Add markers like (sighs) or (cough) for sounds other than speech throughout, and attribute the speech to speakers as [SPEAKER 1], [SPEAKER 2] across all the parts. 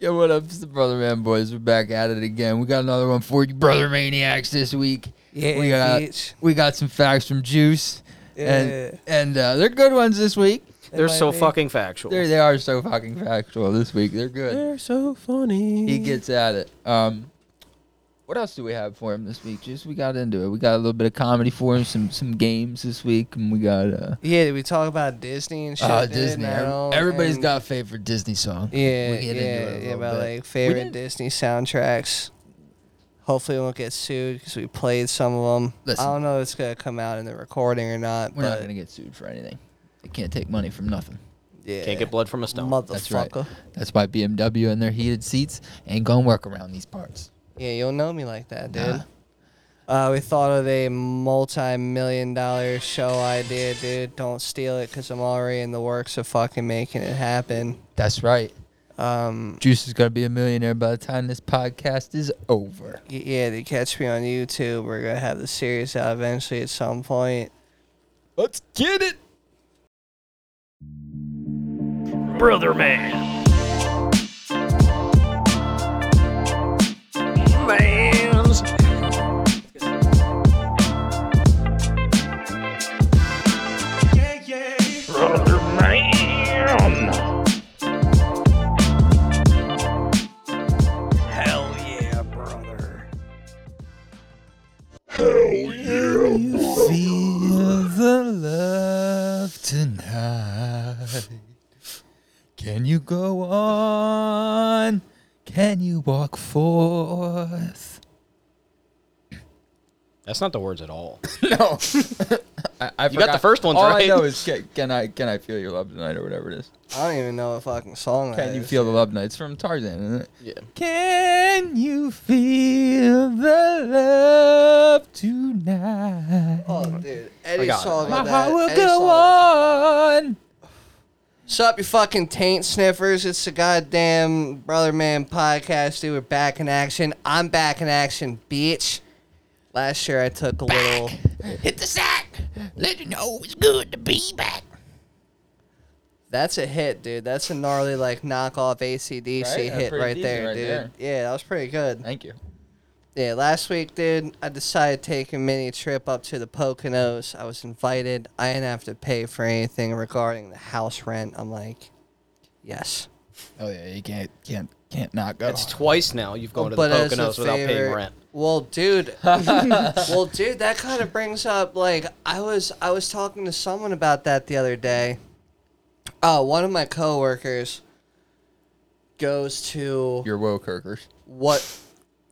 [SPEAKER 1] Yo, what up? It's the Brother Man Boys. We're back at it again. We got another one for you, Brother Maniacs, this week.
[SPEAKER 2] Yeah,
[SPEAKER 1] we got
[SPEAKER 2] bitch.
[SPEAKER 1] we got some facts from Juice, and and uh, they're good ones this week.
[SPEAKER 3] They're so
[SPEAKER 2] fucking.
[SPEAKER 3] fucking factual.
[SPEAKER 1] They they are so fucking factual this week. They're good.
[SPEAKER 2] They're so funny.
[SPEAKER 1] He gets at it. Um, what else do we have for him this week? Juice, we got into it. We got a little bit of comedy for him. Some some games this week, and we got uh,
[SPEAKER 2] yeah, we talk about Disney and shit.
[SPEAKER 1] uh
[SPEAKER 2] dude,
[SPEAKER 1] Disney.
[SPEAKER 2] now,
[SPEAKER 1] Everybody's
[SPEAKER 2] and-
[SPEAKER 1] got a favorite Disney song.
[SPEAKER 2] Yeah,
[SPEAKER 1] We get into it
[SPEAKER 2] yeah,
[SPEAKER 1] a
[SPEAKER 2] yeah.
[SPEAKER 1] little
[SPEAKER 2] About
[SPEAKER 1] bit.
[SPEAKER 2] like favorite
[SPEAKER 1] didn't-
[SPEAKER 2] Disney soundtracks. Hopefully, we won't get sued because we played some of them.
[SPEAKER 1] Listen.
[SPEAKER 2] I don't know if it's gonna come out in the recording or not,
[SPEAKER 1] We're
[SPEAKER 2] but
[SPEAKER 1] not gonna get sued for anything. They can't take money from nothing.
[SPEAKER 2] yeah,
[SPEAKER 3] Can't get blood from a stone.
[SPEAKER 2] motherfucker.
[SPEAKER 1] That's right. That's why BMW and their heated seats ain't gonna work around these parts.
[SPEAKER 2] Yeah, you don't know me like that, dude.
[SPEAKER 1] Nah.
[SPEAKER 2] Uh, we thought of a multi-million dollar show idea, dude. Don't steal it, cause I'm already in the works of fucking making it happen.
[SPEAKER 1] That's right.
[SPEAKER 2] Um,
[SPEAKER 1] Juice is gonna be a millionaire by the time this podcast is over.
[SPEAKER 2] y- yeah, they catch me on YouTube. We're gonna have the series out eventually at some point.
[SPEAKER 1] Let's get it.
[SPEAKER 4] Brother Man. Mans. Brother Man. Hell yeah, brother.
[SPEAKER 1] You feel the love tonight. Can you go on? Can you walk
[SPEAKER 3] (laughs)
[SPEAKER 1] forth?
[SPEAKER 3] That's not the words at all.
[SPEAKER 1] No. (laughs) I, I
[SPEAKER 3] You got the first ones
[SPEAKER 1] All I
[SPEAKER 3] right.
[SPEAKER 1] know is can, can I can I feel your love tonight or whatever it is.
[SPEAKER 2] I don't even know what fucking song that
[SPEAKER 1] Can you
[SPEAKER 2] is.
[SPEAKER 1] feel the love tonight? It's from Tarzan, isn't it?
[SPEAKER 3] Yeah.
[SPEAKER 1] Can you feel the love tonight?
[SPEAKER 2] Oh, dude, any
[SPEAKER 3] got it.
[SPEAKER 2] song
[SPEAKER 1] My
[SPEAKER 2] like
[SPEAKER 1] heart
[SPEAKER 2] that.
[SPEAKER 1] will
[SPEAKER 2] any
[SPEAKER 1] go on.
[SPEAKER 2] song- Sup, you fucking taint sniffers? It's the goddamn Brother Man podcast. Dude, we're back in action. I'm back in action, bitch. Last year I took a little.
[SPEAKER 1] Hit the sack. Let you know it's good to be back.
[SPEAKER 2] That's a hit, dude. That's a gnarly like knockoff
[SPEAKER 1] Right?
[SPEAKER 2] ACDC
[SPEAKER 1] That's
[SPEAKER 2] hit
[SPEAKER 1] pretty
[SPEAKER 2] right
[SPEAKER 1] decent
[SPEAKER 2] there,
[SPEAKER 1] right
[SPEAKER 2] dude.
[SPEAKER 1] there.
[SPEAKER 2] Yeah, that was pretty good.
[SPEAKER 1] Thank you.
[SPEAKER 2] Yeah, last week, dude, I decided to take a mini trip up to the Poconos. I was invited. I didn't have to pay for anything regarding the house rent. I'm like, yes.
[SPEAKER 1] Oh yeah, you can't can't can't not go.
[SPEAKER 3] It's twice now you've gone to
[SPEAKER 2] But
[SPEAKER 3] the
[SPEAKER 2] as
[SPEAKER 3] Poconos
[SPEAKER 2] a
[SPEAKER 3] without paying
[SPEAKER 2] favor-
[SPEAKER 3] rent.
[SPEAKER 2] Well, dude. well, dude, that kind of brings up like I was I was talking to someone about that the other day. Uh, one of my coworkers goes to
[SPEAKER 1] Your woe kirkers.
[SPEAKER 2] what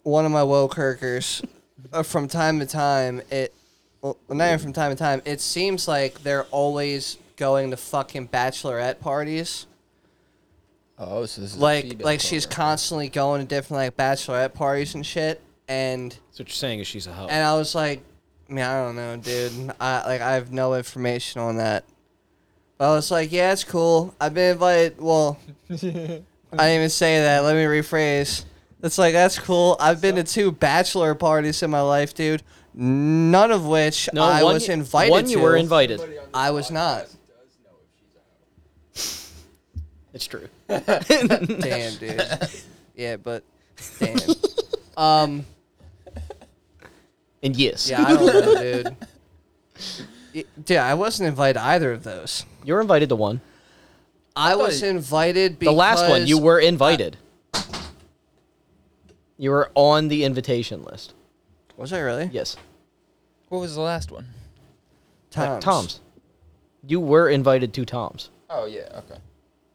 [SPEAKER 2] one of my wokirkers uh, from time to time it well, not even from time to time it seems like they're always going to fucking bachelorette parties
[SPEAKER 1] Oh, so this is
[SPEAKER 2] like like she's constantly going to different like bachelorette parties and shit and
[SPEAKER 3] So what you're saying is she's a hoe.
[SPEAKER 2] and I was like, I mean, I don't know, dude. I like I have no information on that. But I was like, yeah, it's cool. I've been invited.
[SPEAKER 3] (laughs)
[SPEAKER 2] Well, I didn't even say that. Let me rephrase. It's like that's cool. I've been to two bachelor parties in my life, dude. None of which I was
[SPEAKER 3] you-
[SPEAKER 2] invited
[SPEAKER 3] One you
[SPEAKER 2] to.
[SPEAKER 3] were invited.
[SPEAKER 2] I was not. (laughs)
[SPEAKER 3] It's true. (laughs)
[SPEAKER 2] Damn, dude. Yeah, but damn. Um.
[SPEAKER 3] And yes,
[SPEAKER 2] Yeah, I don't know,
[SPEAKER 3] (laughs)
[SPEAKER 2] dude. Y- Dude, I wasn't invited to either of those.
[SPEAKER 3] you're invited to one.
[SPEAKER 2] I was invited because
[SPEAKER 3] the last one you were invited. you were on the invitation list.
[SPEAKER 2] Was I really?
[SPEAKER 3] Yes,
[SPEAKER 1] What was the last one?
[SPEAKER 2] Tom's.
[SPEAKER 3] Uh, Tom's. You were invited to Tom's.
[SPEAKER 1] Oh yeah, okay.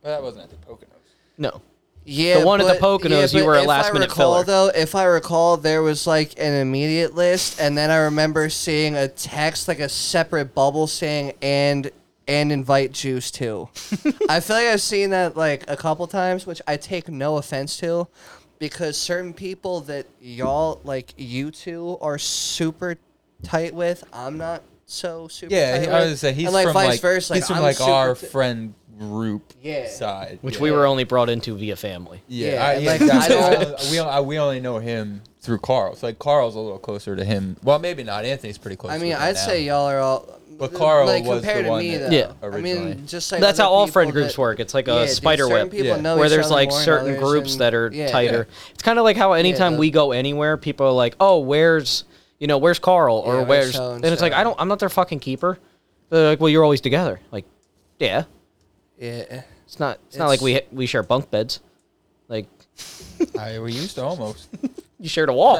[SPEAKER 1] Well, that wasn't at the Poconos.
[SPEAKER 3] No,
[SPEAKER 2] Yeah,
[SPEAKER 3] The one at the
[SPEAKER 2] but-
[SPEAKER 3] Poconos,
[SPEAKER 2] yeah,
[SPEAKER 3] you
[SPEAKER 2] but
[SPEAKER 3] were a
[SPEAKER 2] if I
[SPEAKER 3] last-minute
[SPEAKER 2] recall,
[SPEAKER 3] filler.
[SPEAKER 2] Though, if I recall, there was like an immediate list, and then I remember seeing a text, like a separate bubble saying and and invite
[SPEAKER 1] (laughs)
[SPEAKER 2] Juice too. I feel like I've seen that like a couple times, which I take no offense to, because certain people that y'all like you two are super tight with, I'm not so super.
[SPEAKER 1] Yeah,
[SPEAKER 2] tight
[SPEAKER 1] he,
[SPEAKER 2] with.
[SPEAKER 1] I was gonna say he's
[SPEAKER 2] and, like,
[SPEAKER 1] from
[SPEAKER 2] vice
[SPEAKER 1] like
[SPEAKER 2] versa,
[SPEAKER 1] he's from
[SPEAKER 2] I'm
[SPEAKER 1] like
[SPEAKER 2] super
[SPEAKER 1] our
[SPEAKER 2] ti-
[SPEAKER 1] friend group
[SPEAKER 2] Yeah.
[SPEAKER 1] side,
[SPEAKER 3] which
[SPEAKER 1] yeah.
[SPEAKER 3] we were only brought into via family.
[SPEAKER 1] Yeah,
[SPEAKER 2] Yeah,
[SPEAKER 1] I,
[SPEAKER 2] and,
[SPEAKER 1] yeah,
[SPEAKER 2] like, (laughs)
[SPEAKER 1] exactly.
[SPEAKER 2] I don't-
[SPEAKER 1] I- we, I, we only know him through Carl. So like Carl's a little closer to him. Well, maybe not. Anthony's pretty close.
[SPEAKER 2] I
[SPEAKER 1] with
[SPEAKER 2] mean,
[SPEAKER 1] him
[SPEAKER 2] I'd
[SPEAKER 1] now.
[SPEAKER 2] say y'all are all.
[SPEAKER 1] But Carl
[SPEAKER 2] like,
[SPEAKER 1] was the
[SPEAKER 2] compared to
[SPEAKER 1] one
[SPEAKER 2] me,
[SPEAKER 1] that-
[SPEAKER 2] though.
[SPEAKER 3] Yeah.
[SPEAKER 2] I
[SPEAKER 1] originally.
[SPEAKER 2] mean, just like
[SPEAKER 3] That's
[SPEAKER 2] other
[SPEAKER 3] how all friend
[SPEAKER 2] people
[SPEAKER 3] groups
[SPEAKER 2] that-
[SPEAKER 3] work. It's like a
[SPEAKER 2] Yeah, dude,
[SPEAKER 3] spider
[SPEAKER 2] certain
[SPEAKER 3] web.
[SPEAKER 2] people
[SPEAKER 1] Yeah.
[SPEAKER 2] know
[SPEAKER 3] where
[SPEAKER 2] each
[SPEAKER 3] there's
[SPEAKER 2] other
[SPEAKER 3] like
[SPEAKER 2] more than
[SPEAKER 3] certain
[SPEAKER 2] others
[SPEAKER 3] groups
[SPEAKER 2] and-
[SPEAKER 3] that are
[SPEAKER 2] yeah.
[SPEAKER 3] tighter. It's kind of like how anytime
[SPEAKER 2] the-
[SPEAKER 3] we go anywhere, people are like, "Oh, where's you know where's Carl or
[SPEAKER 2] Yeah, where's
[SPEAKER 3] where's?"
[SPEAKER 2] so
[SPEAKER 3] And
[SPEAKER 2] and
[SPEAKER 3] it's like
[SPEAKER 2] so.
[SPEAKER 3] I don't. I'm not their fucking keeper. They're like, "Well, you're always together." Like, yeah,
[SPEAKER 2] Yeah.
[SPEAKER 3] it's not. It's, not like we we share bunk beds. Like
[SPEAKER 1] I, we used to
[SPEAKER 2] (laughs)
[SPEAKER 1] almost.
[SPEAKER 3] you shared a wall.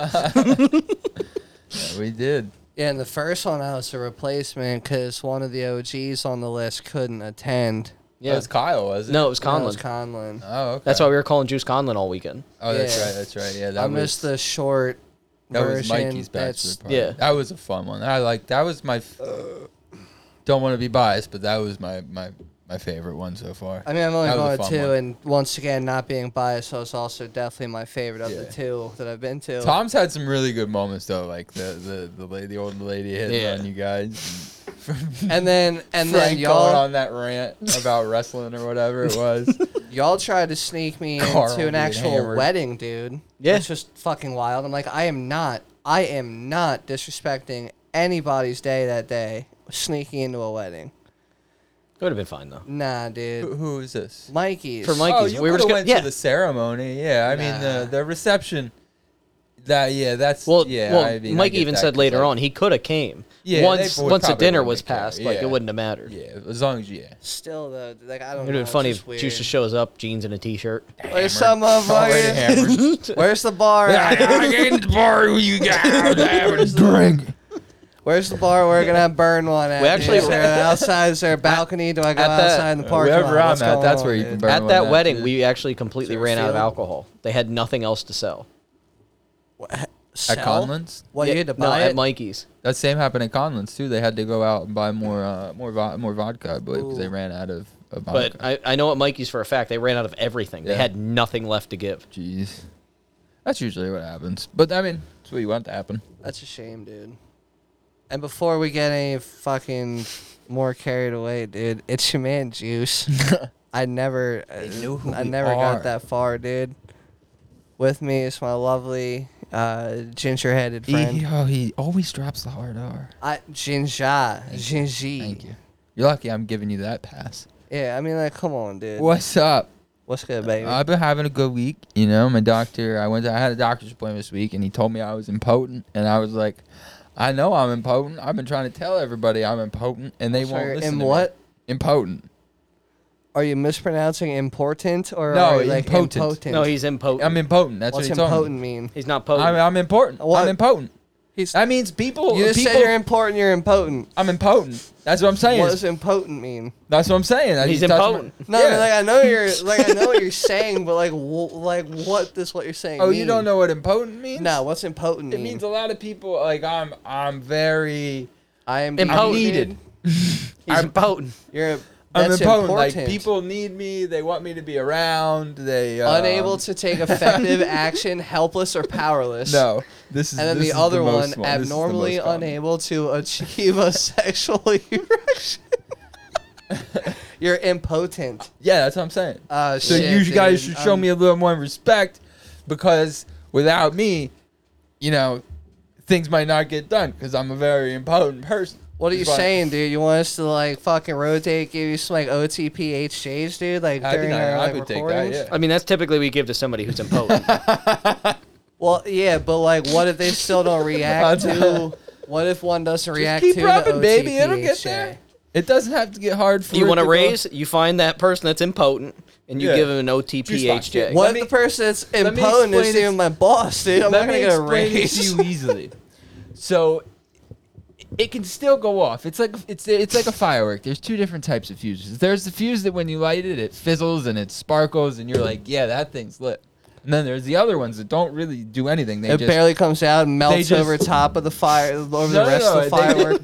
[SPEAKER 1] Yeah, we did.
[SPEAKER 2] Yeah, and the first one I was a replacement because one of the OGs on the list couldn't attend.
[SPEAKER 1] Yeah, it was Kyle, was it?
[SPEAKER 3] no, it was
[SPEAKER 2] That was
[SPEAKER 3] Conlon.
[SPEAKER 2] Conlon.
[SPEAKER 1] Oh, okay.
[SPEAKER 3] That's why we were calling Juice Conlon all weekend.
[SPEAKER 1] Oh, that's
[SPEAKER 2] Yeah.
[SPEAKER 1] right. That's right. Yeah, that
[SPEAKER 2] I
[SPEAKER 1] was
[SPEAKER 2] missed the short
[SPEAKER 1] that was
[SPEAKER 2] version.
[SPEAKER 1] Mikey's bachelor
[SPEAKER 2] That's
[SPEAKER 1] party.
[SPEAKER 3] Yeah.
[SPEAKER 1] that was a fun one. I like that was my. F- don't want to be biased, but that was my my my favorite one so far.
[SPEAKER 2] I mean, I'm only
[SPEAKER 1] That was a
[SPEAKER 2] going
[SPEAKER 1] fun
[SPEAKER 2] to two,
[SPEAKER 1] one.
[SPEAKER 2] and once again, not being biased, that was also definitely my favorite of
[SPEAKER 1] Yeah.
[SPEAKER 2] the two that I've been to.
[SPEAKER 1] Tom's had some really good moments though, like the the the, lady, the old lady hitting
[SPEAKER 3] Yeah.
[SPEAKER 1] on you guys.
[SPEAKER 2] and then, and
[SPEAKER 1] Frank
[SPEAKER 2] then
[SPEAKER 1] going
[SPEAKER 2] y'all,
[SPEAKER 1] on that rant about wrestling or whatever it
[SPEAKER 3] (laughs)
[SPEAKER 1] was.
[SPEAKER 2] y'all tried to sneak me
[SPEAKER 1] Carl
[SPEAKER 2] into an
[SPEAKER 1] being
[SPEAKER 2] actual
[SPEAKER 1] hammered.
[SPEAKER 2] wedding, dude.
[SPEAKER 3] Yeah.
[SPEAKER 2] it's just fucking wild. I'm like, I am not, I am not disrespecting anybody's day that day. Sneaking into a wedding,
[SPEAKER 3] It would have been fine though.
[SPEAKER 2] nah, dude.
[SPEAKER 1] Who- Who is this?
[SPEAKER 2] Mikey's
[SPEAKER 3] For Mike-
[SPEAKER 1] Oh,
[SPEAKER 3] Mikey's.
[SPEAKER 1] you
[SPEAKER 3] We were
[SPEAKER 1] we
[SPEAKER 3] just gonna-
[SPEAKER 1] went
[SPEAKER 3] yeah.
[SPEAKER 1] to the ceremony. Yeah, I mean uh,
[SPEAKER 2] Nah.
[SPEAKER 1] the the reception. That yeah, that's
[SPEAKER 3] Well,
[SPEAKER 1] yeah.
[SPEAKER 3] well,
[SPEAKER 1] I mean, I
[SPEAKER 3] Mike
[SPEAKER 1] get
[SPEAKER 3] even
[SPEAKER 1] that
[SPEAKER 3] said
[SPEAKER 1] 'cause,
[SPEAKER 3] later
[SPEAKER 1] like,
[SPEAKER 3] on he could have came.
[SPEAKER 1] Yeah, they
[SPEAKER 3] once
[SPEAKER 1] would
[SPEAKER 3] once the
[SPEAKER 1] probably
[SPEAKER 3] dinner
[SPEAKER 1] wouldn't
[SPEAKER 3] was
[SPEAKER 1] have cared,
[SPEAKER 3] passed, like
[SPEAKER 1] yeah.
[SPEAKER 3] it wouldn't have mattered.
[SPEAKER 1] Yeah, as long as yeah.
[SPEAKER 2] Still though, like I don't.
[SPEAKER 3] It'd
[SPEAKER 2] know.
[SPEAKER 3] have been funny
[SPEAKER 2] it's
[SPEAKER 3] if
[SPEAKER 2] just
[SPEAKER 3] Juice
[SPEAKER 2] weird.
[SPEAKER 3] just shows up, jeans and
[SPEAKER 1] (laughs)
[SPEAKER 3] a t-shirt. (laughs)
[SPEAKER 2] Where's some
[SPEAKER 1] Oh,
[SPEAKER 2] of (laughs)
[SPEAKER 1] Already (laughs) hammered.
[SPEAKER 2] Where's the bar? at?
[SPEAKER 4] I can't borrow
[SPEAKER 1] (laughs)
[SPEAKER 4] you guys.
[SPEAKER 1] Drink.
[SPEAKER 2] Where's the bar? We're gonna burn one. At,
[SPEAKER 3] We actually-
[SPEAKER 2] dude? is there an outside. Is there a balcony? Do I go
[SPEAKER 3] At the-
[SPEAKER 2] outside in the parking lot?
[SPEAKER 1] Wherever I'm
[SPEAKER 2] What's
[SPEAKER 1] at,
[SPEAKER 2] going
[SPEAKER 1] that's
[SPEAKER 2] on,
[SPEAKER 1] where you
[SPEAKER 2] dude?
[SPEAKER 1] can burn
[SPEAKER 3] At
[SPEAKER 1] one
[SPEAKER 3] that
[SPEAKER 1] down,
[SPEAKER 3] wedding,
[SPEAKER 1] dude.
[SPEAKER 3] we actually completely
[SPEAKER 2] Sure,
[SPEAKER 3] ran out of
[SPEAKER 2] feeling-
[SPEAKER 3] alcohol. They had nothing else to sell.
[SPEAKER 1] at
[SPEAKER 2] Sell?
[SPEAKER 1] Conlon's.
[SPEAKER 2] What
[SPEAKER 3] Yeah,
[SPEAKER 2] you had to
[SPEAKER 3] no,
[SPEAKER 2] buy
[SPEAKER 3] at
[SPEAKER 2] it?
[SPEAKER 3] Mikey's.
[SPEAKER 1] That same happened at Conlon's too. They had to go out and buy more uh, more vo- more vodka, I believe, 'cause they
[SPEAKER 2] Ooh.
[SPEAKER 1] ran out of, of vodka.
[SPEAKER 3] But I, I know at Mikey's for a fact they ran out of everything. They
[SPEAKER 1] Oh, Yeah.
[SPEAKER 3] had nothing left to give.
[SPEAKER 1] Jeez, that's usually what happens. But I mean, that's what you want to happen.
[SPEAKER 2] That's a shame, dude. And before we get any fucking more carried away, dude, it's your man
[SPEAKER 1] (laughs)
[SPEAKER 2] Juice. I never, uh,
[SPEAKER 1] know who
[SPEAKER 2] I
[SPEAKER 1] we
[SPEAKER 2] never
[SPEAKER 1] are.
[SPEAKER 2] got that far, dude. With me is my lovely uh, ginger-headed friend.
[SPEAKER 1] He, oh, he always drops the hard R.
[SPEAKER 2] I Jinja. Jinji.
[SPEAKER 1] Thank you. You're lucky I'm giving you that pass.
[SPEAKER 2] Yeah, I mean like come on dude.
[SPEAKER 1] What's up?
[SPEAKER 2] What's good, baby?
[SPEAKER 1] I've been having a good week. You know, my doctor. I went. To, I had a doctor's appointment this week, and he told me I was impotent, and I was like, I know I'm impotent. I've been trying to tell everybody I'm impotent, and they won't
[SPEAKER 2] Sorry,
[SPEAKER 1] listen.
[SPEAKER 2] in
[SPEAKER 1] to me.
[SPEAKER 2] what?
[SPEAKER 1] Impotent.
[SPEAKER 2] Are you mispronouncing important or
[SPEAKER 1] No,
[SPEAKER 2] are you, like
[SPEAKER 1] impotent.
[SPEAKER 2] impotent?
[SPEAKER 3] No, he's impotent.
[SPEAKER 1] I'm impotent. That's
[SPEAKER 2] What's
[SPEAKER 1] what he told
[SPEAKER 2] impotent
[SPEAKER 1] me.
[SPEAKER 2] mean?
[SPEAKER 3] he's not
[SPEAKER 1] I'm,
[SPEAKER 3] potent.
[SPEAKER 1] I'm important. I'm
[SPEAKER 2] What?
[SPEAKER 1] impotent.
[SPEAKER 2] He's
[SPEAKER 1] That means people.
[SPEAKER 2] You just
[SPEAKER 1] people
[SPEAKER 2] said you're important, you're impotent.
[SPEAKER 1] I'm impotent. That's what I'm saying.
[SPEAKER 2] What does impotent mean?
[SPEAKER 1] That's what I'm saying. I
[SPEAKER 3] He's
[SPEAKER 1] just touched my-
[SPEAKER 3] impotent.
[SPEAKER 2] No, I
[SPEAKER 1] Yeah.
[SPEAKER 2] mean, like I know you're
[SPEAKER 1] (laughs)
[SPEAKER 2] like I know what you're saying, but like wh- like what this what you're saying?
[SPEAKER 1] oh, you
[SPEAKER 2] mean?
[SPEAKER 1] don't know what impotent means?
[SPEAKER 2] No, what's impotent
[SPEAKER 1] It
[SPEAKER 2] mean?
[SPEAKER 1] means a lot of people. Like I'm. I'm very.
[SPEAKER 2] I am
[SPEAKER 3] Impotent.
[SPEAKER 2] needed.
[SPEAKER 3] he's impotent.
[SPEAKER 2] You're a-
[SPEAKER 1] I'm
[SPEAKER 2] that's
[SPEAKER 1] impotent.
[SPEAKER 2] important.
[SPEAKER 1] Like people need me. They want me to be around. They um,
[SPEAKER 2] unable to take effective action, helpless or
[SPEAKER 1] (laughs)
[SPEAKER 2] powerless.
[SPEAKER 1] No. This is.
[SPEAKER 2] And then
[SPEAKER 1] this
[SPEAKER 2] the
[SPEAKER 1] is
[SPEAKER 2] other one,
[SPEAKER 1] most This is the
[SPEAKER 2] abnormally
[SPEAKER 1] most common.
[SPEAKER 2] unable to achieve a (laughs) sexual
[SPEAKER 1] (laughs)
[SPEAKER 2] erection. You're impotent.
[SPEAKER 1] Yeah, that's what I'm saying.
[SPEAKER 2] Uh,
[SPEAKER 1] So
[SPEAKER 2] shit,
[SPEAKER 1] you
[SPEAKER 2] dude.
[SPEAKER 1] guys should show
[SPEAKER 2] Um,
[SPEAKER 1] me a little more respect, because without me, you know, things might not get done because I'm a very impotent person.
[SPEAKER 2] What are you
[SPEAKER 1] But
[SPEAKER 2] saying, dude? You want us to like fucking rotate, give you some like OTP HJs, dude? Like
[SPEAKER 1] I
[SPEAKER 2] during
[SPEAKER 1] think I,
[SPEAKER 2] our
[SPEAKER 1] I
[SPEAKER 2] like,
[SPEAKER 1] would take that.
[SPEAKER 2] recordings?
[SPEAKER 1] Yeah.
[SPEAKER 3] I mean, that's typically we give to somebody
[SPEAKER 1] (laughs)
[SPEAKER 3] who's impotent.
[SPEAKER 2] Well, yeah, but like, what if they still don't
[SPEAKER 1] (laughs)
[SPEAKER 2] react to? (laughs) What if one doesn't react
[SPEAKER 1] keep
[SPEAKER 2] to
[SPEAKER 1] rubbing,
[SPEAKER 2] the
[SPEAKER 1] baby. It'll
[SPEAKER 2] OTP
[SPEAKER 1] get there. It doesn't have to get hard for
[SPEAKER 3] you
[SPEAKER 1] it
[SPEAKER 3] want
[SPEAKER 1] to
[SPEAKER 3] to
[SPEAKER 1] go-
[SPEAKER 3] raise? You find that person that's impotent, and you
[SPEAKER 1] Yeah.
[SPEAKER 3] give him an
[SPEAKER 1] Juice box,
[SPEAKER 3] OTPHJ.
[SPEAKER 1] yeah.
[SPEAKER 2] What
[SPEAKER 1] Let
[SPEAKER 2] if
[SPEAKER 1] me-
[SPEAKER 2] the person that's
[SPEAKER 1] me
[SPEAKER 2] impotent
[SPEAKER 1] explain
[SPEAKER 2] is
[SPEAKER 1] this-
[SPEAKER 2] even my boss, dude? I'm
[SPEAKER 1] Let
[SPEAKER 2] not gonna
[SPEAKER 1] me
[SPEAKER 2] get a
[SPEAKER 1] explain it
[SPEAKER 2] raise.
[SPEAKER 1] to you easily. so it can still go off. It's like it's it's like a firework. There's two different types of fuses. There's the fuse that when you light it, it fizzles and it sparkles, and you're like, yeah, that thing's lit. And then there's the other ones that don't really do anything. They
[SPEAKER 2] It
[SPEAKER 1] just
[SPEAKER 2] barely comes out and melts
[SPEAKER 1] just-
[SPEAKER 2] over top of the fire, over
[SPEAKER 1] No,
[SPEAKER 2] the
[SPEAKER 1] no,
[SPEAKER 2] rest
[SPEAKER 1] no,
[SPEAKER 2] of the
[SPEAKER 1] they-
[SPEAKER 2] firework.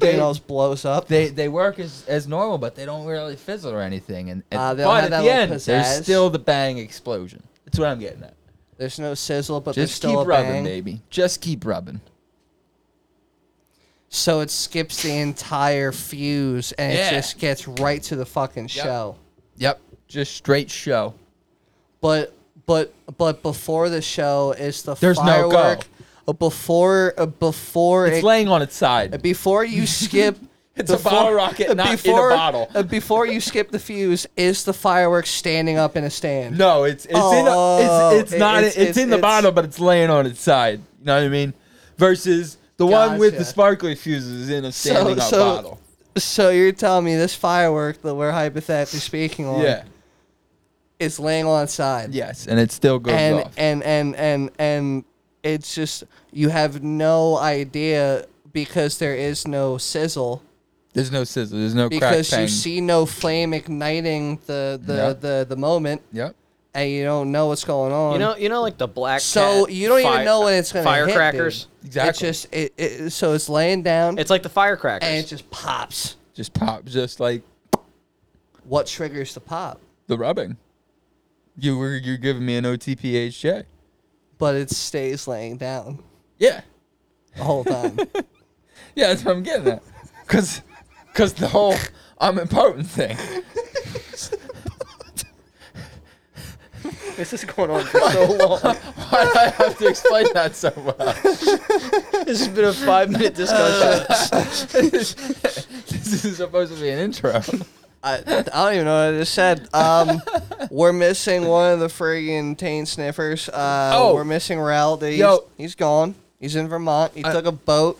[SPEAKER 1] (laughs) they-
[SPEAKER 2] They, almost blows up.
[SPEAKER 1] they they work as, as normal, but they don't really fizzle or anything. And, and-
[SPEAKER 2] Uh, they don't
[SPEAKER 1] but
[SPEAKER 2] have
[SPEAKER 1] at
[SPEAKER 2] that
[SPEAKER 1] the
[SPEAKER 2] little
[SPEAKER 1] end, there's
[SPEAKER 2] pizzazz.
[SPEAKER 1] still the bang explosion. That's what I'm getting at.
[SPEAKER 2] There's no sizzle, but there's
[SPEAKER 1] Just
[SPEAKER 2] still
[SPEAKER 1] keep
[SPEAKER 2] a
[SPEAKER 1] rubbing,
[SPEAKER 2] bang.
[SPEAKER 1] baby. Just keep rubbing.
[SPEAKER 2] So it skips the entire fuse and
[SPEAKER 1] Yeah.
[SPEAKER 2] it just gets right to the fucking show.
[SPEAKER 1] Yep. Just straight show.
[SPEAKER 2] But but but before the show is the
[SPEAKER 1] There's no go.
[SPEAKER 2] firework. Uh, Before uh, before
[SPEAKER 1] It's
[SPEAKER 2] it,
[SPEAKER 1] laying on its side.
[SPEAKER 2] Uh,
[SPEAKER 4] (laughs)
[SPEAKER 2] before you skip
[SPEAKER 4] It's a bottle rocket, not
[SPEAKER 2] before,
[SPEAKER 4] in a bottle.
[SPEAKER 2] uh, before you skip the fuse, is the fireworks standing up in a stand?
[SPEAKER 1] No, it's it's
[SPEAKER 2] Oh,
[SPEAKER 1] in a, it's it's
[SPEAKER 2] it-
[SPEAKER 1] not
[SPEAKER 2] it's-
[SPEAKER 1] it's,
[SPEAKER 2] it's-
[SPEAKER 1] in the
[SPEAKER 2] it's-
[SPEAKER 1] bottle, but it's laying on its side. You know what I mean? Versus the one with the
[SPEAKER 2] Gotcha.
[SPEAKER 1] sparkly fuses is in a standing up
[SPEAKER 2] so-
[SPEAKER 1] bottle.
[SPEAKER 2] So you're telling me this firework that we're hypothetically speaking on
[SPEAKER 1] Yeah.
[SPEAKER 2] is laying on its side.
[SPEAKER 1] Yes, and it still goes
[SPEAKER 2] and,
[SPEAKER 1] off.
[SPEAKER 2] and and and and it's just you have no idea because there is no sizzle
[SPEAKER 1] there's no sizzle. There's no
[SPEAKER 2] because
[SPEAKER 1] crack.
[SPEAKER 2] you
[SPEAKER 1] bang.
[SPEAKER 2] see no flame igniting the the,
[SPEAKER 1] Yeah.
[SPEAKER 2] the the moment
[SPEAKER 1] Yep.
[SPEAKER 2] and you don't know what's going on
[SPEAKER 3] You know, you know, like the black.
[SPEAKER 2] so
[SPEAKER 3] Cat
[SPEAKER 2] you don't
[SPEAKER 3] fi-
[SPEAKER 2] even know when it's going to
[SPEAKER 3] Firecrackers.
[SPEAKER 2] it's
[SPEAKER 1] Exactly.
[SPEAKER 2] just it, it so it's laying down
[SPEAKER 3] It's like the firecrackers.
[SPEAKER 2] and it just pops
[SPEAKER 1] just pop, just like
[SPEAKER 2] what triggers the pop
[SPEAKER 1] the rubbing. You were you're giving me an OTPHJ.
[SPEAKER 2] but it stays laying down
[SPEAKER 1] Yeah.
[SPEAKER 2] the
[SPEAKER 1] (laughs)
[SPEAKER 2] whole time
[SPEAKER 1] Yeah, that's what I'm getting at. (laughs) Cause, cause the whole I'm impotent thing. (laughs)
[SPEAKER 3] this is
[SPEAKER 1] (laughs)
[SPEAKER 3] going on for so long.
[SPEAKER 1] Why do I have to explain that so well?
[SPEAKER 3] this has been a five-minute (laughs)
[SPEAKER 1] (laughs)
[SPEAKER 3] discussion.
[SPEAKER 1] this is supposed to be an intro.
[SPEAKER 2] I, I don't even know what I just said.
[SPEAKER 1] (laughs)
[SPEAKER 2] Um, we're missing one of the friggin' taint sniffers. Uh,
[SPEAKER 1] Oh.
[SPEAKER 2] We're missing Rowdy. He's,
[SPEAKER 1] Yo.
[SPEAKER 2] he's gone. He's in Vermont. He
[SPEAKER 1] I-
[SPEAKER 2] took a boat.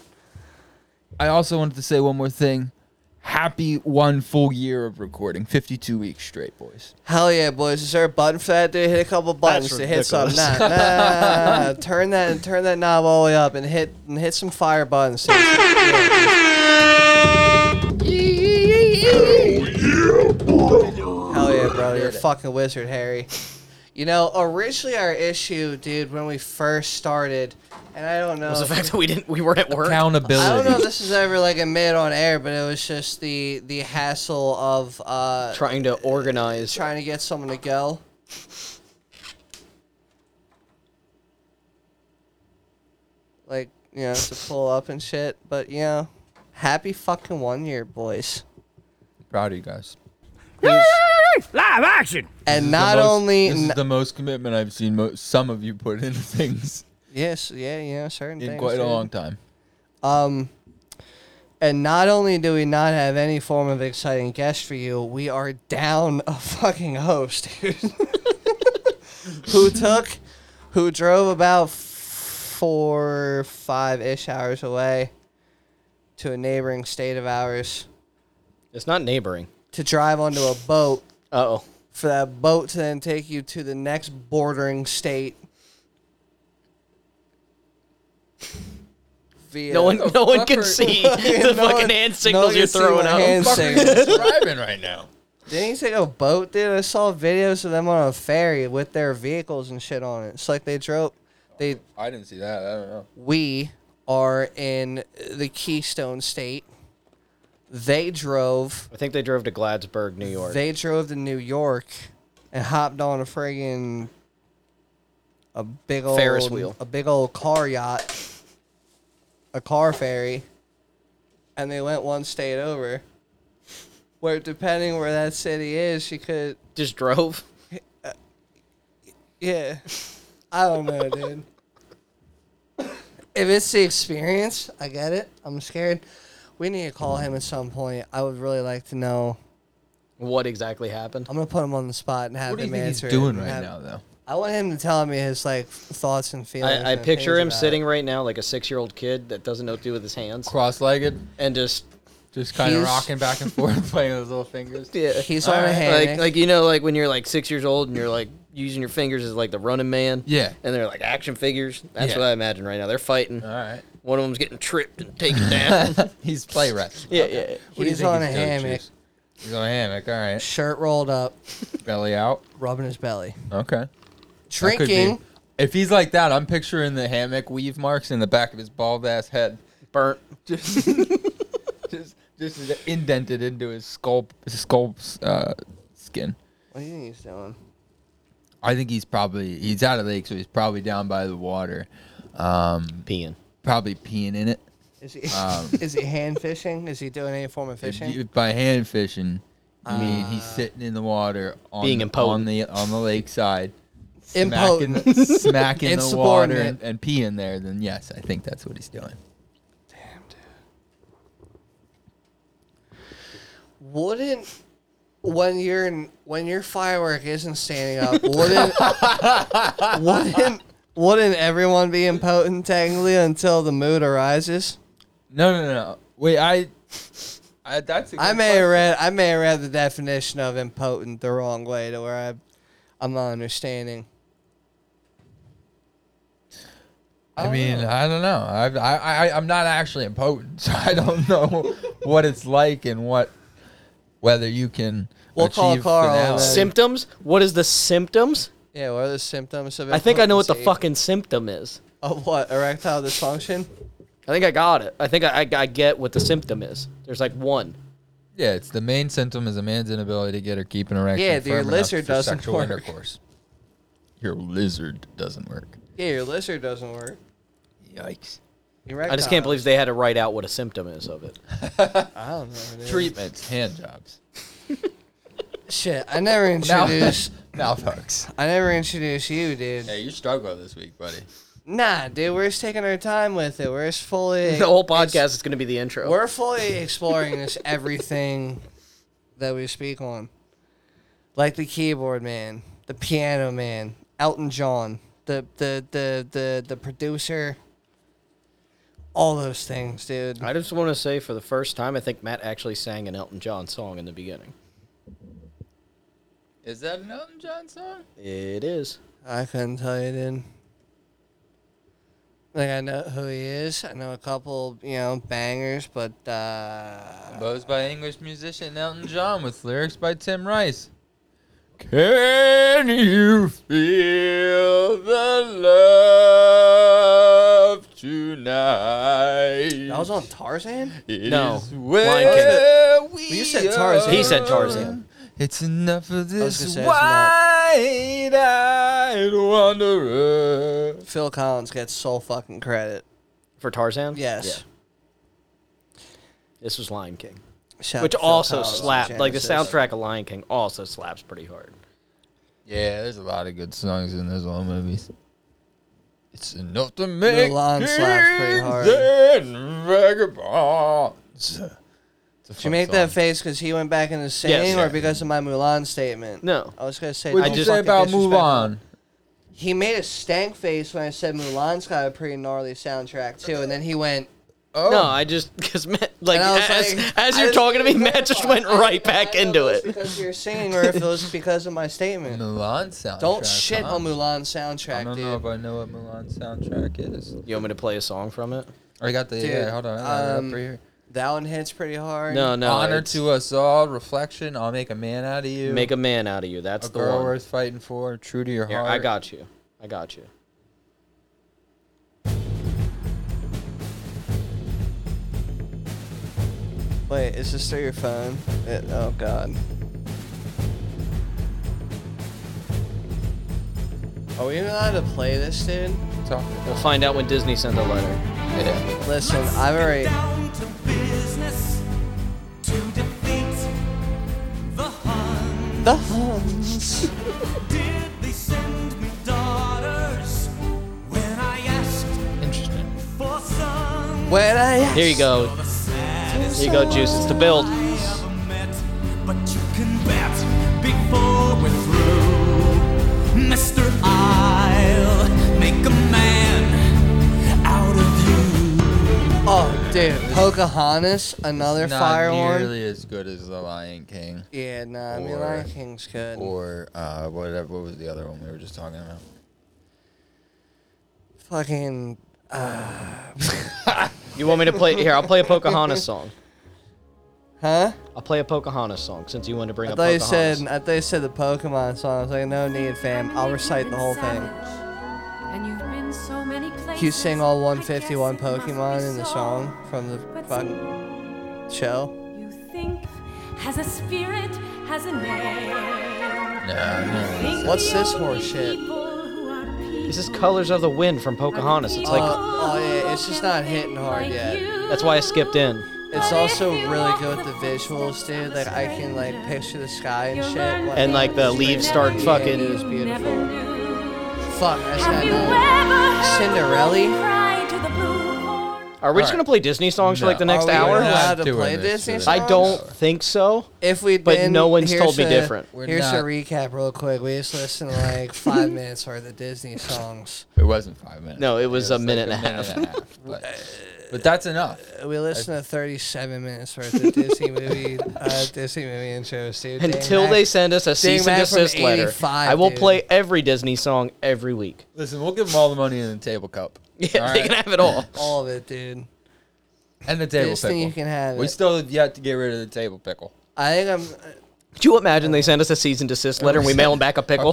[SPEAKER 1] (laughs) I also wanted to say one more thing. Happy one full year of recording, 52 weeks straight, boys.
[SPEAKER 2] Hell yeah, boys. Is there a button for that, dude? Hit a couple buttons to hit something. Nah, nah, nah, nah, nah. Turn that turn that knob all the way up and hit and hit some
[SPEAKER 1] (laughs)
[SPEAKER 2] fire buttons. Hell yeah, bro. You're a fucking wizard, Harry. You know, originally our issue, dude, when we first started, and I don't know.
[SPEAKER 3] was the
[SPEAKER 2] if-
[SPEAKER 3] fact that we didn't, we were at work.
[SPEAKER 1] Accountability.
[SPEAKER 2] I don't know if this is ever like admitted on air, but it was just the the hassle of uh,
[SPEAKER 3] Trying to organize.
[SPEAKER 2] trying to get someone to go. Like, you know, to pull up and shit. But, you know, happy fucking one year, boys.
[SPEAKER 1] Proud of you guys.
[SPEAKER 5] Live action!
[SPEAKER 2] And not
[SPEAKER 1] The most-
[SPEAKER 2] only.
[SPEAKER 1] this
[SPEAKER 2] n-
[SPEAKER 1] is the most commitment I've seen mo- some of you put into things
[SPEAKER 2] yes, yeah, you know, certain
[SPEAKER 1] in
[SPEAKER 2] things.
[SPEAKER 1] quite a
[SPEAKER 2] dude.
[SPEAKER 1] long time.
[SPEAKER 2] Um, and not only do we not have any form of exciting guest for you, we are down a fucking host, dude. (laughs) who took, who drove about four, five ish hours away to a neighboring state of ours
[SPEAKER 3] It's not neighboring.
[SPEAKER 2] to drive onto a boat
[SPEAKER 3] Uh oh.
[SPEAKER 2] for that boat to then take you to the next bordering state. Via
[SPEAKER 3] No one, Oh, (laughs) no one can
[SPEAKER 1] fucker.
[SPEAKER 3] see the
[SPEAKER 2] No one-
[SPEAKER 3] fucking hand
[SPEAKER 2] no
[SPEAKER 3] signals
[SPEAKER 2] one
[SPEAKER 3] you're
[SPEAKER 2] can see
[SPEAKER 3] throwing
[SPEAKER 2] my
[SPEAKER 3] out. (laughs)
[SPEAKER 1] (laughs)
[SPEAKER 2] hand signals.
[SPEAKER 1] driving right now.
[SPEAKER 2] Didn't he take a boat, dude? I saw videos of them on a ferry with their vehicles and shit on it. It's like they drove. They
[SPEAKER 1] I didn't see that. I don't know.
[SPEAKER 2] we are in the Keystone State. They drove.
[SPEAKER 3] I think they drove to Gladsburg, New York.
[SPEAKER 2] They drove to New York, and hopped on a friggin' a big old
[SPEAKER 3] Ferris wheel.
[SPEAKER 2] a big old car yacht, a car ferry, and they went one state over. Where depending where that city is, you could
[SPEAKER 3] just drove.
[SPEAKER 2] Yeah. I don't know, dude. if it's the experience, I get it. I'm scared. We need to call him at some point. I would really like to know.
[SPEAKER 3] What exactly happened?
[SPEAKER 2] I'm gonna put him on the spot and have
[SPEAKER 1] What do you
[SPEAKER 2] him
[SPEAKER 1] think he's
[SPEAKER 2] answer. it
[SPEAKER 1] doing
[SPEAKER 2] and
[SPEAKER 1] right
[SPEAKER 2] have-
[SPEAKER 1] now, though?
[SPEAKER 2] I want him to tell me his like thoughts and feelings.
[SPEAKER 3] I, I
[SPEAKER 2] and
[SPEAKER 3] picture
[SPEAKER 2] things
[SPEAKER 3] him
[SPEAKER 2] about
[SPEAKER 3] sitting right now like a six-year-old kid that doesn't know what to do with his hands,
[SPEAKER 1] Cross-legged,
[SPEAKER 3] and just
[SPEAKER 1] just kind of
[SPEAKER 2] He's-
[SPEAKER 1] rocking back and forth, (laughs) playing with his little fingers.
[SPEAKER 3] yeah,
[SPEAKER 2] it. He's on a hand.
[SPEAKER 3] like like you know like when you're like six years old and you're like using your fingers as like the running man.
[SPEAKER 1] Yeah.
[SPEAKER 3] and they're like action figures. That's
[SPEAKER 1] Yeah. Uh,
[SPEAKER 3] what I imagine right now. They're fighting.
[SPEAKER 1] All right.
[SPEAKER 3] One of them's getting tripped and taken down.
[SPEAKER 1] (laughs) He's play wrestling.
[SPEAKER 3] (laughs) yeah, yeah.
[SPEAKER 1] What do you
[SPEAKER 2] (laughs) He's
[SPEAKER 1] think
[SPEAKER 2] on
[SPEAKER 1] his
[SPEAKER 2] a
[SPEAKER 1] go-tos?
[SPEAKER 2] hammock.
[SPEAKER 1] He's on a hammock. All
[SPEAKER 2] (laughs)
[SPEAKER 1] right.
[SPEAKER 2] shirt rolled up,
[SPEAKER 1] Belly out.
[SPEAKER 2] rubbing his belly,
[SPEAKER 1] Okay. That could be.
[SPEAKER 2] drinking.
[SPEAKER 1] If he's like that, I'm picturing the hammock weave marks in the back of his bald ass head,
[SPEAKER 3] Burnt.
[SPEAKER 1] (laughs) just just just as indented into his skull his skull uh, skin.
[SPEAKER 2] What do you think he's doing?
[SPEAKER 1] I think he's probably he's out of the lake, so he's probably down by the water, um,
[SPEAKER 3] Peeing.
[SPEAKER 1] probably peeing in it
[SPEAKER 2] Is he
[SPEAKER 1] Um.
[SPEAKER 2] (laughs) is he hand fishing? Is he doing any form of
[SPEAKER 1] If
[SPEAKER 2] fishing?
[SPEAKER 1] you- by hand fishing. I mean, he's
[SPEAKER 2] Ah.
[SPEAKER 1] sitting in the water on
[SPEAKER 3] Being
[SPEAKER 1] the, on
[SPEAKER 3] impotent.
[SPEAKER 1] the on the
[SPEAKER 2] (laughs)
[SPEAKER 1] lakeside.
[SPEAKER 2] Impotent.
[SPEAKER 1] smacking, (laughs) smacking the water
[SPEAKER 2] Insubordinate.
[SPEAKER 1] and, and peeing there, then yes, I think that's what he's doing.
[SPEAKER 2] wouldn't when you're in, when your firework isn't standing up,
[SPEAKER 1] (laughs)
[SPEAKER 2] wouldn't wouldn't wouldn't everyone be impotent technically until the mood arises?
[SPEAKER 1] No, no, no. Wait, I. I that's. A good
[SPEAKER 2] I may
[SPEAKER 1] question.
[SPEAKER 2] have read I may have read the definition of impotent the wrong way to where I I'm not understanding. Oh.
[SPEAKER 1] I mean, I don't know. I, I, I, I'm not actually impotent, (laughs) so I don't
[SPEAKER 2] (laughs)
[SPEAKER 1] know what it's like and what whether you can.
[SPEAKER 2] We'll call
[SPEAKER 1] achieve
[SPEAKER 2] Carl on
[SPEAKER 1] finality.
[SPEAKER 2] that.
[SPEAKER 3] Symptoms? What is the symptoms?
[SPEAKER 2] Yeah, what are the symptoms of
[SPEAKER 3] I think I know what the
[SPEAKER 2] impotency?
[SPEAKER 3] fucking symptom is.
[SPEAKER 2] of what erectile dysfunction.
[SPEAKER 3] I think I got it. I think I, I, I get what the symptom is. There's like one.
[SPEAKER 1] Yeah, it's the main symptom is a man's inability to get or keep an erection.
[SPEAKER 2] Yeah, your
[SPEAKER 1] firm enough
[SPEAKER 2] lizard
[SPEAKER 1] for
[SPEAKER 2] doesn't
[SPEAKER 1] sexual
[SPEAKER 2] work.
[SPEAKER 1] intercourse. Your lizard doesn't work.
[SPEAKER 2] Yeah, your lizard doesn't work.
[SPEAKER 1] Yikes.
[SPEAKER 3] I just can't believe they had to write out what a symptom is of it.
[SPEAKER 2] I don't know. What it is.
[SPEAKER 1] Treatments, hand jobs,
[SPEAKER 2] Shit, I
[SPEAKER 3] (laughs)
[SPEAKER 2] never introduced.
[SPEAKER 1] mouth hugs.
[SPEAKER 2] I never introduced you,
[SPEAKER 1] (laughs) Hey,
[SPEAKER 2] dude.
[SPEAKER 1] you struggle this week, buddy.
[SPEAKER 2] Nah, dude, we're just taking our time with it. We're just fully.
[SPEAKER 3] (laughs) The whole podcast is going to be the intro.
[SPEAKER 2] We're fully exploring this everything that we speak on, like the keyboard man, the piano man, Elton John, the the the the the producer. All those things, dude.
[SPEAKER 3] I just want to say for the first time, I think Matt actually sang an Elton John song in the beginning.
[SPEAKER 1] Is that an Elton John song?
[SPEAKER 3] It is.
[SPEAKER 2] I couldn't tell you, dude. Like I know who he is. I know a couple, you know, bangers, but uh
[SPEAKER 1] Composed by English musician Elton John with lyrics by Tim Rice. Can you feel the love tonight?
[SPEAKER 2] I was on Tarzan.
[SPEAKER 1] It
[SPEAKER 3] No,
[SPEAKER 1] is
[SPEAKER 3] Lion
[SPEAKER 1] where we
[SPEAKER 2] you said Tarzan.
[SPEAKER 3] He said Tarzan.
[SPEAKER 1] It's enough of
[SPEAKER 2] was
[SPEAKER 1] this
[SPEAKER 2] gonna
[SPEAKER 1] wide-eyed wanderer.
[SPEAKER 2] Phil Collins gets so fucking credit.
[SPEAKER 3] For Tarzan?
[SPEAKER 2] Yes.
[SPEAKER 3] Yeah. This was Lion King.
[SPEAKER 2] Shout out
[SPEAKER 3] Which
[SPEAKER 2] to Phil
[SPEAKER 3] also
[SPEAKER 2] Collins and
[SPEAKER 3] slapped. Like the
[SPEAKER 2] Genesis.
[SPEAKER 3] soundtrack of Lion King also slaps pretty hard.
[SPEAKER 1] Yeah, there's a lot of good songs in those old movies. It's enough to make
[SPEAKER 2] line slaps pretty
[SPEAKER 1] kings
[SPEAKER 2] hard.
[SPEAKER 1] and vagabonds. It's a
[SPEAKER 2] Did
[SPEAKER 1] fun
[SPEAKER 2] you make that
[SPEAKER 1] song.
[SPEAKER 2] face because he went back into singing, or
[SPEAKER 3] Yeah.
[SPEAKER 2] because of my Mulan statement?
[SPEAKER 3] No.
[SPEAKER 2] I was gonna say.
[SPEAKER 1] What'd
[SPEAKER 2] I
[SPEAKER 1] you
[SPEAKER 3] just-
[SPEAKER 1] say about
[SPEAKER 2] Disrespectful.
[SPEAKER 1] Mulan?
[SPEAKER 2] He made a stank face when I said Mulan's got a pretty gnarly soundtrack too, and then he went.
[SPEAKER 1] Oh,
[SPEAKER 3] No, I just because Matt, like
[SPEAKER 2] And I was
[SPEAKER 3] as,
[SPEAKER 2] like-
[SPEAKER 3] as
[SPEAKER 2] I
[SPEAKER 3] you're
[SPEAKER 2] just
[SPEAKER 3] talking to
[SPEAKER 2] (laughs)
[SPEAKER 3] me,
[SPEAKER 2] couldn't
[SPEAKER 3] Matt just
[SPEAKER 2] clarify.
[SPEAKER 3] went right
[SPEAKER 2] I
[SPEAKER 3] back
[SPEAKER 2] don't know if
[SPEAKER 3] into
[SPEAKER 2] it's
[SPEAKER 3] it.
[SPEAKER 2] Because you're singing, or if it was because of
[SPEAKER 1] (laughs)
[SPEAKER 2] my statement.
[SPEAKER 1] Mulan soundtrack.
[SPEAKER 2] Don't shit
[SPEAKER 1] huh?
[SPEAKER 2] on Mulan
[SPEAKER 1] I
[SPEAKER 2] soundtrack,
[SPEAKER 1] don't know if
[SPEAKER 2] dude.
[SPEAKER 1] I know what Mulan soundtrack is.
[SPEAKER 3] You want me to play a song from it?
[SPEAKER 1] I got the
[SPEAKER 2] Dude,
[SPEAKER 1] yeah. Hold on, I got it
[SPEAKER 2] um,
[SPEAKER 1] up right here.
[SPEAKER 2] That one hits pretty hard.
[SPEAKER 3] No, no.
[SPEAKER 1] Honor
[SPEAKER 3] it's
[SPEAKER 1] to us all. Reflection. I'll make a man out of you.
[SPEAKER 3] make a man out of you.
[SPEAKER 1] a
[SPEAKER 3] That's the
[SPEAKER 1] girl
[SPEAKER 3] one.
[SPEAKER 1] worth fighting for. True to your
[SPEAKER 3] Here,
[SPEAKER 1] heart.
[SPEAKER 3] I got you. I got you.
[SPEAKER 2] Wait, is this through your phone? It- oh God. Are we even allowed to play this, dude?
[SPEAKER 1] Talk.
[SPEAKER 3] We'll find out when Disney sends a letter.
[SPEAKER 1] Yeah.
[SPEAKER 2] Listen, I've already.
[SPEAKER 6] down to business to defeat the Hun.
[SPEAKER 2] The Huns.
[SPEAKER 6] Did they send me daughters when I asked
[SPEAKER 1] Interesting.
[SPEAKER 6] for sons?
[SPEAKER 2] When I asked,
[SPEAKER 3] Here you go.
[SPEAKER 6] The saddest
[SPEAKER 3] Here you go, Juice. It's the build.
[SPEAKER 6] I ever met, but you can bet before we're through, Mr. I'll make a man out of you.
[SPEAKER 2] Oh, dude, Pocahontas, another
[SPEAKER 1] not
[SPEAKER 2] fire one.
[SPEAKER 1] nearly as good as the Lion King
[SPEAKER 2] Yeah, nah, I mean
[SPEAKER 1] Or-
[SPEAKER 2] Lion King's good.
[SPEAKER 1] or uh, whatever. What was the other one we were just talking about?
[SPEAKER 2] Fucking.
[SPEAKER 3] You want me to play? Here, I'll play
[SPEAKER 1] (laughs)
[SPEAKER 3] a Pocahontas song.
[SPEAKER 2] Huh?
[SPEAKER 3] I'll play a Pocahontas song since you wanted to bring
[SPEAKER 2] I
[SPEAKER 3] up
[SPEAKER 2] thought you
[SPEAKER 3] Pocahontas.
[SPEAKER 2] said I thought you said the Pokemon song. I was like, no need, fam. I'll recite the whole thing.
[SPEAKER 7] And you've been so many places.
[SPEAKER 2] Can you sing all 151 Pokemon in the song from the fucking show?
[SPEAKER 7] You think has a spirit, has a name.
[SPEAKER 1] No,
[SPEAKER 7] Think
[SPEAKER 2] What's
[SPEAKER 7] the
[SPEAKER 2] this
[SPEAKER 7] only
[SPEAKER 2] horse shit?
[SPEAKER 7] people who are
[SPEAKER 3] This is
[SPEAKER 7] people
[SPEAKER 3] Colors of the Wind from Pocahontas. It's
[SPEAKER 2] Uh,
[SPEAKER 3] like
[SPEAKER 2] oh yeah, it's just not hitting hard
[SPEAKER 7] like
[SPEAKER 2] yet.
[SPEAKER 7] you.
[SPEAKER 3] that's why I skipped in.
[SPEAKER 2] It's also really good with the visuals, dude. Like I can like picture the sky and shit. Like,
[SPEAKER 3] And, like, the leaves start
[SPEAKER 2] Yeah,
[SPEAKER 3] fucking-
[SPEAKER 2] It was
[SPEAKER 7] Never
[SPEAKER 2] beautiful.
[SPEAKER 7] knew.
[SPEAKER 2] Fuck, that's
[SPEAKER 7] Have
[SPEAKER 2] not
[SPEAKER 7] you
[SPEAKER 2] it.
[SPEAKER 7] ever heard
[SPEAKER 2] Cinderella?
[SPEAKER 7] a woman cry to the blue horn?
[SPEAKER 3] Are we just
[SPEAKER 1] Alright.
[SPEAKER 3] gonna play Disney songs for like the
[SPEAKER 1] No. Oh,
[SPEAKER 3] next
[SPEAKER 2] Are we
[SPEAKER 3] hour?
[SPEAKER 2] allowed to
[SPEAKER 1] doing
[SPEAKER 2] play
[SPEAKER 1] this
[SPEAKER 2] Disney
[SPEAKER 1] today.
[SPEAKER 3] I don't think so.
[SPEAKER 2] If we
[SPEAKER 3] But
[SPEAKER 2] didn't,
[SPEAKER 3] no one's
[SPEAKER 2] here's
[SPEAKER 3] told me
[SPEAKER 2] a-
[SPEAKER 3] different.
[SPEAKER 1] We're
[SPEAKER 2] here's a
[SPEAKER 1] not-
[SPEAKER 2] recap, real quick. We just listened to like (laughs) five minutes worth of Disney songs.
[SPEAKER 1] It wasn't five minutes.
[SPEAKER 3] No, it was a
[SPEAKER 1] like
[SPEAKER 3] minute and a half. (laughs)
[SPEAKER 1] but, but that's enough.
[SPEAKER 2] We listened to 37 minutes worth of Disney movie, uh, Disney movie intros, dude. Dang,
[SPEAKER 3] Until
[SPEAKER 2] Mac-
[SPEAKER 3] they send us a
[SPEAKER 2] Dang
[SPEAKER 3] cease and
[SPEAKER 2] Mac from
[SPEAKER 3] desist letter,
[SPEAKER 2] 85,
[SPEAKER 3] I will
[SPEAKER 2] dude.
[SPEAKER 3] play every Disney song every week. (laughs)
[SPEAKER 1] Listen, we'll give them all the money in the table cup.
[SPEAKER 3] Yeah,
[SPEAKER 1] All
[SPEAKER 3] they
[SPEAKER 1] right?
[SPEAKER 3] can have it all.
[SPEAKER 2] all of it, dude.
[SPEAKER 1] and the table
[SPEAKER 2] Disney, you
[SPEAKER 1] pickle.
[SPEAKER 2] can have
[SPEAKER 1] We
[SPEAKER 2] it.
[SPEAKER 1] still have yet to get rid of the table pickle.
[SPEAKER 2] I think I'm.
[SPEAKER 3] Do you imagine they send us a cease and desist letter and we mail them back (laughs) a pickle?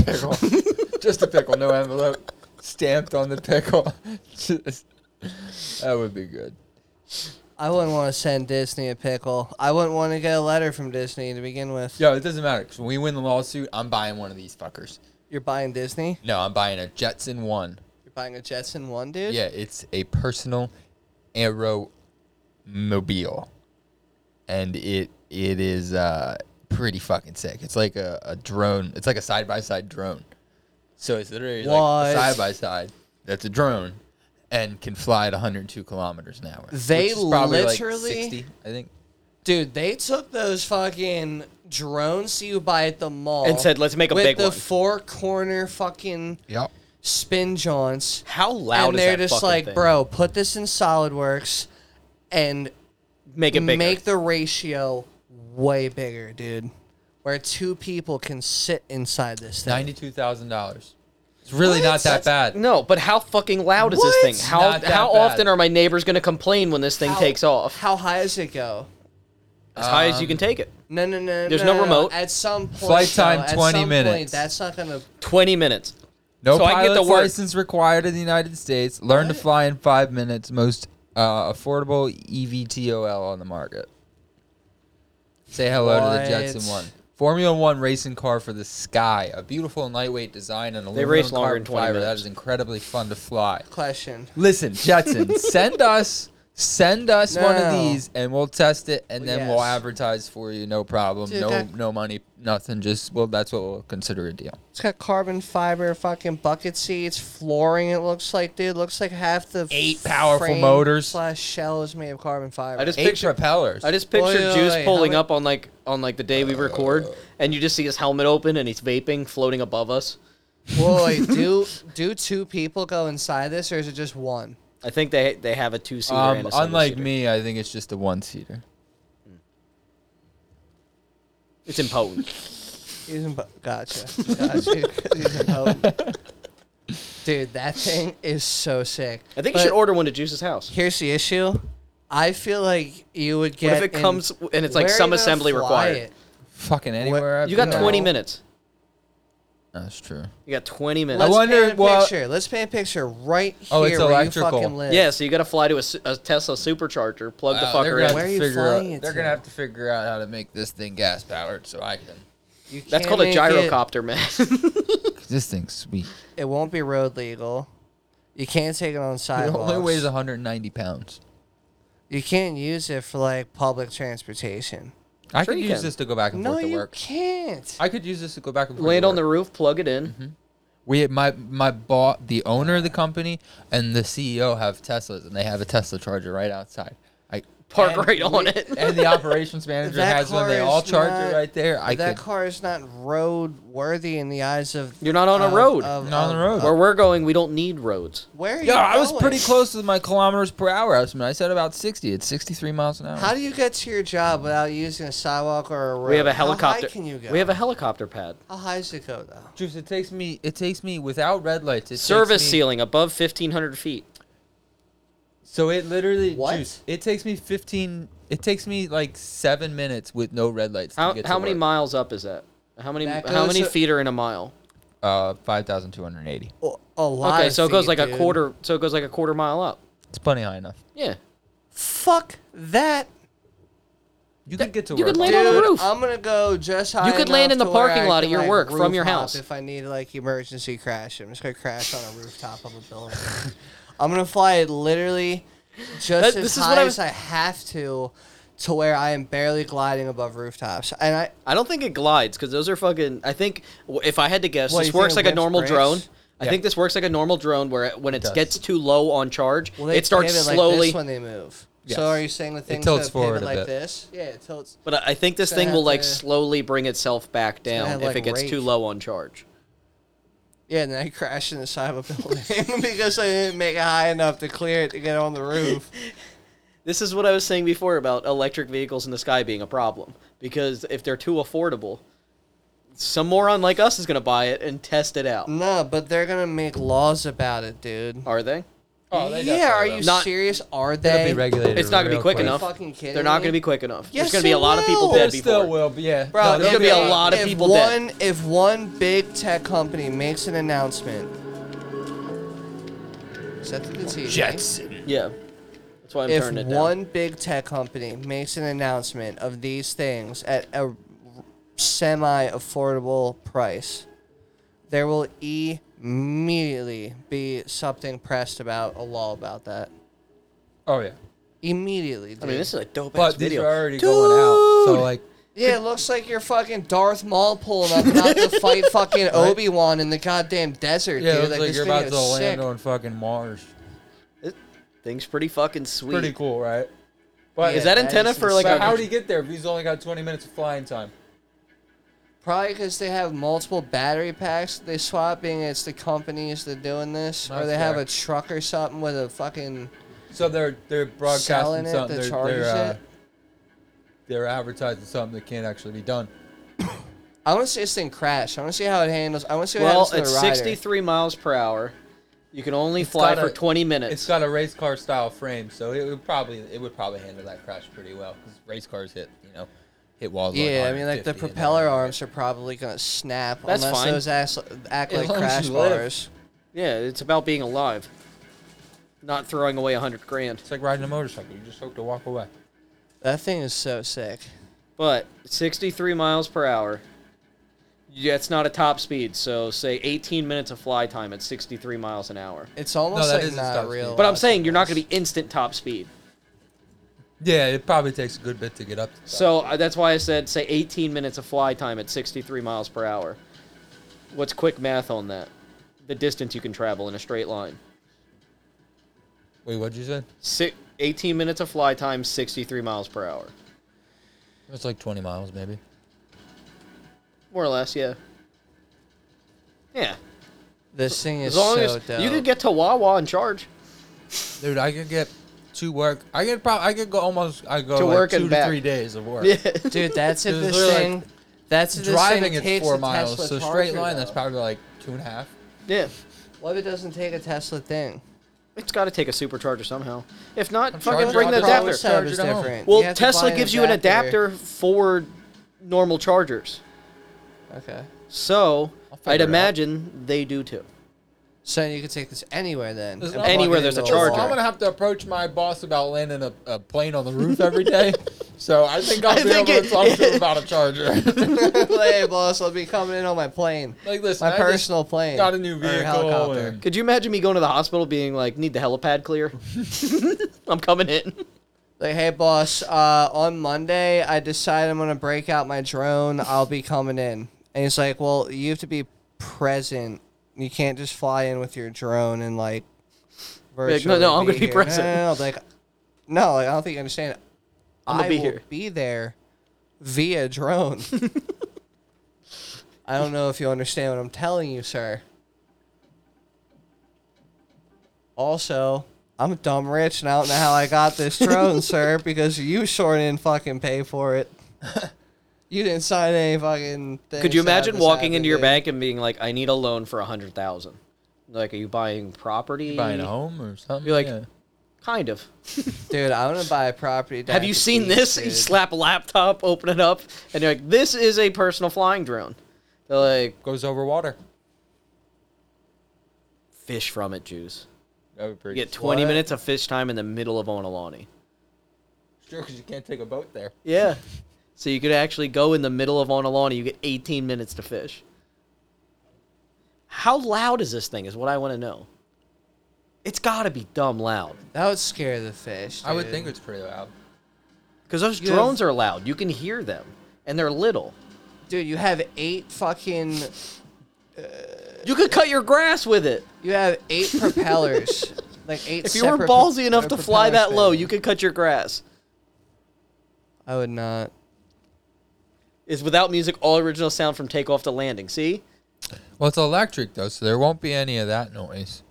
[SPEAKER 1] Just a (laughs) pickle, no envelope. Stamped on the pickle. (laughs) Just- that would be good.
[SPEAKER 2] I wouldn't want to send Disney a pickle. I wouldn't want to get a letter from Disney to begin with.
[SPEAKER 1] Yo, it doesn't matter. 'cause when we win the lawsuit, I'm buying one of these fuckers.
[SPEAKER 2] You're buying Disney.
[SPEAKER 1] No, I'm buying a Jetson one.
[SPEAKER 2] You're buying a Jetson one, dude.
[SPEAKER 1] Yeah, it's a personal aeromobile, and it it is uh, pretty fucking sick. It's like a, a drone. It's like a side by side drone. So it's literally like
[SPEAKER 2] What?
[SPEAKER 1] a side by side. That's a drone, and can fly at 102 kilometers an hour.
[SPEAKER 2] They
[SPEAKER 1] which is probably like
[SPEAKER 2] literally-
[SPEAKER 1] 60, I think.
[SPEAKER 2] Dude, they took those fucking drones that you buy at the mall
[SPEAKER 3] And said, "Let's make a
[SPEAKER 2] with
[SPEAKER 3] big
[SPEAKER 2] the
[SPEAKER 3] one."
[SPEAKER 2] four corner fucking
[SPEAKER 1] Yep.
[SPEAKER 2] spin jaunts,
[SPEAKER 3] How loud
[SPEAKER 2] and
[SPEAKER 3] is
[SPEAKER 2] they're
[SPEAKER 3] that
[SPEAKER 2] just
[SPEAKER 3] fucking
[SPEAKER 2] like,
[SPEAKER 3] thing?
[SPEAKER 2] bro, put this in SolidWorks and
[SPEAKER 3] Make it bigger.
[SPEAKER 2] make the ratio way bigger, dude. Where two people can sit inside this thing.
[SPEAKER 1] Ninety-two thousand dollars. It's really not that bad.
[SPEAKER 3] No, but how fucking loud is
[SPEAKER 2] What?
[SPEAKER 3] this thing? How
[SPEAKER 1] Not that
[SPEAKER 3] how
[SPEAKER 1] bad.
[SPEAKER 3] often are my neighbors going to complain when this thing
[SPEAKER 2] How-
[SPEAKER 3] takes off?
[SPEAKER 2] How high does it go?
[SPEAKER 3] As high as you can take it.
[SPEAKER 2] No, no, no.
[SPEAKER 3] There's no remote.
[SPEAKER 2] At some point,
[SPEAKER 1] Flight time,
[SPEAKER 2] though, at
[SPEAKER 1] 20
[SPEAKER 2] some Point,
[SPEAKER 1] minutes.
[SPEAKER 2] that's not gonna.
[SPEAKER 3] Twenty minutes.
[SPEAKER 1] No
[SPEAKER 3] So I can get
[SPEAKER 1] pilot's
[SPEAKER 3] to work.
[SPEAKER 1] license required in the United States. Learn to fly in five minutes. Most uh, affordable EVTOL on the market. Say hello to the
[SPEAKER 2] What?
[SPEAKER 1] Jetson One. Formula One racing car for the sky. A beautiful and lightweight design and aluminum
[SPEAKER 3] race longer
[SPEAKER 1] carbon
[SPEAKER 3] than 20
[SPEAKER 1] fiber that
[SPEAKER 3] minutes.
[SPEAKER 1] is incredibly fun to fly.
[SPEAKER 2] Question.
[SPEAKER 1] Listen, Jetson, (laughs) send us send us one of
[SPEAKER 2] No.
[SPEAKER 1] these and we'll test it and then we'll
[SPEAKER 2] Yes.
[SPEAKER 1] advertise for you. No problem.
[SPEAKER 2] Dude,
[SPEAKER 1] no
[SPEAKER 2] that-
[SPEAKER 1] no money. Nothing. Just well, that's what we'll consider a deal.
[SPEAKER 2] It's got carbon fiber, fucking bucket seats, flooring. It looks like, dude, looks like half the
[SPEAKER 1] Eight powerful
[SPEAKER 2] frame
[SPEAKER 1] motors.
[SPEAKER 2] slash shell is made of carbon fiber.
[SPEAKER 3] I just
[SPEAKER 1] Eight
[SPEAKER 3] picture.
[SPEAKER 1] propellers.
[SPEAKER 3] I just pictured
[SPEAKER 2] Wait, wait,
[SPEAKER 3] Juice
[SPEAKER 2] wait, how
[SPEAKER 3] pulling
[SPEAKER 2] many-
[SPEAKER 3] up on like on like the day we record, and you just see his helmet open and he's vaping, floating above us.
[SPEAKER 2] Boy, do do two people go inside this, or is it just one?
[SPEAKER 3] I think they they have a two seater.
[SPEAKER 1] Um, unlike me, I think it's just a one seater.
[SPEAKER 3] it's impotent.
[SPEAKER 2] He's in, gotcha,
[SPEAKER 3] (laughs)
[SPEAKER 2] gotcha. He's in Poland. dude, that thing is so sick.
[SPEAKER 3] I think you
[SPEAKER 2] But
[SPEAKER 3] should order one at Juice's house.
[SPEAKER 2] Here's the issue. I feel like you would get.
[SPEAKER 3] What if it
[SPEAKER 2] in-
[SPEAKER 3] comes w- and it's like
[SPEAKER 2] Where are
[SPEAKER 3] some
[SPEAKER 2] you gonna
[SPEAKER 3] assembly
[SPEAKER 2] fly
[SPEAKER 3] required?
[SPEAKER 2] it?
[SPEAKER 1] Fucking anywhere. I've
[SPEAKER 3] You got
[SPEAKER 1] been.
[SPEAKER 3] twenty
[SPEAKER 2] No.
[SPEAKER 3] minutes.
[SPEAKER 1] That's true.
[SPEAKER 3] You got twenty minutes.
[SPEAKER 2] Let's
[SPEAKER 1] wonder
[SPEAKER 2] paint a
[SPEAKER 1] what-
[SPEAKER 2] picture. Let's paint a picture right here
[SPEAKER 1] Oh, it's
[SPEAKER 2] where
[SPEAKER 1] electrical.
[SPEAKER 2] you fucking live.
[SPEAKER 3] Yeah, so you got to fly to a, su- a Tesla supercharger, plug the
[SPEAKER 1] Wow, Uh, they're gonna
[SPEAKER 3] fucker
[SPEAKER 1] have
[SPEAKER 3] in.
[SPEAKER 2] Where
[SPEAKER 1] to
[SPEAKER 2] are you
[SPEAKER 1] figure out-
[SPEAKER 2] flying it
[SPEAKER 1] They're
[SPEAKER 2] to?
[SPEAKER 1] gonna have to figure out how to make this thing gas powered, so I can.
[SPEAKER 2] You
[SPEAKER 3] That's
[SPEAKER 2] can't
[SPEAKER 3] called a
[SPEAKER 2] make it-
[SPEAKER 3] gyrocopter, man. (laughs)
[SPEAKER 1] This thing's sweet.
[SPEAKER 2] It, won't be road legal. You can't take
[SPEAKER 1] (laughs)
[SPEAKER 2] it on
[SPEAKER 1] It
[SPEAKER 2] sidewalks.
[SPEAKER 1] only weighs 190 pounds.
[SPEAKER 2] you can't use it for like public transportation.
[SPEAKER 1] I
[SPEAKER 3] Sure
[SPEAKER 1] could
[SPEAKER 3] you
[SPEAKER 1] use
[SPEAKER 3] can.
[SPEAKER 1] this to go back and
[SPEAKER 2] No,
[SPEAKER 1] forth to
[SPEAKER 2] you
[SPEAKER 1] work.
[SPEAKER 2] can't.
[SPEAKER 1] I could use this to go back and forth.
[SPEAKER 3] Land
[SPEAKER 1] to
[SPEAKER 3] on the
[SPEAKER 1] work.
[SPEAKER 3] roof, plug it in.
[SPEAKER 2] Mm-hmm.
[SPEAKER 1] We my my bought the owner of the company and the CEO have Teslas and they have a Tesla charger right outside. I (laughs)
[SPEAKER 3] Park
[SPEAKER 1] and
[SPEAKER 3] right on
[SPEAKER 1] we-
[SPEAKER 3] it.
[SPEAKER 1] And the operations manager
[SPEAKER 2] That
[SPEAKER 1] has one. They
[SPEAKER 2] car
[SPEAKER 1] all
[SPEAKER 2] is
[SPEAKER 1] charge
[SPEAKER 2] not-
[SPEAKER 1] it right there. I
[SPEAKER 2] that
[SPEAKER 1] could.
[SPEAKER 2] car is not road worthy in the eyes of.
[SPEAKER 3] You're not on a
[SPEAKER 2] of-
[SPEAKER 3] road.
[SPEAKER 2] of-
[SPEAKER 1] Not on
[SPEAKER 2] of-
[SPEAKER 1] the road.
[SPEAKER 3] Where we're going, we don't need roads.
[SPEAKER 2] Where are
[SPEAKER 1] Yo,
[SPEAKER 2] you
[SPEAKER 1] I was
[SPEAKER 2] going?
[SPEAKER 1] pretty close to my kilometers per hour estimate. I said about 60. It's 63 miles an hour.
[SPEAKER 2] How do you get to your job without using a sidewalk or a road?
[SPEAKER 3] We have a
[SPEAKER 2] How high
[SPEAKER 3] helicopter.
[SPEAKER 2] can you go?
[SPEAKER 3] We have a helicopter pad.
[SPEAKER 2] How high does it go though?
[SPEAKER 1] Juice, it takes me. It takes me without red lights. It takes
[SPEAKER 3] Service
[SPEAKER 1] me-
[SPEAKER 3] ceiling above 1,500 feet.
[SPEAKER 1] So it literally.
[SPEAKER 2] What?
[SPEAKER 1] Juice, it takes me 15. It takes me like seven minutes with no red lights.
[SPEAKER 3] How,
[SPEAKER 1] to get
[SPEAKER 3] how
[SPEAKER 1] to
[SPEAKER 3] many
[SPEAKER 1] work.
[SPEAKER 3] miles up is that? How many
[SPEAKER 2] That
[SPEAKER 3] how
[SPEAKER 2] goes
[SPEAKER 3] many
[SPEAKER 2] to-
[SPEAKER 3] feet are in a mile?
[SPEAKER 1] Uh, five thousand two hundred eighty.
[SPEAKER 2] A- A lot.
[SPEAKER 3] Okay,
[SPEAKER 2] of
[SPEAKER 3] so it goes
[SPEAKER 2] feet,
[SPEAKER 3] like a
[SPEAKER 2] dude.
[SPEAKER 3] quarter. So it goes like a quarter mile up.
[SPEAKER 1] It's plenty high enough.
[SPEAKER 3] Yeah.
[SPEAKER 2] Fuck that.
[SPEAKER 1] You could get to
[SPEAKER 3] you
[SPEAKER 1] work.
[SPEAKER 3] could land
[SPEAKER 1] on
[SPEAKER 3] on
[SPEAKER 1] it.
[SPEAKER 3] the
[SPEAKER 2] Dude,
[SPEAKER 3] roof.
[SPEAKER 2] I'm gonna go just high.
[SPEAKER 3] You could land
[SPEAKER 2] enough
[SPEAKER 3] in the
[SPEAKER 2] to where
[SPEAKER 3] parking
[SPEAKER 2] I
[SPEAKER 3] lot
[SPEAKER 2] can,
[SPEAKER 3] at your
[SPEAKER 2] like,
[SPEAKER 3] work from
[SPEAKER 2] roof
[SPEAKER 3] your
[SPEAKER 2] hop
[SPEAKER 3] house.
[SPEAKER 2] If I need like emergency crash, I'm just gonna crash on a rooftop of a building. (laughs) I'm gonna fly it literally just
[SPEAKER 3] That-
[SPEAKER 2] as
[SPEAKER 3] this is what
[SPEAKER 2] high
[SPEAKER 3] I
[SPEAKER 2] as
[SPEAKER 3] was-
[SPEAKER 2] I have to, to where I am barely gliding above rooftops. And I
[SPEAKER 3] I don't think it glides because those are fucking. I think w- if I had to guess,
[SPEAKER 2] What, you
[SPEAKER 3] this
[SPEAKER 2] think
[SPEAKER 3] works
[SPEAKER 2] it
[SPEAKER 3] like a
[SPEAKER 2] whips
[SPEAKER 3] normal
[SPEAKER 2] bricks?
[SPEAKER 3] drone. I think this works like a normal drone where it, when it,
[SPEAKER 1] does.
[SPEAKER 3] gets too low on charge,
[SPEAKER 2] Well, they
[SPEAKER 3] it starts
[SPEAKER 2] pivot like
[SPEAKER 3] slowly.
[SPEAKER 2] this when they move.
[SPEAKER 1] Yes.
[SPEAKER 2] So are you saying the thing
[SPEAKER 1] tilts
[SPEAKER 2] tilts
[SPEAKER 1] forward
[SPEAKER 2] pivot
[SPEAKER 1] a
[SPEAKER 2] like
[SPEAKER 1] bit.
[SPEAKER 2] this? Yeah, it tilts.
[SPEAKER 3] but I I think this
[SPEAKER 2] It's
[SPEAKER 3] thing
[SPEAKER 2] gonna
[SPEAKER 3] will
[SPEAKER 2] have
[SPEAKER 3] like
[SPEAKER 2] to-
[SPEAKER 3] slowly bring itself back
[SPEAKER 2] gonna
[SPEAKER 3] down
[SPEAKER 2] have,
[SPEAKER 3] if
[SPEAKER 2] like,
[SPEAKER 3] it gets too
[SPEAKER 2] rake.
[SPEAKER 3] low on charge.
[SPEAKER 2] Yeah, and then I crashed in the side of a (laughs) building because I didn't make it high enough to clear it to get on the roof.
[SPEAKER 3] This is what I was saying before about electric vehicles in the sky being a problem because if they're too affordable, some moron like us is going to buy it and test it out.
[SPEAKER 2] no, but they're gonna make laws about it, dude.
[SPEAKER 3] Are Oh, they?
[SPEAKER 1] Oh,
[SPEAKER 2] yeah, are you
[SPEAKER 3] Not-
[SPEAKER 2] serious? Are
[SPEAKER 1] It'll
[SPEAKER 2] they?
[SPEAKER 1] be regulated.
[SPEAKER 3] It's not going to
[SPEAKER 1] real
[SPEAKER 3] be quick
[SPEAKER 1] quick.
[SPEAKER 3] enough.
[SPEAKER 2] fucking kidding
[SPEAKER 3] They're not
[SPEAKER 2] me?
[SPEAKER 3] going to be quick enough.
[SPEAKER 2] Yes,
[SPEAKER 3] There's going to be
[SPEAKER 2] they
[SPEAKER 3] a lot of people
[SPEAKER 2] will.
[SPEAKER 1] There
[SPEAKER 3] dead
[SPEAKER 2] Dead
[SPEAKER 1] still
[SPEAKER 3] before.
[SPEAKER 1] will, be, yeah.
[SPEAKER 2] Bro,
[SPEAKER 1] No,
[SPEAKER 3] there's
[SPEAKER 1] they'll
[SPEAKER 3] gonna be
[SPEAKER 1] be
[SPEAKER 3] a
[SPEAKER 1] all right.
[SPEAKER 3] lot of
[SPEAKER 2] if
[SPEAKER 3] people
[SPEAKER 2] one,
[SPEAKER 3] dead.
[SPEAKER 2] If one big tech company makes an announcement, is that through the TV?
[SPEAKER 3] Yeah. That's why I'm
[SPEAKER 2] if
[SPEAKER 3] turning it down.
[SPEAKER 2] one big tech company makes an announcement of these things at a semi-affordable price, there will immediately be something pressed about a law about that.
[SPEAKER 1] Oh yeah.
[SPEAKER 2] Immediately, dude.
[SPEAKER 3] I mean, this is a dope ass
[SPEAKER 1] But these
[SPEAKER 3] video.
[SPEAKER 1] are already going out. So like
[SPEAKER 2] yeah, it looks like you're fucking Darth Maul pulling up not
[SPEAKER 3] (laughs)
[SPEAKER 2] to fight fucking Obi Wan in the goddamn desert,
[SPEAKER 1] yeah, it
[SPEAKER 2] dude.
[SPEAKER 1] looks
[SPEAKER 2] like,
[SPEAKER 1] like,
[SPEAKER 2] this
[SPEAKER 1] you're
[SPEAKER 2] video
[SPEAKER 1] about to
[SPEAKER 2] is sick.
[SPEAKER 1] land on fucking Mars.
[SPEAKER 3] Thing's pretty fucking sweet.
[SPEAKER 1] Pretty cool, right? But
[SPEAKER 3] Is that
[SPEAKER 2] Yeah,
[SPEAKER 3] antenna
[SPEAKER 2] that is
[SPEAKER 3] for like
[SPEAKER 1] so
[SPEAKER 3] a?
[SPEAKER 1] how would he get there if he's only got 20 minutes of flying time?
[SPEAKER 2] Probably because they have multiple battery packs that they swap, being it's the companies that doing this, or
[SPEAKER 1] That's
[SPEAKER 2] they have
[SPEAKER 1] fair.
[SPEAKER 2] a truck or something with a fucking.
[SPEAKER 1] So they're they're broadcasting
[SPEAKER 2] Selling it
[SPEAKER 1] something.
[SPEAKER 2] that
[SPEAKER 1] They're,
[SPEAKER 2] charges
[SPEAKER 1] they're, uh,
[SPEAKER 2] it?
[SPEAKER 1] they're advertising something that can't actually be done.
[SPEAKER 2] I want to see this thing crash. I want to see how it handles. I want to see what
[SPEAKER 3] well,
[SPEAKER 2] happens to
[SPEAKER 3] it's
[SPEAKER 2] the rider.
[SPEAKER 3] 63 miles per hour. You can only fly
[SPEAKER 1] got
[SPEAKER 3] for
[SPEAKER 1] a-
[SPEAKER 3] 20 minutes.
[SPEAKER 1] It's got a race car style frame, so it would probably it would probably handle that crash pretty well because race cars hit you know hit walls.
[SPEAKER 2] yeah, I mean, like
[SPEAKER 1] 150
[SPEAKER 2] the
[SPEAKER 1] and
[SPEAKER 2] propeller
[SPEAKER 1] all that.
[SPEAKER 2] arms are probably gonna snap
[SPEAKER 3] That's
[SPEAKER 2] unless
[SPEAKER 3] fine.
[SPEAKER 2] those ass act
[SPEAKER 1] As
[SPEAKER 2] like
[SPEAKER 1] long as
[SPEAKER 2] crash
[SPEAKER 1] you live.
[SPEAKER 2] bars.
[SPEAKER 3] yeah, it's about being alive, not throwing away 100 grand.
[SPEAKER 1] It's like riding a motorcycle. You just hope to walk away.
[SPEAKER 2] That thing is so sick.
[SPEAKER 3] But 63 miles per hour. Yeah, it's not a top speed, so say 18 minutes of fly time at 63 miles an hour.
[SPEAKER 2] It's almost
[SPEAKER 1] that
[SPEAKER 2] like
[SPEAKER 1] is a
[SPEAKER 2] not
[SPEAKER 1] stop
[SPEAKER 2] real.
[SPEAKER 1] speed.
[SPEAKER 3] But I'm saying you're not going to be instant top speed.
[SPEAKER 1] Yeah, it probably takes a good bit to get up. To
[SPEAKER 3] So uh, that's why I said say 18 minutes of fly time at 63 miles per hour. What's quick math on that? The distance you can travel in a straight line.
[SPEAKER 1] wait, what'd you say?
[SPEAKER 3] Si 18 minutes of fly time, 63 miles per hour.
[SPEAKER 1] It's like 20 miles maybe.
[SPEAKER 3] More or less, yeah. Yeah.
[SPEAKER 2] this thing is
[SPEAKER 3] As long
[SPEAKER 2] so
[SPEAKER 3] as
[SPEAKER 2] dope.
[SPEAKER 3] you could get to Wawa and charge. (laughs)
[SPEAKER 1] Dude, I could get to work. I could probably I could go almost I go
[SPEAKER 3] To
[SPEAKER 1] like
[SPEAKER 3] work and
[SPEAKER 1] two to
[SPEAKER 3] back.
[SPEAKER 1] three days of work.
[SPEAKER 3] Yeah.
[SPEAKER 1] (laughs)
[SPEAKER 2] dude, that's if
[SPEAKER 1] It was
[SPEAKER 2] this
[SPEAKER 1] literally
[SPEAKER 2] thing. that's if this
[SPEAKER 1] Driving
[SPEAKER 2] thing
[SPEAKER 1] it's
[SPEAKER 2] takes
[SPEAKER 1] four
[SPEAKER 2] the
[SPEAKER 1] miles,
[SPEAKER 2] Tesla
[SPEAKER 1] so
[SPEAKER 2] car
[SPEAKER 1] straight
[SPEAKER 2] through,
[SPEAKER 1] line that's
[SPEAKER 2] though.
[SPEAKER 1] probably like two and a half.
[SPEAKER 3] Yeah.
[SPEAKER 2] What if it doesn't take a Tesla thing?
[SPEAKER 3] It's got to take a supercharger somehow. If not,
[SPEAKER 1] charger
[SPEAKER 3] fucking bring
[SPEAKER 1] on
[SPEAKER 3] the
[SPEAKER 1] top of
[SPEAKER 3] adapter.
[SPEAKER 1] itself. Charge
[SPEAKER 2] is
[SPEAKER 1] it at home.
[SPEAKER 2] different. You
[SPEAKER 3] Well,
[SPEAKER 2] have to
[SPEAKER 3] Tesla
[SPEAKER 2] buy
[SPEAKER 3] gives you an adapter for normal chargers.
[SPEAKER 2] Okay.
[SPEAKER 3] So,
[SPEAKER 1] figure
[SPEAKER 3] I'd
[SPEAKER 1] it out.
[SPEAKER 3] imagine they do too.
[SPEAKER 2] So you could take this anywhere then.
[SPEAKER 1] There's
[SPEAKER 2] and
[SPEAKER 1] no-
[SPEAKER 2] plug it
[SPEAKER 3] Anywhere there's a
[SPEAKER 2] into wall.
[SPEAKER 3] charger.
[SPEAKER 1] I'm gonna have to approach my boss about landing a, a plane on the roof every (laughs) day. so I think I'll
[SPEAKER 3] I
[SPEAKER 1] be
[SPEAKER 3] think
[SPEAKER 1] able
[SPEAKER 3] it-
[SPEAKER 1] to talk to him about a
[SPEAKER 2] (laughs)
[SPEAKER 1] charger.
[SPEAKER 2] hey, boss, I'll be coming in on my plane.
[SPEAKER 1] like listen,
[SPEAKER 2] My
[SPEAKER 1] (laughs) I just
[SPEAKER 2] personal plane.
[SPEAKER 1] got a new
[SPEAKER 2] or
[SPEAKER 1] vehicle.
[SPEAKER 2] helicopter.
[SPEAKER 1] and-
[SPEAKER 3] Could you imagine me going to the hospital being like, need the helipad clear? (laughs) I'm coming in.
[SPEAKER 2] Like, hey, boss, uh, on Monday, I decide I'm going to break out my drone. I'll be coming in. And he's like, well, you have to be present. You can't just fly in with your drone and, like,
[SPEAKER 3] like, "No, no,
[SPEAKER 2] virtually
[SPEAKER 3] I'm gonna be
[SPEAKER 2] here."
[SPEAKER 3] present.
[SPEAKER 2] No, no, no, like, no, like, I don't think you understand.
[SPEAKER 3] I'm gonna
[SPEAKER 2] I
[SPEAKER 3] be
[SPEAKER 2] will
[SPEAKER 3] here.
[SPEAKER 2] be there via drone. (laughs) I don't know if you understand what I'm telling you, sir. Also, I'm dumb rich and I don't know how I got this
[SPEAKER 3] (laughs)
[SPEAKER 2] drone, sir, because you sure didn't fucking pay for it. you didn't sign any fucking thing.
[SPEAKER 3] Could you imagine walking into your bank and being like, I need a loan for a hundred thousand? Like, are you buying property?
[SPEAKER 1] buying a home or something.
[SPEAKER 3] You're like,
[SPEAKER 1] Yeah.
[SPEAKER 3] Kind of.
[SPEAKER 2] Dude, I want to buy a property. down
[SPEAKER 3] Have you
[SPEAKER 2] at the
[SPEAKER 3] seen
[SPEAKER 2] beach,
[SPEAKER 3] this? (laughs) You
[SPEAKER 2] dude.
[SPEAKER 3] slap a laptop, open it up, and you're like, this is a personal flying drone. They're like,
[SPEAKER 1] goes over water.
[SPEAKER 3] fish from it, Jews.
[SPEAKER 1] That would be
[SPEAKER 3] You
[SPEAKER 1] pretty.
[SPEAKER 3] get 20
[SPEAKER 2] What?
[SPEAKER 3] minutes of fish time in the middle of Onalani.
[SPEAKER 1] Sure, because you can't take a boat there.
[SPEAKER 3] Yeah. (laughs) So you could actually go in the middle of Onalani, you get 18 minutes to fish. How loud is this thing, is what I want to know. It's got to be dumb loud.
[SPEAKER 2] That would scare the fish.
[SPEAKER 1] I would
[SPEAKER 2] dude.
[SPEAKER 1] think it's pretty loud.
[SPEAKER 3] Because those
[SPEAKER 2] have-
[SPEAKER 3] drones are loud. You can hear them, and they're little.
[SPEAKER 2] Dude, you have eight fucking uh,
[SPEAKER 3] You could cut your grass with it.
[SPEAKER 2] You have eight propellers. (laughs) Like eight
[SPEAKER 3] If you were
[SPEAKER 2] separate pro- uh,
[SPEAKER 3] ballsy enough to
[SPEAKER 2] propeller
[SPEAKER 3] fly that low,
[SPEAKER 2] spins.
[SPEAKER 3] you could cut your grass.
[SPEAKER 2] I would not.
[SPEAKER 3] Is without music all original sound from takeoff to landing. See?
[SPEAKER 1] Well, it's electric though, so there won't be any of that noise.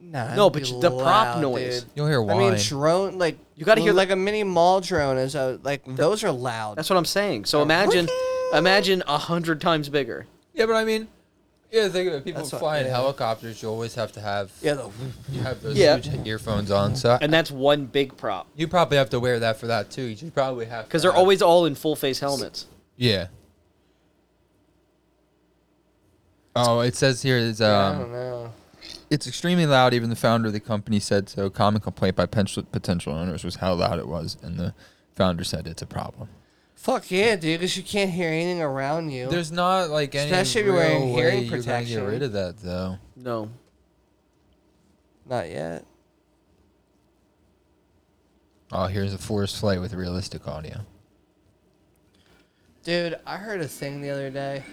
[SPEAKER 2] Nah,
[SPEAKER 3] No,
[SPEAKER 2] it'd
[SPEAKER 3] but
[SPEAKER 2] be
[SPEAKER 3] you- the prop
[SPEAKER 2] loud,
[SPEAKER 3] noise.
[SPEAKER 2] dude.
[SPEAKER 1] You'll hear
[SPEAKER 2] I
[SPEAKER 1] wine.
[SPEAKER 2] mean, drone like
[SPEAKER 3] You gotta hear
[SPEAKER 2] like a mini mall drone is a, like those are loud.
[SPEAKER 3] That's what I'm saying. So imagine, imagine a hundred times bigger.
[SPEAKER 1] yeah, but I mean, yeah, think of it. People
[SPEAKER 2] That's what-
[SPEAKER 1] flying
[SPEAKER 2] yeah.
[SPEAKER 1] helicopters, you always have to have
[SPEAKER 2] yeah, the,
[SPEAKER 1] you have those
[SPEAKER 3] Yeah.
[SPEAKER 1] huge earphones on. So
[SPEAKER 3] And that's one big prop
[SPEAKER 1] you probably have to wear that for that too. You should probably have
[SPEAKER 3] because
[SPEAKER 1] to
[SPEAKER 3] they're
[SPEAKER 1] have-
[SPEAKER 3] always all in full face helmets.
[SPEAKER 1] yeah. Oh, it says here is
[SPEAKER 2] I don't
[SPEAKER 1] um,
[SPEAKER 2] know.
[SPEAKER 1] it's extremely loud. Even the founder of the company said so. Common complaint by potential potential owners was how loud it was, and the founder said it's a problem.
[SPEAKER 2] Fuck yeah, dude, because you can't hear anything around you.
[SPEAKER 1] There's not like any
[SPEAKER 2] Especially if
[SPEAKER 1] real
[SPEAKER 2] you're wearing
[SPEAKER 1] way
[SPEAKER 2] hearing
[SPEAKER 1] you're gonna get
[SPEAKER 2] protection.
[SPEAKER 1] rid of that though.
[SPEAKER 3] No,
[SPEAKER 2] not yet.
[SPEAKER 1] Oh, here's a forest flight with realistic audio.
[SPEAKER 2] Dude, I heard a thing the other day.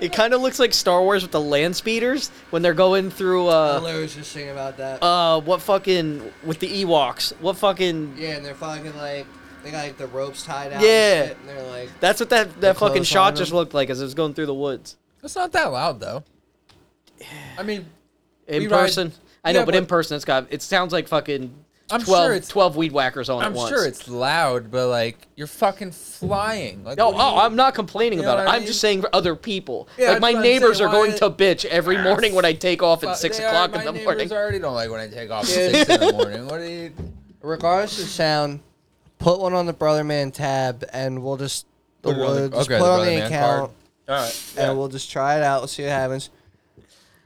[SPEAKER 3] it kind of looks like Star Wars with the land speeders when they're going through. Uh,
[SPEAKER 2] Larry was just saying about that.
[SPEAKER 3] uh, what fucking with the Ewoks? What fucking?
[SPEAKER 2] yeah, and they're fucking like they got like the ropes tied out.
[SPEAKER 3] Yeah.
[SPEAKER 2] and, shit, and they're like,
[SPEAKER 3] That's what that that fucking
[SPEAKER 2] clothes
[SPEAKER 3] shot
[SPEAKER 2] on
[SPEAKER 3] just
[SPEAKER 2] them.
[SPEAKER 3] looked like as it was going through the woods
[SPEAKER 1] It's not that loud though. I mean,
[SPEAKER 3] in
[SPEAKER 1] We ride-
[SPEAKER 3] person. I know,
[SPEAKER 1] Yeah,
[SPEAKER 3] but, in
[SPEAKER 1] but-
[SPEAKER 3] person, it's got it sounds like fucking.
[SPEAKER 1] I'm
[SPEAKER 3] 12,
[SPEAKER 1] sure it's
[SPEAKER 3] 12 weed whackers on
[SPEAKER 1] I'm
[SPEAKER 3] at once.
[SPEAKER 1] sure it's loud, but like you're fucking flying. Like
[SPEAKER 3] No,
[SPEAKER 1] what do you-
[SPEAKER 3] oh, I'm not complaining
[SPEAKER 1] You know
[SPEAKER 3] about it.
[SPEAKER 1] what I
[SPEAKER 3] I'm
[SPEAKER 1] mean?
[SPEAKER 3] just saying for other people.
[SPEAKER 1] Yeah,
[SPEAKER 3] like
[SPEAKER 1] that's
[SPEAKER 3] my
[SPEAKER 1] what I'm
[SPEAKER 3] neighbors
[SPEAKER 1] saying.
[SPEAKER 3] are going
[SPEAKER 1] Why-
[SPEAKER 3] to bitch every morning when I take off at
[SPEAKER 1] But
[SPEAKER 3] six
[SPEAKER 1] they are-
[SPEAKER 3] o'clock
[SPEAKER 1] my
[SPEAKER 3] in the
[SPEAKER 1] neighbors
[SPEAKER 3] morning.
[SPEAKER 1] already don't like when I take off at
[SPEAKER 2] Yeah.
[SPEAKER 1] six in the morning. What do (laughs) you?
[SPEAKER 2] regardless of sound, put one on the Brother Man tab, and we'll just
[SPEAKER 1] Put it on the-
[SPEAKER 2] we'll just
[SPEAKER 1] okay, the
[SPEAKER 2] put on
[SPEAKER 1] Brother
[SPEAKER 2] the
[SPEAKER 1] Man
[SPEAKER 2] account,
[SPEAKER 1] All right.
[SPEAKER 2] and we'll just try it out. We'll see what happens.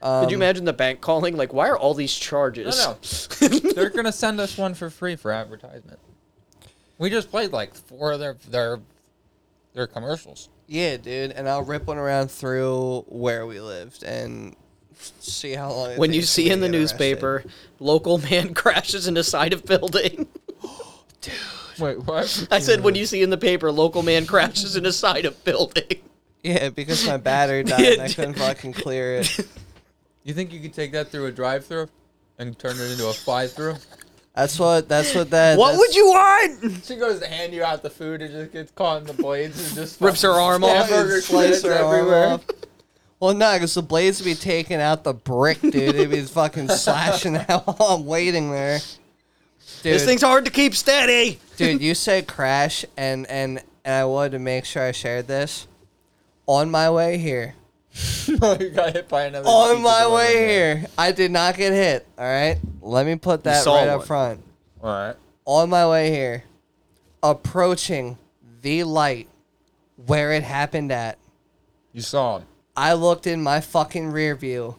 [SPEAKER 3] Could
[SPEAKER 2] Um,
[SPEAKER 3] you imagine the bank calling? Like, why are all these charges?
[SPEAKER 1] No, They're gonna send us one for free for advertisement. We just played like four of their their their commercials.
[SPEAKER 2] Yeah, dude, and I'll rip one around through where we lived and see how long. It
[SPEAKER 3] When you
[SPEAKER 2] takes
[SPEAKER 3] see
[SPEAKER 2] me
[SPEAKER 3] in
[SPEAKER 2] to
[SPEAKER 3] the
[SPEAKER 2] get
[SPEAKER 3] newspaper,
[SPEAKER 2] arrested.
[SPEAKER 3] local man (laughs) crashes into side of building.
[SPEAKER 1] Wait, what?
[SPEAKER 3] I said, when you see in the paper, local man crashes into side of building.
[SPEAKER 2] Yeah, because
[SPEAKER 3] (laughs)
[SPEAKER 2] my battery died, and I couldn't fucking clear it.
[SPEAKER 1] You think you could take that through a drive-through and turn it into a fly-through?
[SPEAKER 2] That's what. That's (laughs) what that.
[SPEAKER 3] What
[SPEAKER 2] that's-
[SPEAKER 3] would you want?
[SPEAKER 1] She goes to hand you out the food and just gets caught in the blades and just
[SPEAKER 3] Rips her arm off.
[SPEAKER 2] fucking
[SPEAKER 1] hamburger
[SPEAKER 2] slice
[SPEAKER 1] slices
[SPEAKER 2] her arm
[SPEAKER 1] everywhere. (laughs)
[SPEAKER 2] off? Well, no, because the blades would be taking out the brick, dude. It'd be
[SPEAKER 3] (laughs)
[SPEAKER 2] fucking slashing out while I'm waiting there. Dude,
[SPEAKER 3] This thing's hard to keep steady.
[SPEAKER 2] dude, you said crash, and and and I wanted to make sure I shared this. On my way here,
[SPEAKER 1] you got hit by another.
[SPEAKER 2] on
[SPEAKER 1] piece
[SPEAKER 2] my
[SPEAKER 1] of
[SPEAKER 2] way
[SPEAKER 1] aluminum.
[SPEAKER 2] here, I did not get hit. All right, let me put that
[SPEAKER 3] saw
[SPEAKER 2] right up
[SPEAKER 3] one.
[SPEAKER 2] front.
[SPEAKER 1] All right.
[SPEAKER 2] on my way here, approaching the light where it happened at,
[SPEAKER 1] You saw him.
[SPEAKER 2] I looked in my fucking rear view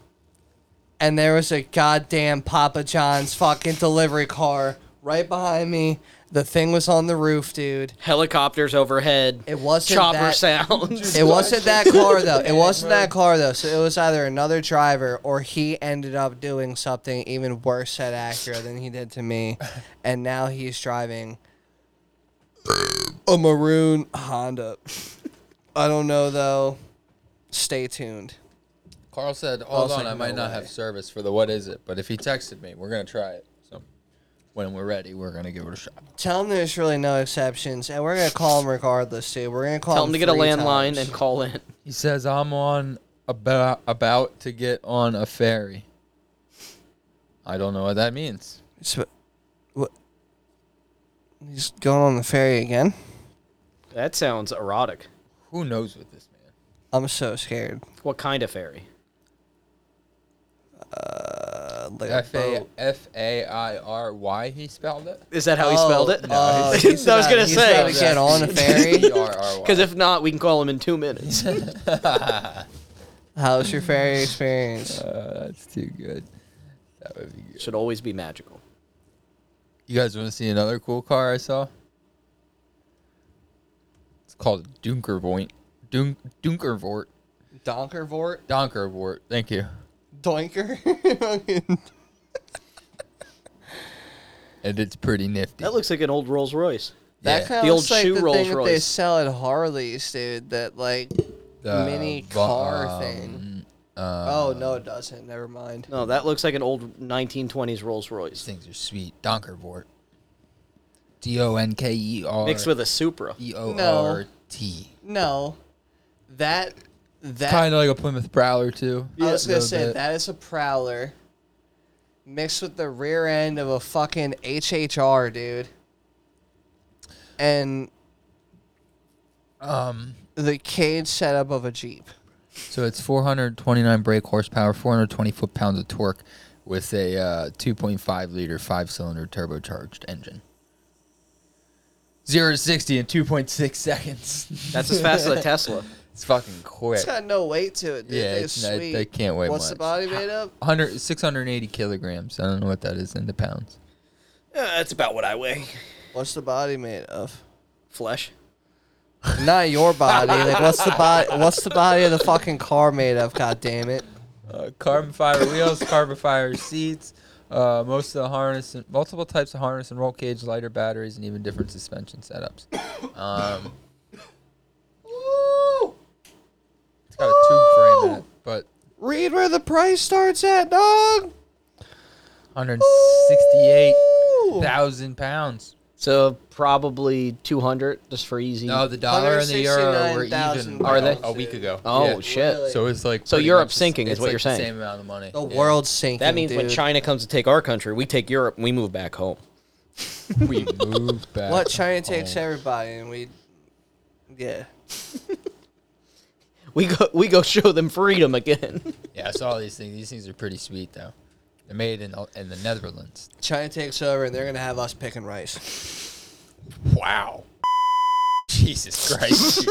[SPEAKER 2] and there was a goddamn Papa John's fucking delivery car right behind me. The thing was on the roof, dude.
[SPEAKER 3] Helicopters overhead.
[SPEAKER 2] It wasn't
[SPEAKER 3] chopper
[SPEAKER 2] that-
[SPEAKER 3] sounds.
[SPEAKER 2] It wasn't that car though. (laughs) It wasn't that car though. So it was either another driver or he ended up doing something even worse at Acura than he did to (laughs) me, and now he's driving a maroon Honda. (laughs) I don't know though. Stay tuned.
[SPEAKER 1] Carl said, "Hold
[SPEAKER 2] Carl's
[SPEAKER 1] on,
[SPEAKER 2] like,
[SPEAKER 1] I might
[SPEAKER 2] "No
[SPEAKER 1] not
[SPEAKER 2] way."
[SPEAKER 1] have service for the what is it, but if he texted me, we're gonna try it. So when we're ready, we're gonna give it a shot."
[SPEAKER 2] Tell him there's really no exceptions, and we're gonna call him regardless, dude. We're gonna call
[SPEAKER 3] Tell
[SPEAKER 2] him
[SPEAKER 3] them to get a
[SPEAKER 2] three
[SPEAKER 3] landline
[SPEAKER 2] times.
[SPEAKER 3] and call in.
[SPEAKER 1] He says, "I'm on about about to get on a ferry." I don't know what that means.
[SPEAKER 2] So- what? He's going on the ferry again.
[SPEAKER 3] That sounds erotic.
[SPEAKER 1] Who knows with this man?
[SPEAKER 2] I'm so scared.
[SPEAKER 3] What kind of fairy?
[SPEAKER 2] Uh, like a
[SPEAKER 1] F a
[SPEAKER 2] boat.
[SPEAKER 1] f a i r y. He spelled it.
[SPEAKER 3] Is that how he spelled it?
[SPEAKER 2] Oh,
[SPEAKER 3] (laughs) I
[SPEAKER 2] he's
[SPEAKER 3] was gonna
[SPEAKER 2] he's
[SPEAKER 3] say.
[SPEAKER 2] about to
[SPEAKER 3] (laughs)
[SPEAKER 2] get on a
[SPEAKER 1] (laughs)
[SPEAKER 2] ferry. (laughs)
[SPEAKER 3] Because if not, we can call him in two minutes.
[SPEAKER 2] How's
[SPEAKER 1] Mm.
[SPEAKER 2] your ferry experience?
[SPEAKER 1] that's too good. That would be good.
[SPEAKER 3] Should always be magical.
[SPEAKER 1] You guys want to see another cool car I saw? It's called Dunkervoort. Dun- Dunkervoort.
[SPEAKER 2] Donkervort,
[SPEAKER 1] Donkervoort. Thank
[SPEAKER 2] (laughs)
[SPEAKER 1] you.
[SPEAKER 2] Doinker.
[SPEAKER 1] and it's pretty nifty.
[SPEAKER 3] That looks like an old Rolls Royce.
[SPEAKER 2] That
[SPEAKER 1] Yeah.
[SPEAKER 2] kind of
[SPEAKER 3] The old
[SPEAKER 2] looks like
[SPEAKER 3] shoe
[SPEAKER 2] the
[SPEAKER 3] Rolls
[SPEAKER 2] thing that they
[SPEAKER 3] Royce.
[SPEAKER 2] sell at Harley's, dude. That like
[SPEAKER 1] Uh,
[SPEAKER 2] mini
[SPEAKER 1] bu-
[SPEAKER 2] car
[SPEAKER 1] um,
[SPEAKER 2] thing.
[SPEAKER 1] Uh,
[SPEAKER 2] Oh no, it doesn't. Never mind.
[SPEAKER 3] No, that looks like an old 1920s Rolls
[SPEAKER 1] These
[SPEAKER 3] Royce
[SPEAKER 1] things are sweet. Donkervort. D O N K E R.
[SPEAKER 3] mixed with a Supra.
[SPEAKER 1] E O R T.
[SPEAKER 2] No, that that
[SPEAKER 1] Kind of like a Plymouth Prowler too.
[SPEAKER 2] I was gonna
[SPEAKER 1] Little
[SPEAKER 2] say
[SPEAKER 1] bit.
[SPEAKER 2] that is a prowler mixed with the rear end of a fucking HHR, dude. And
[SPEAKER 1] Um.
[SPEAKER 2] the cage setup of a Jeep.
[SPEAKER 1] So it's 429 brake horsepower, 420 foot pounds of torque, with a uh, 2.5 liter five cylinder turbocharged engine. Zero to sixty in 2.6 seconds. (laughs)
[SPEAKER 3] That's as fast as a (laughs) Tesla.
[SPEAKER 1] it's fucking quick.
[SPEAKER 2] (laughs) It's got no weight to it, dude.
[SPEAKER 1] Yeah,
[SPEAKER 2] it's
[SPEAKER 1] it's not-
[SPEAKER 2] sweet.
[SPEAKER 1] they can't weigh
[SPEAKER 2] What's the
[SPEAKER 1] much.
[SPEAKER 2] body made of?
[SPEAKER 1] 100, 680 kilograms. I don't know what that is into pounds.
[SPEAKER 3] Uh, that's about what I weigh.
[SPEAKER 2] What's the body made of?
[SPEAKER 3] Flesh.
[SPEAKER 2] Not your body. Like, what's the body? What's the body of the fucking car made of? God damn it!
[SPEAKER 1] uh, carbon fiber wheels, carbon fiber seats, uh, most of the harness, and multiple types of harness and roll cage, lighter batteries, and even different suspension setups. Um, it's got a tube frame in it, but
[SPEAKER 2] Read where the price starts at, dog.
[SPEAKER 1] 168,000 pounds.
[SPEAKER 3] So probably 200 just for easy.
[SPEAKER 1] No, the dollar and the euro were even
[SPEAKER 2] 169,000
[SPEAKER 1] like,
[SPEAKER 3] pounds,
[SPEAKER 1] a week ago.
[SPEAKER 3] oh
[SPEAKER 1] Yeah.
[SPEAKER 3] shit.
[SPEAKER 2] Really?
[SPEAKER 1] So it's like
[SPEAKER 3] So
[SPEAKER 1] pretty
[SPEAKER 3] Europe's
[SPEAKER 1] much the s-
[SPEAKER 3] sinking is
[SPEAKER 1] it's
[SPEAKER 3] what
[SPEAKER 1] like
[SPEAKER 3] you're
[SPEAKER 1] the
[SPEAKER 3] saying.
[SPEAKER 1] Same amount of money.
[SPEAKER 2] The
[SPEAKER 1] Yeah.
[SPEAKER 2] world's sinking.
[SPEAKER 3] That means when
[SPEAKER 2] dude.
[SPEAKER 3] China comes to take our country, we take Europe and we move back home.
[SPEAKER 1] we move back.
[SPEAKER 2] What China takes
[SPEAKER 1] home.
[SPEAKER 2] everybody, and we, yeah.
[SPEAKER 3] We go we go show them freedom again.
[SPEAKER 1] Yeah, I saw these things. These things are pretty sweet though. They're made in in the Netherlands. (laughs)
[SPEAKER 2] China takes over, and they're gonna have us picking rice.
[SPEAKER 1] Wow. Jesus
[SPEAKER 2] (laughs)
[SPEAKER 1] Christ.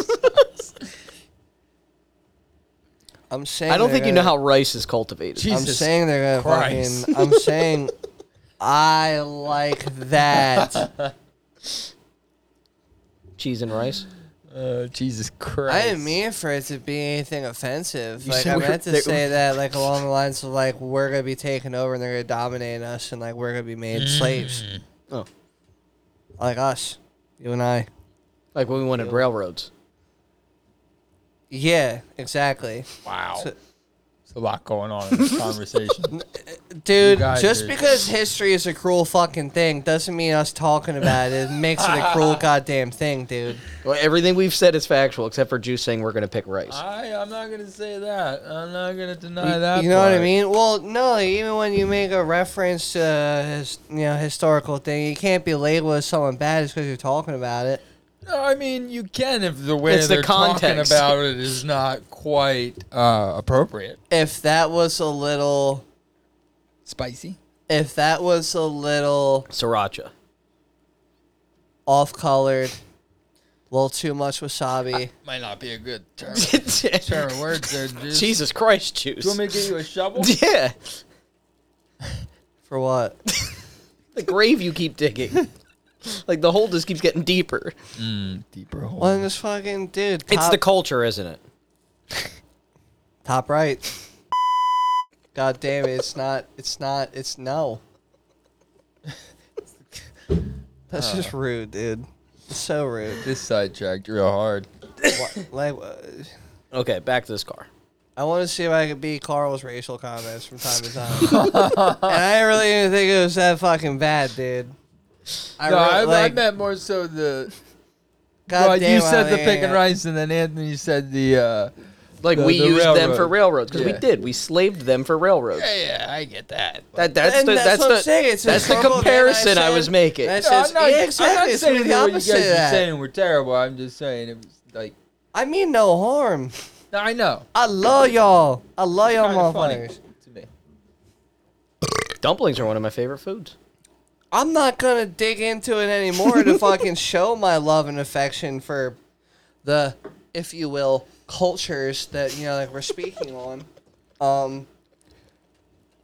[SPEAKER 2] I'm saying.
[SPEAKER 3] (laughs) I don't
[SPEAKER 2] they're
[SPEAKER 3] think you know
[SPEAKER 2] gonna-
[SPEAKER 3] how rice is cultivated.
[SPEAKER 2] I'm
[SPEAKER 1] Jesus
[SPEAKER 2] saying they're gonna
[SPEAKER 1] Christ.
[SPEAKER 2] fucking. I'm saying. I like
[SPEAKER 1] (laughs)
[SPEAKER 2] that.
[SPEAKER 3] Cheese and rice.
[SPEAKER 1] Uh, Jesus Christ.
[SPEAKER 2] I didn't mean for it to be anything offensive.
[SPEAKER 3] You
[SPEAKER 2] like
[SPEAKER 3] said
[SPEAKER 2] I
[SPEAKER 3] we were-
[SPEAKER 2] meant to
[SPEAKER 3] they-
[SPEAKER 2] say that, like along the lines of like we're gonna be taken over and they're gonna dominate us and like we're gonna be made slaves,
[SPEAKER 3] Oh,
[SPEAKER 2] like us, you and I.
[SPEAKER 3] like when we wanted railroads.
[SPEAKER 2] Yeah, exactly,
[SPEAKER 1] Wow. There's a lot going on in
[SPEAKER 2] (laughs)
[SPEAKER 1] this conversation.
[SPEAKER 2] dude.
[SPEAKER 1] guys
[SPEAKER 2] Just
[SPEAKER 1] are-
[SPEAKER 2] because history is a cruel fucking thing doesn't mean us talking about it makes it a cruel goddamn thing, dude.
[SPEAKER 3] Well, everything we've said is factual except for Juice saying we're going to pick rice.
[SPEAKER 1] I, I'm not going to say that. I'm not going to deny that.
[SPEAKER 2] You know what I
[SPEAKER 1] part.
[SPEAKER 2] mean? Well, no, like, even when you make a reference to uh, his, you know, historical thing, you can't be labeled as someone bad just because you're talking about it.
[SPEAKER 1] No, I mean, you can if the way
[SPEAKER 3] It's the
[SPEAKER 1] they're talking
[SPEAKER 3] context.
[SPEAKER 1] about it is not quite uh, appropriate.
[SPEAKER 2] If that was a little,
[SPEAKER 1] Spicy?
[SPEAKER 2] if that was a little
[SPEAKER 3] (laughs) Sriracha.
[SPEAKER 2] off colored, a little too much wasabi.
[SPEAKER 1] Might not be a good term, (laughs) term
[SPEAKER 3] Jesus
[SPEAKER 1] of words there, Juice.
[SPEAKER 3] Christ,
[SPEAKER 1] Do you want
[SPEAKER 3] Juice.
[SPEAKER 1] me to get you a
[SPEAKER 2] (laughs)
[SPEAKER 1] shovel?
[SPEAKER 3] (laughs) Yeah.
[SPEAKER 2] for what?
[SPEAKER 3] The grave you keep digging. like the hole just keeps getting deeper.
[SPEAKER 1] Deeper hole.
[SPEAKER 2] Well, then just fucking dude. Top,
[SPEAKER 3] It's the culture, isn't it?
[SPEAKER 2] top right. God damn it! It's not. It's not. It's no. (laughs) That's just
[SPEAKER 3] Uh.
[SPEAKER 2] rude, dude. It's so rude.
[SPEAKER 1] This sidetracked real hard.
[SPEAKER 2] Wha- like, uh,
[SPEAKER 3] Okay, back to this car.
[SPEAKER 2] I want to see if I could beat Carl's racial comments from time to
[SPEAKER 3] (laughs)
[SPEAKER 2] time. and I didn't really even think it was that fucking bad, dude. I
[SPEAKER 1] No,
[SPEAKER 2] re-
[SPEAKER 1] I,
[SPEAKER 2] like,
[SPEAKER 1] I meant more so the.
[SPEAKER 2] God
[SPEAKER 1] well,
[SPEAKER 2] damn,
[SPEAKER 1] you said
[SPEAKER 2] I
[SPEAKER 1] the
[SPEAKER 2] mean,
[SPEAKER 1] pick and
[SPEAKER 2] I-
[SPEAKER 1] rice, and then Anthony said the. Uh,
[SPEAKER 3] Like
[SPEAKER 1] The-
[SPEAKER 3] we
[SPEAKER 1] the
[SPEAKER 3] used them for
[SPEAKER 1] railroad.
[SPEAKER 3] railroads because
[SPEAKER 1] Yeah.
[SPEAKER 3] we did. We slaved them for railroads.
[SPEAKER 1] yeah, I get that.
[SPEAKER 3] That that's
[SPEAKER 2] And
[SPEAKER 3] the
[SPEAKER 2] that's
[SPEAKER 3] that's,
[SPEAKER 2] what I'm saying,
[SPEAKER 3] the
[SPEAKER 2] it's
[SPEAKER 3] that's the
[SPEAKER 2] historical, man, I
[SPEAKER 3] comparison I,
[SPEAKER 2] said-
[SPEAKER 3] was making.
[SPEAKER 2] I
[SPEAKER 1] No,
[SPEAKER 2] said-
[SPEAKER 1] I'm not, I'm
[SPEAKER 2] yeah,
[SPEAKER 1] not
[SPEAKER 2] exactly. It's
[SPEAKER 1] saying
[SPEAKER 2] really the
[SPEAKER 1] that what you guys
[SPEAKER 2] opposite of
[SPEAKER 1] are
[SPEAKER 2] that.
[SPEAKER 1] saying we're terrible. I'm just saying it was like
[SPEAKER 2] I mean no harm.
[SPEAKER 1] No, I know.
[SPEAKER 2] I love y'all. I love y'all
[SPEAKER 1] Kinda funny
[SPEAKER 2] motherfuckers.
[SPEAKER 1] to me.
[SPEAKER 3] Dumplings are one of my favorite foods.
[SPEAKER 2] I'm not gonna dig into it anymore
[SPEAKER 1] (laughs)
[SPEAKER 2] to fucking show my love and affection for the, if you will, cultures that you know like we're speaking
[SPEAKER 1] (laughs)
[SPEAKER 2] on. Um,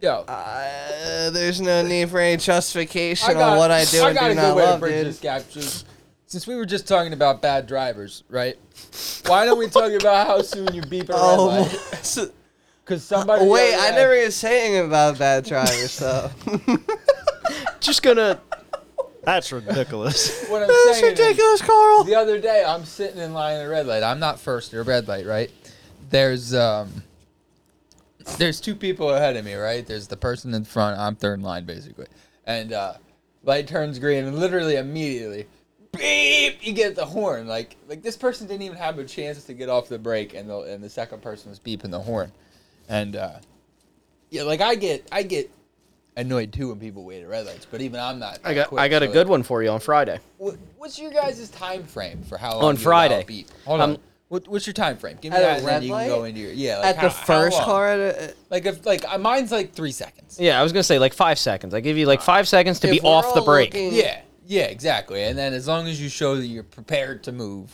[SPEAKER 1] Yo,
[SPEAKER 2] Uh, there's no need for any justification
[SPEAKER 1] I got,
[SPEAKER 2] on what I do
[SPEAKER 1] I
[SPEAKER 2] and
[SPEAKER 1] got
[SPEAKER 2] do
[SPEAKER 1] a good
[SPEAKER 2] not
[SPEAKER 1] way
[SPEAKER 2] love,
[SPEAKER 1] to bridge
[SPEAKER 2] dude.
[SPEAKER 1] this gap. Just, since we were just talking about bad drivers, right? Why don't we talk about how soon you beep a red
[SPEAKER 2] Oh,
[SPEAKER 1] light?
[SPEAKER 2] (laughs) so-
[SPEAKER 1] Because somebody.
[SPEAKER 2] wait,
[SPEAKER 1] the other
[SPEAKER 2] I
[SPEAKER 1] day- (laughs)
[SPEAKER 2] never even saying about bad drivers though.
[SPEAKER 3] Just gonna
[SPEAKER 8] That's ridiculous.
[SPEAKER 1] What I'm
[SPEAKER 2] That's
[SPEAKER 1] saying is-
[SPEAKER 2] ridiculous,
[SPEAKER 3] (laughs)
[SPEAKER 2] Carl.
[SPEAKER 1] The other day, I'm sitting in line at a red light. I'm not first at a red light, right? There's um, there's two people ahead of me, right? There's the person in front. I'm third in line, basically. And uh, light turns green, and literally immediately, beep! You get the horn. Like like this person didn't even have a chance to get off the brake, and the and the second person was beeping the horn. And uh, yeah, like I get I get annoyed too when people wait at red lights, but even I'm not.
[SPEAKER 3] I
[SPEAKER 1] that
[SPEAKER 3] got
[SPEAKER 1] quick,
[SPEAKER 3] I got a
[SPEAKER 1] so,
[SPEAKER 3] good
[SPEAKER 1] like,
[SPEAKER 3] one for you on Friday.
[SPEAKER 1] what, what's your guys' time frame for how long
[SPEAKER 3] On
[SPEAKER 1] you allow
[SPEAKER 3] Friday.
[SPEAKER 1] a beep? Hold
[SPEAKER 3] Um,
[SPEAKER 1] on. What, what's your time frame? Give me
[SPEAKER 2] At a
[SPEAKER 1] that, and
[SPEAKER 2] red
[SPEAKER 1] then you can go
[SPEAKER 2] light?
[SPEAKER 1] into your yeah. Like
[SPEAKER 2] At the
[SPEAKER 1] how- how
[SPEAKER 2] first
[SPEAKER 1] long?
[SPEAKER 2] car, at a-
[SPEAKER 1] like if like uh, mine's like three seconds.
[SPEAKER 3] Yeah, I was gonna say like five seconds. I give you like five seconds to
[SPEAKER 2] if
[SPEAKER 3] be
[SPEAKER 2] we're
[SPEAKER 3] off the
[SPEAKER 2] all
[SPEAKER 3] brake.
[SPEAKER 2] looking-
[SPEAKER 1] Yeah, yeah, exactly. And then as long as you show that you're prepared to move,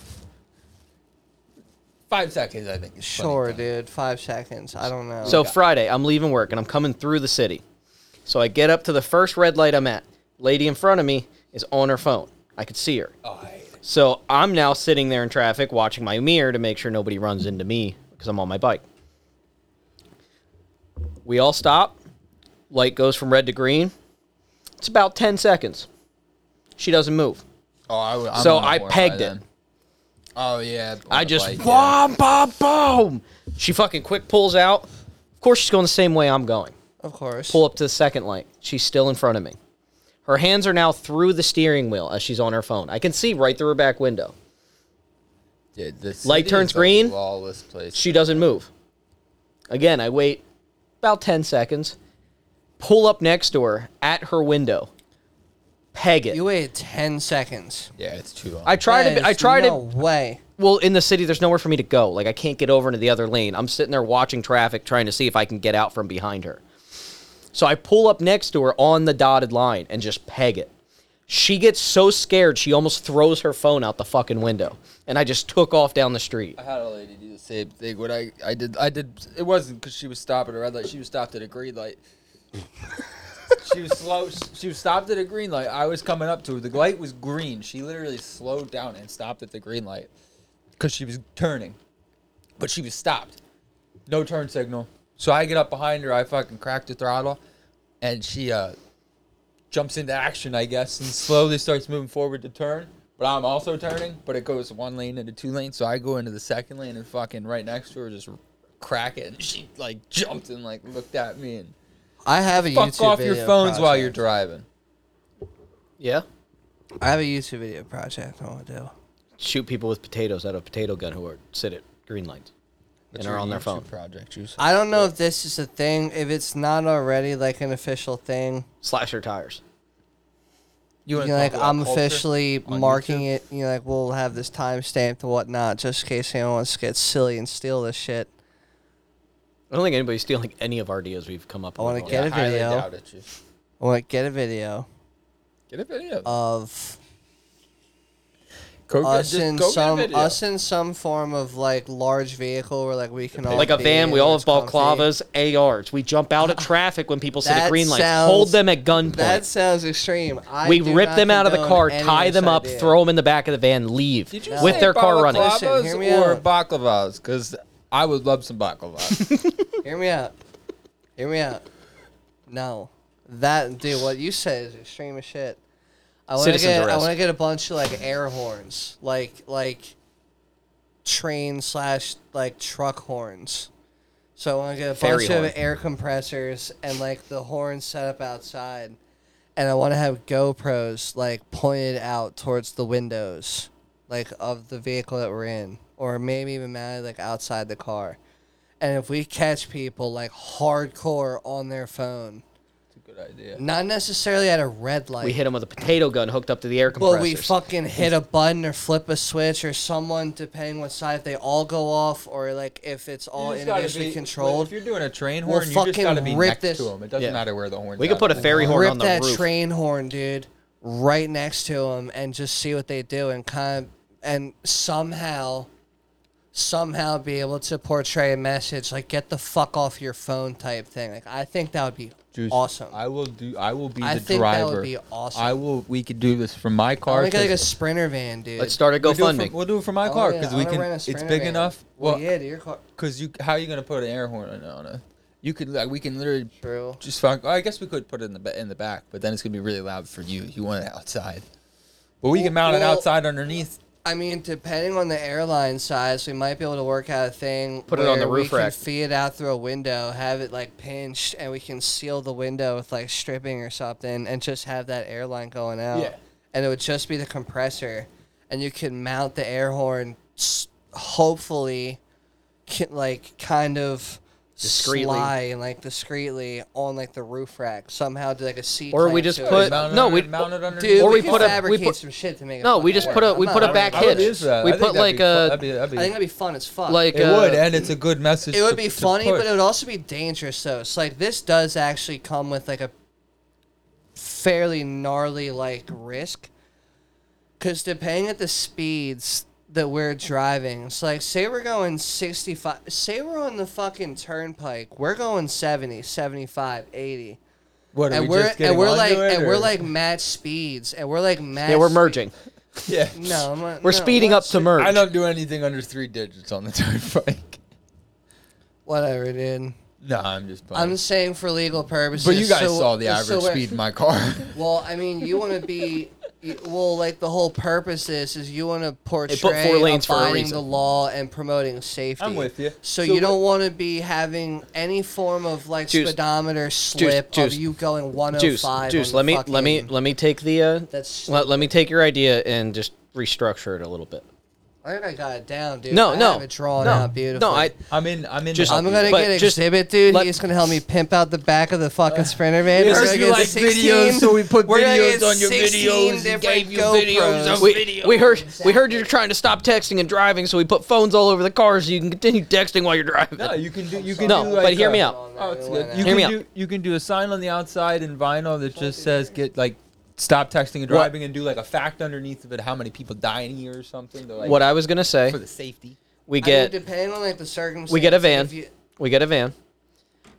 [SPEAKER 1] five seconds I think. Is plenty
[SPEAKER 2] Sure,
[SPEAKER 1] of time.
[SPEAKER 2] dude. Five seconds. I don't know.
[SPEAKER 3] So Friday, I'm leaving work and I'm coming through the city. So I get up to the first red light I'm at. Lady in front of me is on her phone. I could see her.
[SPEAKER 1] Oh, I hate it.
[SPEAKER 3] So I'm now sitting there in traffic watching my mirror to make sure nobody runs into me because I'm on my bike. We all stop. Light goes from red to green. It's about 10 seconds. She doesn't move.
[SPEAKER 1] Oh, I would- I'm
[SPEAKER 3] So
[SPEAKER 1] on a
[SPEAKER 3] I
[SPEAKER 1] horn by
[SPEAKER 3] pegged it.
[SPEAKER 1] then. Oh yeah.
[SPEAKER 3] I
[SPEAKER 1] on a
[SPEAKER 3] just
[SPEAKER 1] bike, yeah.
[SPEAKER 3] boom, boom, boom. She fucking quick pulls out. Of course, she's going the same way I'm going.
[SPEAKER 2] of course.
[SPEAKER 3] pull up to the second light. She's still in front of me. Her hands are now through the steering wheel as she's on her phone. I can see right through her back window.
[SPEAKER 1] Yeah, the
[SPEAKER 3] Light
[SPEAKER 1] city
[SPEAKER 3] turns
[SPEAKER 1] is a
[SPEAKER 3] green.
[SPEAKER 1] Lawless place.
[SPEAKER 3] She doesn't move. Again, I wait about 10 seconds, pull up next to her at her window, peg it.
[SPEAKER 2] You waited ten seconds.
[SPEAKER 1] yeah, it's too long.
[SPEAKER 3] I try to,
[SPEAKER 2] There's
[SPEAKER 3] I try
[SPEAKER 2] no
[SPEAKER 3] to,
[SPEAKER 2] way.
[SPEAKER 3] well, in the city, there's nowhere for me to go. Like, I can't get over into the other lane. I'm sitting there watching traffic, trying to see if I can get out from behind her. So I pull up next to her on the dotted line and just peg it. She gets so scared, she almost throws her phone out the fucking window. And I just took off down the street.
[SPEAKER 1] I had a lady do the same thing. What I I did I did it wasn't because she was stopping at a red light. She was stopped at a green light. she was slow. She was stopped at a green light. I was coming up to her. The light was green. She literally slowed down and stopped at the green light because she was turning, but she was stopped. No turn signal. So I get up behind her. I fucking crack the throttle, and she uh jumps into action, I guess, and slowly starts moving forward to turn. But I'm also turning, but it goes one lane into two lanes. So I go into the second lane and fucking right next to her, just crack it. And she like jumped and like looked at me and
[SPEAKER 2] I have a
[SPEAKER 1] fuck
[SPEAKER 2] YouTube
[SPEAKER 1] off
[SPEAKER 2] video
[SPEAKER 1] your phones while you're driving.
[SPEAKER 2] project.
[SPEAKER 3] Yeah?
[SPEAKER 2] I have a YouTube video project I want to do.
[SPEAKER 3] Shoot people with potatoes out of a potato gun who are sit at green lights and are on their
[SPEAKER 1] YouTube
[SPEAKER 3] phone.
[SPEAKER 1] Project juice.
[SPEAKER 2] I don't know if this is a thing. If it's not already like an official thing,
[SPEAKER 3] Slash their tires.
[SPEAKER 1] You
[SPEAKER 2] you
[SPEAKER 1] wanna
[SPEAKER 2] know, like
[SPEAKER 1] talk about
[SPEAKER 2] I'm
[SPEAKER 1] culture
[SPEAKER 2] officially
[SPEAKER 1] on
[SPEAKER 2] marking
[SPEAKER 1] YouTube?
[SPEAKER 2] it. You know, like we'll have this timestamped and whatnot, just in case anyone wants to get silly and steal this shit.
[SPEAKER 3] I don't think anybody's stealing any of our ideas we've come up
[SPEAKER 2] I
[SPEAKER 3] with.
[SPEAKER 2] wanna
[SPEAKER 3] on
[SPEAKER 2] get
[SPEAKER 3] that.
[SPEAKER 2] it.
[SPEAKER 1] Highly
[SPEAKER 2] video.
[SPEAKER 1] doubt it, juice.
[SPEAKER 2] I want to get a video
[SPEAKER 1] Get a video.
[SPEAKER 2] of
[SPEAKER 1] Go get-
[SPEAKER 2] us
[SPEAKER 1] just
[SPEAKER 2] in
[SPEAKER 1] go get a
[SPEAKER 2] some
[SPEAKER 1] video.
[SPEAKER 2] us in some form of like large vehicle where like we can all
[SPEAKER 3] Like a
[SPEAKER 2] be
[SPEAKER 3] van,
[SPEAKER 2] and
[SPEAKER 3] we all
[SPEAKER 2] it's
[SPEAKER 3] have
[SPEAKER 2] comfy.
[SPEAKER 3] balclavas, ARs. We jump out
[SPEAKER 2] (laughs)
[SPEAKER 3] at traffic when people sit at
[SPEAKER 2] That
[SPEAKER 3] green lights.
[SPEAKER 2] sounds-
[SPEAKER 3] Hold them at gunpoint.
[SPEAKER 2] That sounds extreme. I
[SPEAKER 3] we
[SPEAKER 2] do
[SPEAKER 3] rip
[SPEAKER 2] not
[SPEAKER 3] them out of the
[SPEAKER 2] condone
[SPEAKER 3] car,
[SPEAKER 2] any
[SPEAKER 3] tie
[SPEAKER 2] of
[SPEAKER 3] them
[SPEAKER 2] this
[SPEAKER 3] up,
[SPEAKER 2] idea.
[SPEAKER 3] throw them in the back of the van, leave
[SPEAKER 1] Did you
[SPEAKER 3] with
[SPEAKER 1] say
[SPEAKER 3] their car running.
[SPEAKER 1] balaclavas
[SPEAKER 2] Listen, hear me
[SPEAKER 1] or
[SPEAKER 2] out.
[SPEAKER 1] baklavas? Because I would love some baklavas. (laughs)
[SPEAKER 2] Hear me out. Hear me out. No, that dude, what you said is extreme as shit. I want to
[SPEAKER 3] Citizen's
[SPEAKER 2] get I
[SPEAKER 3] arrest.
[SPEAKER 2] want to get a bunch of like air horns, like like train slash like truck horns. So I want to get a bunch
[SPEAKER 3] Ferry horn.
[SPEAKER 2] of air compressors and like the horns set up outside, and I want to have GoPros like pointed out towards the windows, like of the vehicle that we're in, or maybe even mounted like outside the car. And if we catch people like hardcore on their phone,
[SPEAKER 1] Good idea.
[SPEAKER 2] not necessarily at a red light,
[SPEAKER 3] we hit them with a potato gun hooked up to the air compressor.
[SPEAKER 2] but we fucking hit a button or flip a switch or someone, depending what side, if they all go off or like if it's all
[SPEAKER 1] You just gotta
[SPEAKER 2] individually
[SPEAKER 1] be-
[SPEAKER 2] controlled.
[SPEAKER 1] If you're doing a train
[SPEAKER 2] We'll
[SPEAKER 1] horn, you just
[SPEAKER 2] fucking
[SPEAKER 1] gotta be
[SPEAKER 2] rip
[SPEAKER 1] next
[SPEAKER 2] this-
[SPEAKER 1] to him. It doesn't
[SPEAKER 3] Yeah.
[SPEAKER 1] matter where the horn's.
[SPEAKER 3] We could
[SPEAKER 1] at.
[SPEAKER 3] put a ferry horn
[SPEAKER 2] Rip
[SPEAKER 3] on the
[SPEAKER 2] that
[SPEAKER 3] roof.
[SPEAKER 2] train horn, dude, right next to them, and just see what they do, and kind of, and somehow, somehow be able to portray a message like "get the fuck off your phone" type thing. Like I think that would be
[SPEAKER 1] Juice,
[SPEAKER 2] awesome.
[SPEAKER 1] I will do. I will be
[SPEAKER 2] I
[SPEAKER 1] the
[SPEAKER 2] think that
[SPEAKER 1] driver.
[SPEAKER 2] would be awesome.
[SPEAKER 1] I will. We could do this from my
[SPEAKER 2] I
[SPEAKER 1] car.
[SPEAKER 2] want to get like a
[SPEAKER 1] 'cause-
[SPEAKER 2] sprinter van, dude.
[SPEAKER 3] Let's start a
[SPEAKER 1] we'll do it from-
[SPEAKER 3] GoFundMe.
[SPEAKER 1] We'll do it from my
[SPEAKER 2] I
[SPEAKER 1] car
[SPEAKER 2] wanna-
[SPEAKER 1] because
[SPEAKER 2] I
[SPEAKER 1] we
[SPEAKER 2] wanna
[SPEAKER 1] can.
[SPEAKER 2] rent a
[SPEAKER 1] It's
[SPEAKER 2] Sprinter
[SPEAKER 1] big
[SPEAKER 2] van.
[SPEAKER 1] enough.
[SPEAKER 2] Well,
[SPEAKER 1] Well,
[SPEAKER 2] yeah, dude, your car.
[SPEAKER 1] because you how are you gonna put an air horn on, on a You could like we can literally
[SPEAKER 2] True.
[SPEAKER 1] just fuck. I guess we could put it in the ba- in the back, but then it's gonna be really loud for you. You want it outside, but we can mount it
[SPEAKER 2] Well-
[SPEAKER 1] outside underneath.
[SPEAKER 2] I mean, depending on the airline size, we might be able to work out a thing.
[SPEAKER 3] Put it on the
[SPEAKER 2] where we
[SPEAKER 3] roof
[SPEAKER 2] can
[SPEAKER 3] rack.
[SPEAKER 2] Feed it out through a window, have it like pinched, and we can seal the window with like stripping or something, and just have that airline going out.
[SPEAKER 1] Yeah.
[SPEAKER 2] And it would just be the compressor, and you can mount the air horn, s- hopefully, ki- like kind of
[SPEAKER 3] Discreetly.
[SPEAKER 2] sly and like discreetly on like the roof rack somehow do like a seat.
[SPEAKER 3] Or we
[SPEAKER 2] clamp
[SPEAKER 3] just
[SPEAKER 2] to it.
[SPEAKER 3] put-
[SPEAKER 1] Mount it
[SPEAKER 3] no,
[SPEAKER 1] under-
[SPEAKER 3] we-
[SPEAKER 1] mount it underneath.
[SPEAKER 2] Dude,
[SPEAKER 3] or
[SPEAKER 2] we,
[SPEAKER 3] we
[SPEAKER 2] can
[SPEAKER 3] put a- we
[SPEAKER 2] fabricate
[SPEAKER 3] put-
[SPEAKER 2] some shit to make it.
[SPEAKER 3] No, we
[SPEAKER 2] fucking
[SPEAKER 3] just
[SPEAKER 2] work.
[SPEAKER 3] put a
[SPEAKER 2] I'm
[SPEAKER 3] we
[SPEAKER 2] not-
[SPEAKER 3] put
[SPEAKER 2] I
[SPEAKER 3] a
[SPEAKER 2] mean,
[SPEAKER 3] back
[SPEAKER 1] I would
[SPEAKER 3] hitch.
[SPEAKER 1] use that.
[SPEAKER 3] We
[SPEAKER 1] I
[SPEAKER 3] put
[SPEAKER 1] think
[SPEAKER 3] like
[SPEAKER 1] that'd
[SPEAKER 3] a
[SPEAKER 1] be fu- that'd be-
[SPEAKER 2] I think
[SPEAKER 1] that'd be-
[SPEAKER 2] that'd be fun as fuck.
[SPEAKER 3] like
[SPEAKER 1] it
[SPEAKER 3] a,
[SPEAKER 1] would, and it's a good message.
[SPEAKER 2] it would
[SPEAKER 1] uh, to-
[SPEAKER 2] be
[SPEAKER 1] to
[SPEAKER 2] funny,
[SPEAKER 1] put.
[SPEAKER 2] but it would also be dangerous though. It's like this does actually come with like a fairly gnarly like risk, because depending at the speeds that we're driving, it's like say we're going 65, say we're on the fucking turnpike, we're going 70, 75, 80.
[SPEAKER 1] What, are
[SPEAKER 2] And
[SPEAKER 1] we
[SPEAKER 2] we are
[SPEAKER 1] just
[SPEAKER 2] and
[SPEAKER 1] getting
[SPEAKER 2] we're
[SPEAKER 1] onto
[SPEAKER 2] like
[SPEAKER 1] it,
[SPEAKER 2] and we're
[SPEAKER 1] or-
[SPEAKER 2] like match speeds and we're like match.
[SPEAKER 3] yeah, we're
[SPEAKER 2] speed-
[SPEAKER 3] merging.
[SPEAKER 1] yeah.
[SPEAKER 2] No, I'm not-
[SPEAKER 3] We're
[SPEAKER 2] no,
[SPEAKER 3] speeding up
[SPEAKER 2] what's-
[SPEAKER 3] to merge.
[SPEAKER 1] I don't do anything under three digits on the (laughs) turnpike.
[SPEAKER 2] Whatever, dude.
[SPEAKER 1] No, I'm just. Playing.
[SPEAKER 2] I'm just saying for legal purposes.
[SPEAKER 1] but you guys
[SPEAKER 2] so-
[SPEAKER 1] saw the
[SPEAKER 2] so
[SPEAKER 1] average
[SPEAKER 2] we're-
[SPEAKER 1] speed in my car.
[SPEAKER 2] (laughs) Well, I mean, you want to be you- well. Like the whole purpose is, is you want to portray
[SPEAKER 3] four lanes for a
[SPEAKER 2] abiding
[SPEAKER 3] reason.
[SPEAKER 2] the law and promoting safety.
[SPEAKER 1] I'm with you.
[SPEAKER 2] So,
[SPEAKER 1] So
[SPEAKER 2] you don't
[SPEAKER 1] wh-
[SPEAKER 2] want to be having any form of like
[SPEAKER 3] Juice.
[SPEAKER 2] speedometer slip
[SPEAKER 3] Juice.
[SPEAKER 2] of you going 105.
[SPEAKER 3] Juice, juice.
[SPEAKER 2] on the
[SPEAKER 3] Let me let me
[SPEAKER 2] fucking-
[SPEAKER 3] let me take the uh,
[SPEAKER 2] That's
[SPEAKER 3] let, let me take your idea and just restructure it a little bit.
[SPEAKER 2] I think I got it down, dude.
[SPEAKER 3] No,
[SPEAKER 2] I
[SPEAKER 3] no,
[SPEAKER 2] have it drawn
[SPEAKER 3] no,
[SPEAKER 2] out beautifully.
[SPEAKER 3] No, I
[SPEAKER 1] I'm in. I'm in.
[SPEAKER 3] Just-
[SPEAKER 2] I'm gonna
[SPEAKER 3] But
[SPEAKER 2] get
[SPEAKER 3] just
[SPEAKER 2] exhibit, dude.
[SPEAKER 3] let-
[SPEAKER 2] He's gonna help me pimp out the back of the
[SPEAKER 1] Uh,
[SPEAKER 2] fucking Sprinter van.
[SPEAKER 1] Yes,
[SPEAKER 2] We're gonna
[SPEAKER 1] you
[SPEAKER 2] get
[SPEAKER 1] like
[SPEAKER 2] 16
[SPEAKER 1] videos, so we put
[SPEAKER 2] we're gonna
[SPEAKER 1] videos
[SPEAKER 2] get
[SPEAKER 1] on your
[SPEAKER 2] 16
[SPEAKER 1] videos and
[SPEAKER 2] different
[SPEAKER 1] gave you
[SPEAKER 2] GoPros.
[SPEAKER 1] videos of-
[SPEAKER 3] we, we heard we heard you're trying to stop texting and driving, so we put phones all over the car so you can continue texting while you're driving.
[SPEAKER 1] no, you can do. You can
[SPEAKER 3] No,
[SPEAKER 1] do
[SPEAKER 3] but
[SPEAKER 1] like,
[SPEAKER 3] hear me
[SPEAKER 1] uh,
[SPEAKER 3] out.
[SPEAKER 1] Oh, it's
[SPEAKER 2] Why
[SPEAKER 1] good.
[SPEAKER 2] not?
[SPEAKER 1] You
[SPEAKER 3] Hear me
[SPEAKER 1] can
[SPEAKER 3] out.
[SPEAKER 1] do. You can do a sign on the outside in vinyl that just says "get like stop texting and driving" and do like a fact underneath of it how many people die in a year or something. To, like,
[SPEAKER 3] what I was gonna say,
[SPEAKER 1] for the safety.
[SPEAKER 3] we
[SPEAKER 2] I mean,
[SPEAKER 3] get
[SPEAKER 2] depending on like the circumstances.
[SPEAKER 3] we get a van.
[SPEAKER 2] if you-
[SPEAKER 3] We get a van.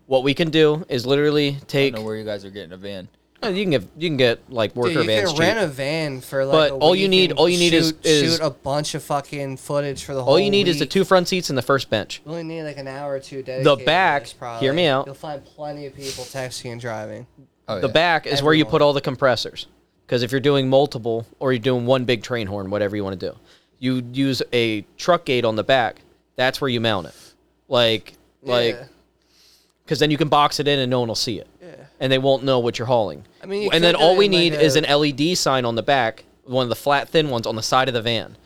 [SPEAKER 3] What we can do is literally
[SPEAKER 1] I
[SPEAKER 3] take.
[SPEAKER 1] don't know where you guys are getting a van.
[SPEAKER 3] Oh, you can get you can get like worker
[SPEAKER 2] Dude, you
[SPEAKER 3] vans.
[SPEAKER 2] can
[SPEAKER 3] cheap.
[SPEAKER 2] rent a van for like.
[SPEAKER 3] But
[SPEAKER 2] a
[SPEAKER 3] all you
[SPEAKER 2] week
[SPEAKER 3] need-
[SPEAKER 2] and
[SPEAKER 3] all you need is-
[SPEAKER 2] shoot,
[SPEAKER 3] is-
[SPEAKER 2] shoot a bunch of fucking footage for the whole.
[SPEAKER 3] all you need is the
[SPEAKER 2] week.
[SPEAKER 3] two front seats and the first bench.
[SPEAKER 2] You only need like an hour or two dedicated. to
[SPEAKER 3] back-
[SPEAKER 2] this,
[SPEAKER 3] hear
[SPEAKER 2] probably.
[SPEAKER 3] me out.
[SPEAKER 2] You'll find plenty of people texting and driving.
[SPEAKER 1] Oh,
[SPEAKER 3] The
[SPEAKER 1] yeah.
[SPEAKER 3] back is where you put
[SPEAKER 2] Everyone.
[SPEAKER 3] all the compressors. Because if you're doing multiple or you're doing one big train horn, whatever you want to do, you use a truck gate on the back. That's where you mount it. Like, like,
[SPEAKER 2] Yeah.
[SPEAKER 3] because then you can box it in and no one will see it. Yeah. And they won't know what you're hauling.
[SPEAKER 2] I mean, you
[SPEAKER 3] and then
[SPEAKER 2] could do
[SPEAKER 3] all
[SPEAKER 2] it
[SPEAKER 3] we
[SPEAKER 2] in, like,
[SPEAKER 3] need is
[SPEAKER 2] a-
[SPEAKER 3] an LED sign on the back, one of the flat, thin ones on the side of the van.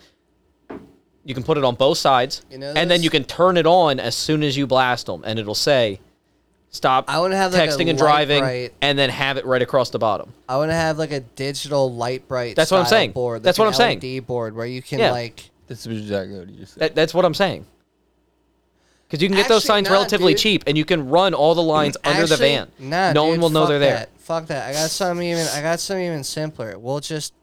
[SPEAKER 3] You can put it on both sides,
[SPEAKER 2] You know
[SPEAKER 3] and then
[SPEAKER 2] those-
[SPEAKER 3] you can turn it on as soon as you blast them, and it'll say, "Stop
[SPEAKER 2] I wanna have, like, a
[SPEAKER 3] texting
[SPEAKER 2] light
[SPEAKER 3] and driving,"
[SPEAKER 2] bright-
[SPEAKER 3] and then have it right across the bottom.
[SPEAKER 2] I want to have like a digital light bright.
[SPEAKER 3] That's what I'm
[SPEAKER 2] style
[SPEAKER 3] saying.
[SPEAKER 2] Board,
[SPEAKER 3] That's
[SPEAKER 2] like
[SPEAKER 3] what
[SPEAKER 2] an
[SPEAKER 3] I'm saying.
[SPEAKER 2] LED board where you can
[SPEAKER 3] Yeah.
[SPEAKER 2] like.
[SPEAKER 1] This was exactly what you just said.
[SPEAKER 3] That, that's what I'm saying. Because you can get those
[SPEAKER 2] Actually,
[SPEAKER 3] signs
[SPEAKER 2] nah,
[SPEAKER 3] relatively
[SPEAKER 2] dude.
[SPEAKER 3] cheap, and you can run all the lines under the
[SPEAKER 2] Actually,
[SPEAKER 3] van.
[SPEAKER 2] Nah,
[SPEAKER 3] no one
[SPEAKER 2] dude,
[SPEAKER 3] will know
[SPEAKER 2] fuck
[SPEAKER 3] they're there.
[SPEAKER 2] that. Fuck that. I got something even. I got something even simpler. We'll just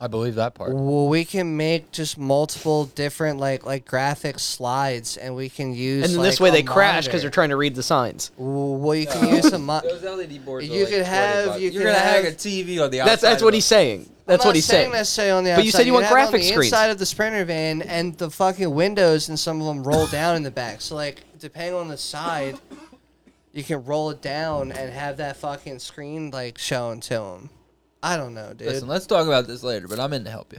[SPEAKER 1] I believe that part.
[SPEAKER 2] Well, we can make just multiple different like like graphic slides, and we can use.
[SPEAKER 3] And then this
[SPEAKER 2] like,
[SPEAKER 3] way
[SPEAKER 2] a
[SPEAKER 3] they crash because
[SPEAKER 2] monitor.
[SPEAKER 3] they're trying to read the signs.
[SPEAKER 2] Well, well, you can use
[SPEAKER 1] (laughs)
[SPEAKER 2] a mo-
[SPEAKER 1] LED E boards.
[SPEAKER 2] are You like could 20 have- bucks. you
[SPEAKER 1] You're
[SPEAKER 2] could
[SPEAKER 1] gonna
[SPEAKER 2] have-
[SPEAKER 1] hang a TV on the outside.
[SPEAKER 3] That's that's
[SPEAKER 1] of
[SPEAKER 3] what
[SPEAKER 1] the-
[SPEAKER 3] he's saying. That's
[SPEAKER 2] I'm
[SPEAKER 3] what
[SPEAKER 2] not
[SPEAKER 3] he's
[SPEAKER 2] saying.
[SPEAKER 3] saying.
[SPEAKER 2] Necessarily on the
[SPEAKER 3] But you said
[SPEAKER 2] outside.
[SPEAKER 3] you want
[SPEAKER 2] could have it on
[SPEAKER 3] graphic
[SPEAKER 2] the
[SPEAKER 3] screens.
[SPEAKER 2] inside of the Sprinter van, and the fucking windows, and some of them
[SPEAKER 3] (laughs)
[SPEAKER 2] roll down in the back. So like, depending on the side, you can roll it down and have that fucking screen like shown to them. I don't know, dude.
[SPEAKER 1] Listen, let's talk about this later. But I'm in to help you.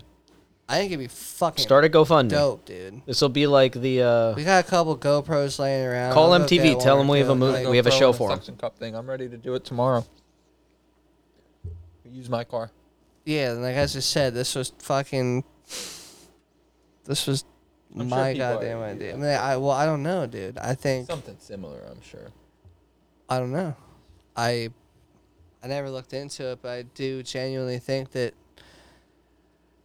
[SPEAKER 2] I think it'd be fucking
[SPEAKER 3] Start a GoFundMe.
[SPEAKER 2] dope, dude.
[SPEAKER 3] This will be like the uh,
[SPEAKER 2] We got a couple GoPros laying around.
[SPEAKER 3] Call
[SPEAKER 2] I'll go
[SPEAKER 3] MTV,
[SPEAKER 2] get
[SPEAKER 3] tell
[SPEAKER 2] one
[SPEAKER 3] 'em
[SPEAKER 2] or
[SPEAKER 3] we have
[SPEAKER 2] two.
[SPEAKER 3] a movie-
[SPEAKER 2] Like,
[SPEAKER 3] we have a
[SPEAKER 1] GoPro
[SPEAKER 3] show
[SPEAKER 1] and
[SPEAKER 3] for him.
[SPEAKER 1] Suction cup thing. I'm ready to do it tomorrow. Use my car.
[SPEAKER 2] Yeah, and like as I said, this was fucking. This was
[SPEAKER 1] I'm sure
[SPEAKER 2] my
[SPEAKER 1] people
[SPEAKER 2] goddamn
[SPEAKER 1] already do
[SPEAKER 2] idea. I
[SPEAKER 1] that.
[SPEAKER 2] mean, I well, I don't know, dude. I think
[SPEAKER 1] Something similar, I'm sure.
[SPEAKER 2] I don't know. I, I never looked into it, but I do genuinely think that.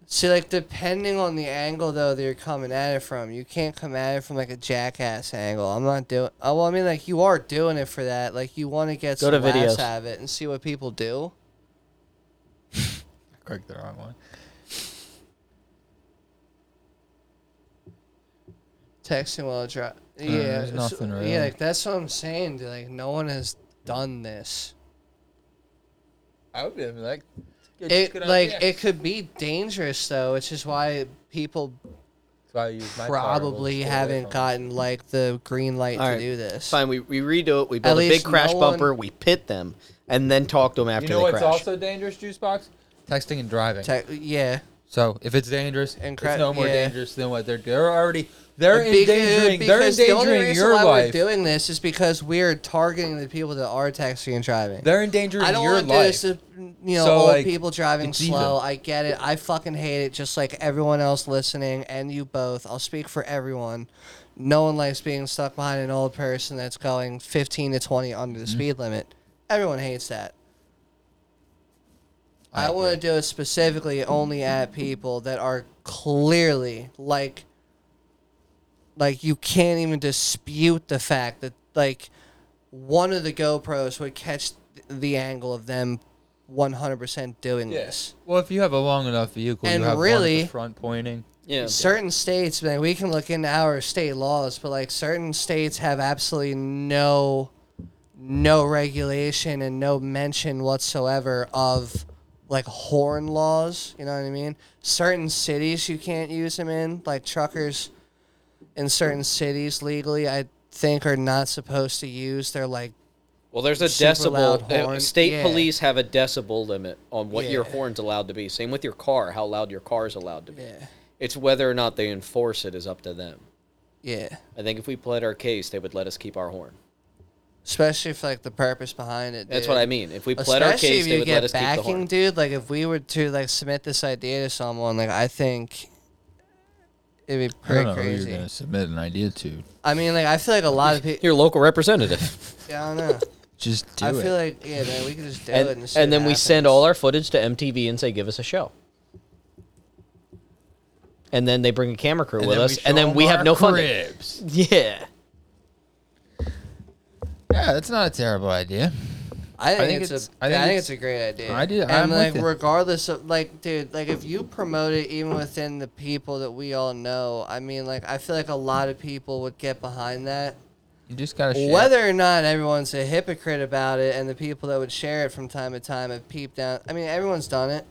[SPEAKER 2] See, like depending on the angle though that you're coming at it from, you can't come at it from like a jackass angle. I'm not doing. Oh well, I mean, like you are doing it for that. Like you want to get
[SPEAKER 3] Go
[SPEAKER 2] some
[SPEAKER 3] to
[SPEAKER 2] laughs
[SPEAKER 3] videos.
[SPEAKER 2] out of it and see what people do.
[SPEAKER 1] I clicked the wrong one.
[SPEAKER 2] texting while I drive. Yeah,
[SPEAKER 1] Uh, there's
[SPEAKER 2] it's-
[SPEAKER 1] nothing really.
[SPEAKER 2] Yeah, like that's what I'm saying. dude, Like no one has done this.
[SPEAKER 1] I would have been like, good,
[SPEAKER 2] It
[SPEAKER 1] good
[SPEAKER 2] like
[SPEAKER 1] idea.
[SPEAKER 2] it could be dangerous though, which is why people
[SPEAKER 1] why I use my power rules
[SPEAKER 2] probably
[SPEAKER 1] to stay away from
[SPEAKER 2] haven't
[SPEAKER 1] it.
[SPEAKER 2] gotten like the green light
[SPEAKER 3] All
[SPEAKER 2] to
[SPEAKER 3] right.
[SPEAKER 2] do this.
[SPEAKER 3] Fine, we, we redo it. We build a big
[SPEAKER 2] least
[SPEAKER 3] crash
[SPEAKER 2] no one-
[SPEAKER 3] bumper. We pit them, and then talk to them after
[SPEAKER 1] You know
[SPEAKER 3] they
[SPEAKER 1] what's
[SPEAKER 3] crash.
[SPEAKER 1] also dangerous, juice box? Texting and driving.
[SPEAKER 2] Te- yeah.
[SPEAKER 1] so if it's dangerous,
[SPEAKER 2] And
[SPEAKER 1] it's
[SPEAKER 2] cra-
[SPEAKER 1] no more
[SPEAKER 2] yeah.
[SPEAKER 1] dangerous than what they're they're already they're
[SPEAKER 2] Beca-
[SPEAKER 1] endangering they're
[SPEAKER 2] because the only
[SPEAKER 1] endangering
[SPEAKER 2] reason
[SPEAKER 1] your
[SPEAKER 2] why
[SPEAKER 1] life.
[SPEAKER 2] We're doing this is because we're targeting the people that are texting and driving.
[SPEAKER 1] They're endangering
[SPEAKER 2] I don't
[SPEAKER 1] your
[SPEAKER 2] want to do
[SPEAKER 1] life.
[SPEAKER 2] this to you know
[SPEAKER 1] So,
[SPEAKER 2] old
[SPEAKER 1] like,
[SPEAKER 2] people driving
[SPEAKER 1] it's evil.
[SPEAKER 2] slow. I get it. I fucking hate it. Just like everyone else listening and you both. I'll speak for everyone. No one likes being stuck behind an old person that's going 15 to 20 under
[SPEAKER 1] Mm-hmm.
[SPEAKER 2] the speed limit. Everyone hates that. I, want to do it specifically only at people that are clearly like like you can't even dispute the fact that like one of the GoPros would catch th- the angle of them 100% doing
[SPEAKER 1] Yes.
[SPEAKER 2] this.
[SPEAKER 1] Well, if you have a long enough vehicle,
[SPEAKER 2] And
[SPEAKER 1] you have one at
[SPEAKER 2] really-
[SPEAKER 1] the front pointing.
[SPEAKER 3] yeah.
[SPEAKER 2] Certain states, man, we can look into our state laws, but like certain states have absolutely no no regulation and no mention whatsoever of like horn laws, you know what I mean? Certain cities you can't use them in, like truckers in certain cities legally I think are not supposed to use their like
[SPEAKER 3] Well, there's a
[SPEAKER 2] Super loud
[SPEAKER 3] decibel. uh,
[SPEAKER 2] horn.
[SPEAKER 3] State
[SPEAKER 2] Yeah.
[SPEAKER 3] police have a decibel limit on what your
[SPEAKER 2] Yeah.
[SPEAKER 3] horn's allowed to be. Same with your car, how loud your car's allowed to be.
[SPEAKER 2] Yeah.
[SPEAKER 3] It's whether or not they enforce it is up to them.
[SPEAKER 2] yeah.
[SPEAKER 3] I think if we pled our case, they would let us keep our horn.
[SPEAKER 2] Especially if like the purpose behind it.
[SPEAKER 3] That's
[SPEAKER 2] dude.
[SPEAKER 3] what I mean. If we pled our
[SPEAKER 2] Especially
[SPEAKER 3] case,
[SPEAKER 2] if
[SPEAKER 3] they
[SPEAKER 2] you
[SPEAKER 3] would let
[SPEAKER 2] get
[SPEAKER 3] us keep the
[SPEAKER 2] backing,
[SPEAKER 3] horn.
[SPEAKER 2] dude. Like if we were to like submit this idea to someone, like I think it'd be
[SPEAKER 1] I
[SPEAKER 2] pretty
[SPEAKER 1] don't know who
[SPEAKER 2] crazy.
[SPEAKER 1] you're gonna submit an idea to.
[SPEAKER 2] I mean, like I feel like a lot of people.
[SPEAKER 3] Your local representative.
[SPEAKER 2] Yeah, I don't know.
[SPEAKER 1] Just (laughs) do
[SPEAKER 2] I
[SPEAKER 1] it.
[SPEAKER 2] feel like yeah, man, we could just do
[SPEAKER 3] and
[SPEAKER 2] it and, see
[SPEAKER 3] and
[SPEAKER 2] what
[SPEAKER 3] then we send
[SPEAKER 2] happens.
[SPEAKER 3] all our footage to MTV and say, give us a show. And then they bring a camera crew with
[SPEAKER 1] then
[SPEAKER 3] us,
[SPEAKER 1] we
[SPEAKER 3] and
[SPEAKER 1] show
[SPEAKER 3] then we
[SPEAKER 1] 'em
[SPEAKER 3] have
[SPEAKER 1] our
[SPEAKER 3] no funding.
[SPEAKER 1] cribs.
[SPEAKER 3] (laughs) Yeah.
[SPEAKER 1] Yeah, that's not a terrible idea.
[SPEAKER 2] I think,
[SPEAKER 1] I think
[SPEAKER 2] it's,
[SPEAKER 1] it's-
[SPEAKER 2] a
[SPEAKER 1] I think
[SPEAKER 2] I think
[SPEAKER 1] it's-
[SPEAKER 2] it's a great idea.
[SPEAKER 1] I do-
[SPEAKER 2] And
[SPEAKER 1] I'm with
[SPEAKER 2] like
[SPEAKER 1] it.
[SPEAKER 2] regardless of like, dude, like if you promote it even within the people that we all know, I mean, like I feel like a lot of people would get behind that.
[SPEAKER 1] You just gotta share.
[SPEAKER 2] Whether or not everyone's a hypocrite about it, and the people that would share it from time to time have peeped down. I mean, everyone's done it.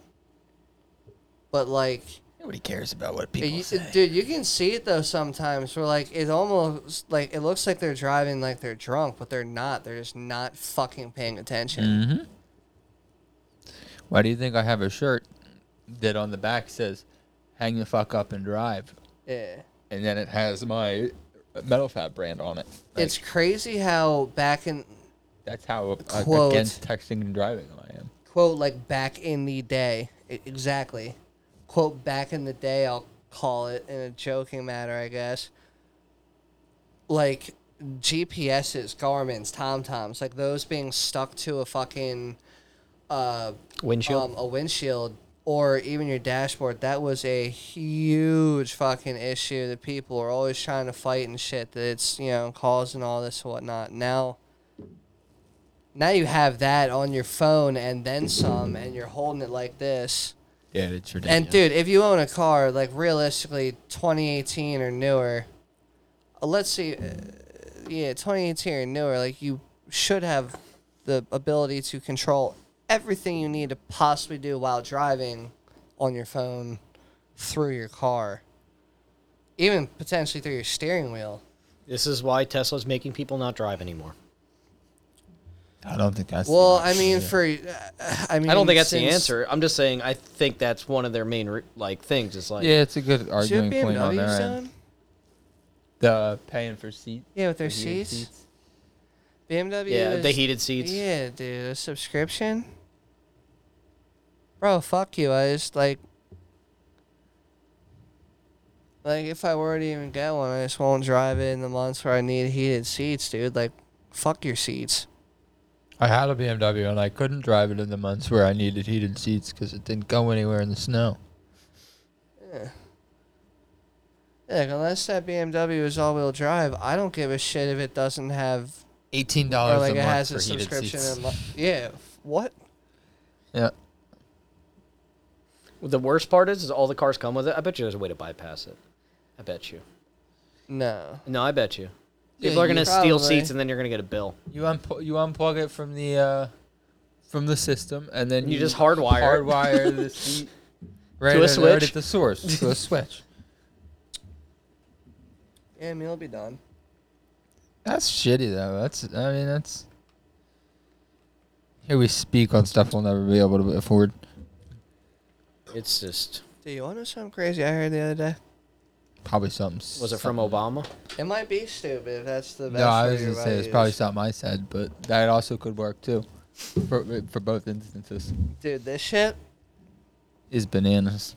[SPEAKER 2] But like,
[SPEAKER 1] nobody cares about what
[SPEAKER 2] it-
[SPEAKER 1] people
[SPEAKER 2] you-
[SPEAKER 1] say.
[SPEAKER 2] dude, you can see it though sometimes. Where like it almost like it looks like they're driving like they're drunk, but they're not. They're just not fucking paying attention.
[SPEAKER 1] Mm-hmm. Why do you think I have a shirt that on the back says "Hang the fuck up and drive,"
[SPEAKER 2] Yeah.
[SPEAKER 1] and then it has my metal fab brand on it? Like,
[SPEAKER 2] It's crazy how back in
[SPEAKER 1] that's how uh,
[SPEAKER 2] Quote.
[SPEAKER 1] against texting and driving I am.
[SPEAKER 2] quote like back in the day e- exactly quote back in the day i'll call it in a joking manner i guess like gps's garmin's tomtoms like those being stuck to a fucking uh
[SPEAKER 3] Windshield.
[SPEAKER 2] um, a windshield or even your dashboard that was a huge fucking issue that people were always trying to fight and shit that it's you know causing all this and whatnot now now you have that on your phone and then some and you're holding it like this
[SPEAKER 1] Yeah, it's ridiculous.
[SPEAKER 2] and dude if you own a car like realistically 2018 or newer uh, let's see uh, yeah 2018 or newer like you should have the ability to control everything you need to possibly do while driving on your phone through your car even potentially through your steering wheel
[SPEAKER 3] This is why Tesla's making people not drive anymore.
[SPEAKER 1] I don't think that's. the
[SPEAKER 2] well i
[SPEAKER 1] answer.
[SPEAKER 2] mean for uh, i mean
[SPEAKER 3] I don't think that's the
[SPEAKER 2] since-
[SPEAKER 3] answer. I'm just saying I think that's one of their main re- like things. It's like
[SPEAKER 1] yeah, it's a good
[SPEAKER 2] Is your
[SPEAKER 1] arguing point on
[SPEAKER 2] BMW
[SPEAKER 1] their
[SPEAKER 2] zone?
[SPEAKER 1] end. The paying for seat.
[SPEAKER 2] Yeah, with their
[SPEAKER 1] the heated
[SPEAKER 2] seats. BMW.
[SPEAKER 3] Yeah,
[SPEAKER 2] is,
[SPEAKER 3] the heated seats.
[SPEAKER 2] Yeah, dude, a subscription. Bro, fuck you. I just like, like if I were to even get one, I just won't drive it in the months where I need heated seats, dude. Like, fuck your seats.
[SPEAKER 1] I had a BMW and I couldn't drive it in the months where I needed heated seats because it didn't go anywhere in the snow.
[SPEAKER 2] Like, unless that BMW is all-wheel drive, I don't give a shit if it doesn't have
[SPEAKER 1] Eighteen
[SPEAKER 2] or
[SPEAKER 1] dollars
[SPEAKER 2] like
[SPEAKER 1] Oh, a
[SPEAKER 2] it
[SPEAKER 1] month
[SPEAKER 2] has
[SPEAKER 1] for
[SPEAKER 2] a
[SPEAKER 1] heated
[SPEAKER 2] subscription.
[SPEAKER 1] seats.
[SPEAKER 2] And lo- yeah, what?
[SPEAKER 1] yeah,
[SPEAKER 3] The worst part is, is all the cars come with it. I bet you there's a way to bypass it. I bet you.
[SPEAKER 2] No.
[SPEAKER 3] No, I bet you.
[SPEAKER 1] Yeah,
[SPEAKER 3] People are
[SPEAKER 1] you-
[SPEAKER 3] gonna steal
[SPEAKER 2] Probably.
[SPEAKER 3] seats and then you're gonna get a bill.
[SPEAKER 1] you unplug you unplug it from the uh, from the system and then
[SPEAKER 3] You just hardwire
[SPEAKER 1] (laughs)
[SPEAKER 3] it.
[SPEAKER 1] hardwire the seat right
[SPEAKER 3] To
[SPEAKER 1] at-
[SPEAKER 3] a
[SPEAKER 1] right
[SPEAKER 3] switch.
[SPEAKER 1] at the source to a switch.
[SPEAKER 2] Yeah, I mean, it'll be done.
[SPEAKER 1] (laughs) That's shitty though. That's I mean that's. Here we speak on stuff we'll never be able to afford.
[SPEAKER 3] It's just.
[SPEAKER 2] Do you want to know something crazy I heard the other day?
[SPEAKER 1] Probably something.
[SPEAKER 3] Was it from Obama?
[SPEAKER 2] It might be stupid. If that's the best.
[SPEAKER 1] No, I
[SPEAKER 2] word
[SPEAKER 1] was
[SPEAKER 2] your
[SPEAKER 1] gonna say it's
[SPEAKER 2] body
[SPEAKER 1] probably
[SPEAKER 2] used.
[SPEAKER 1] something I said, but that also could work too, for for both instances.
[SPEAKER 2] Dude, this shit.
[SPEAKER 1] Is bananas.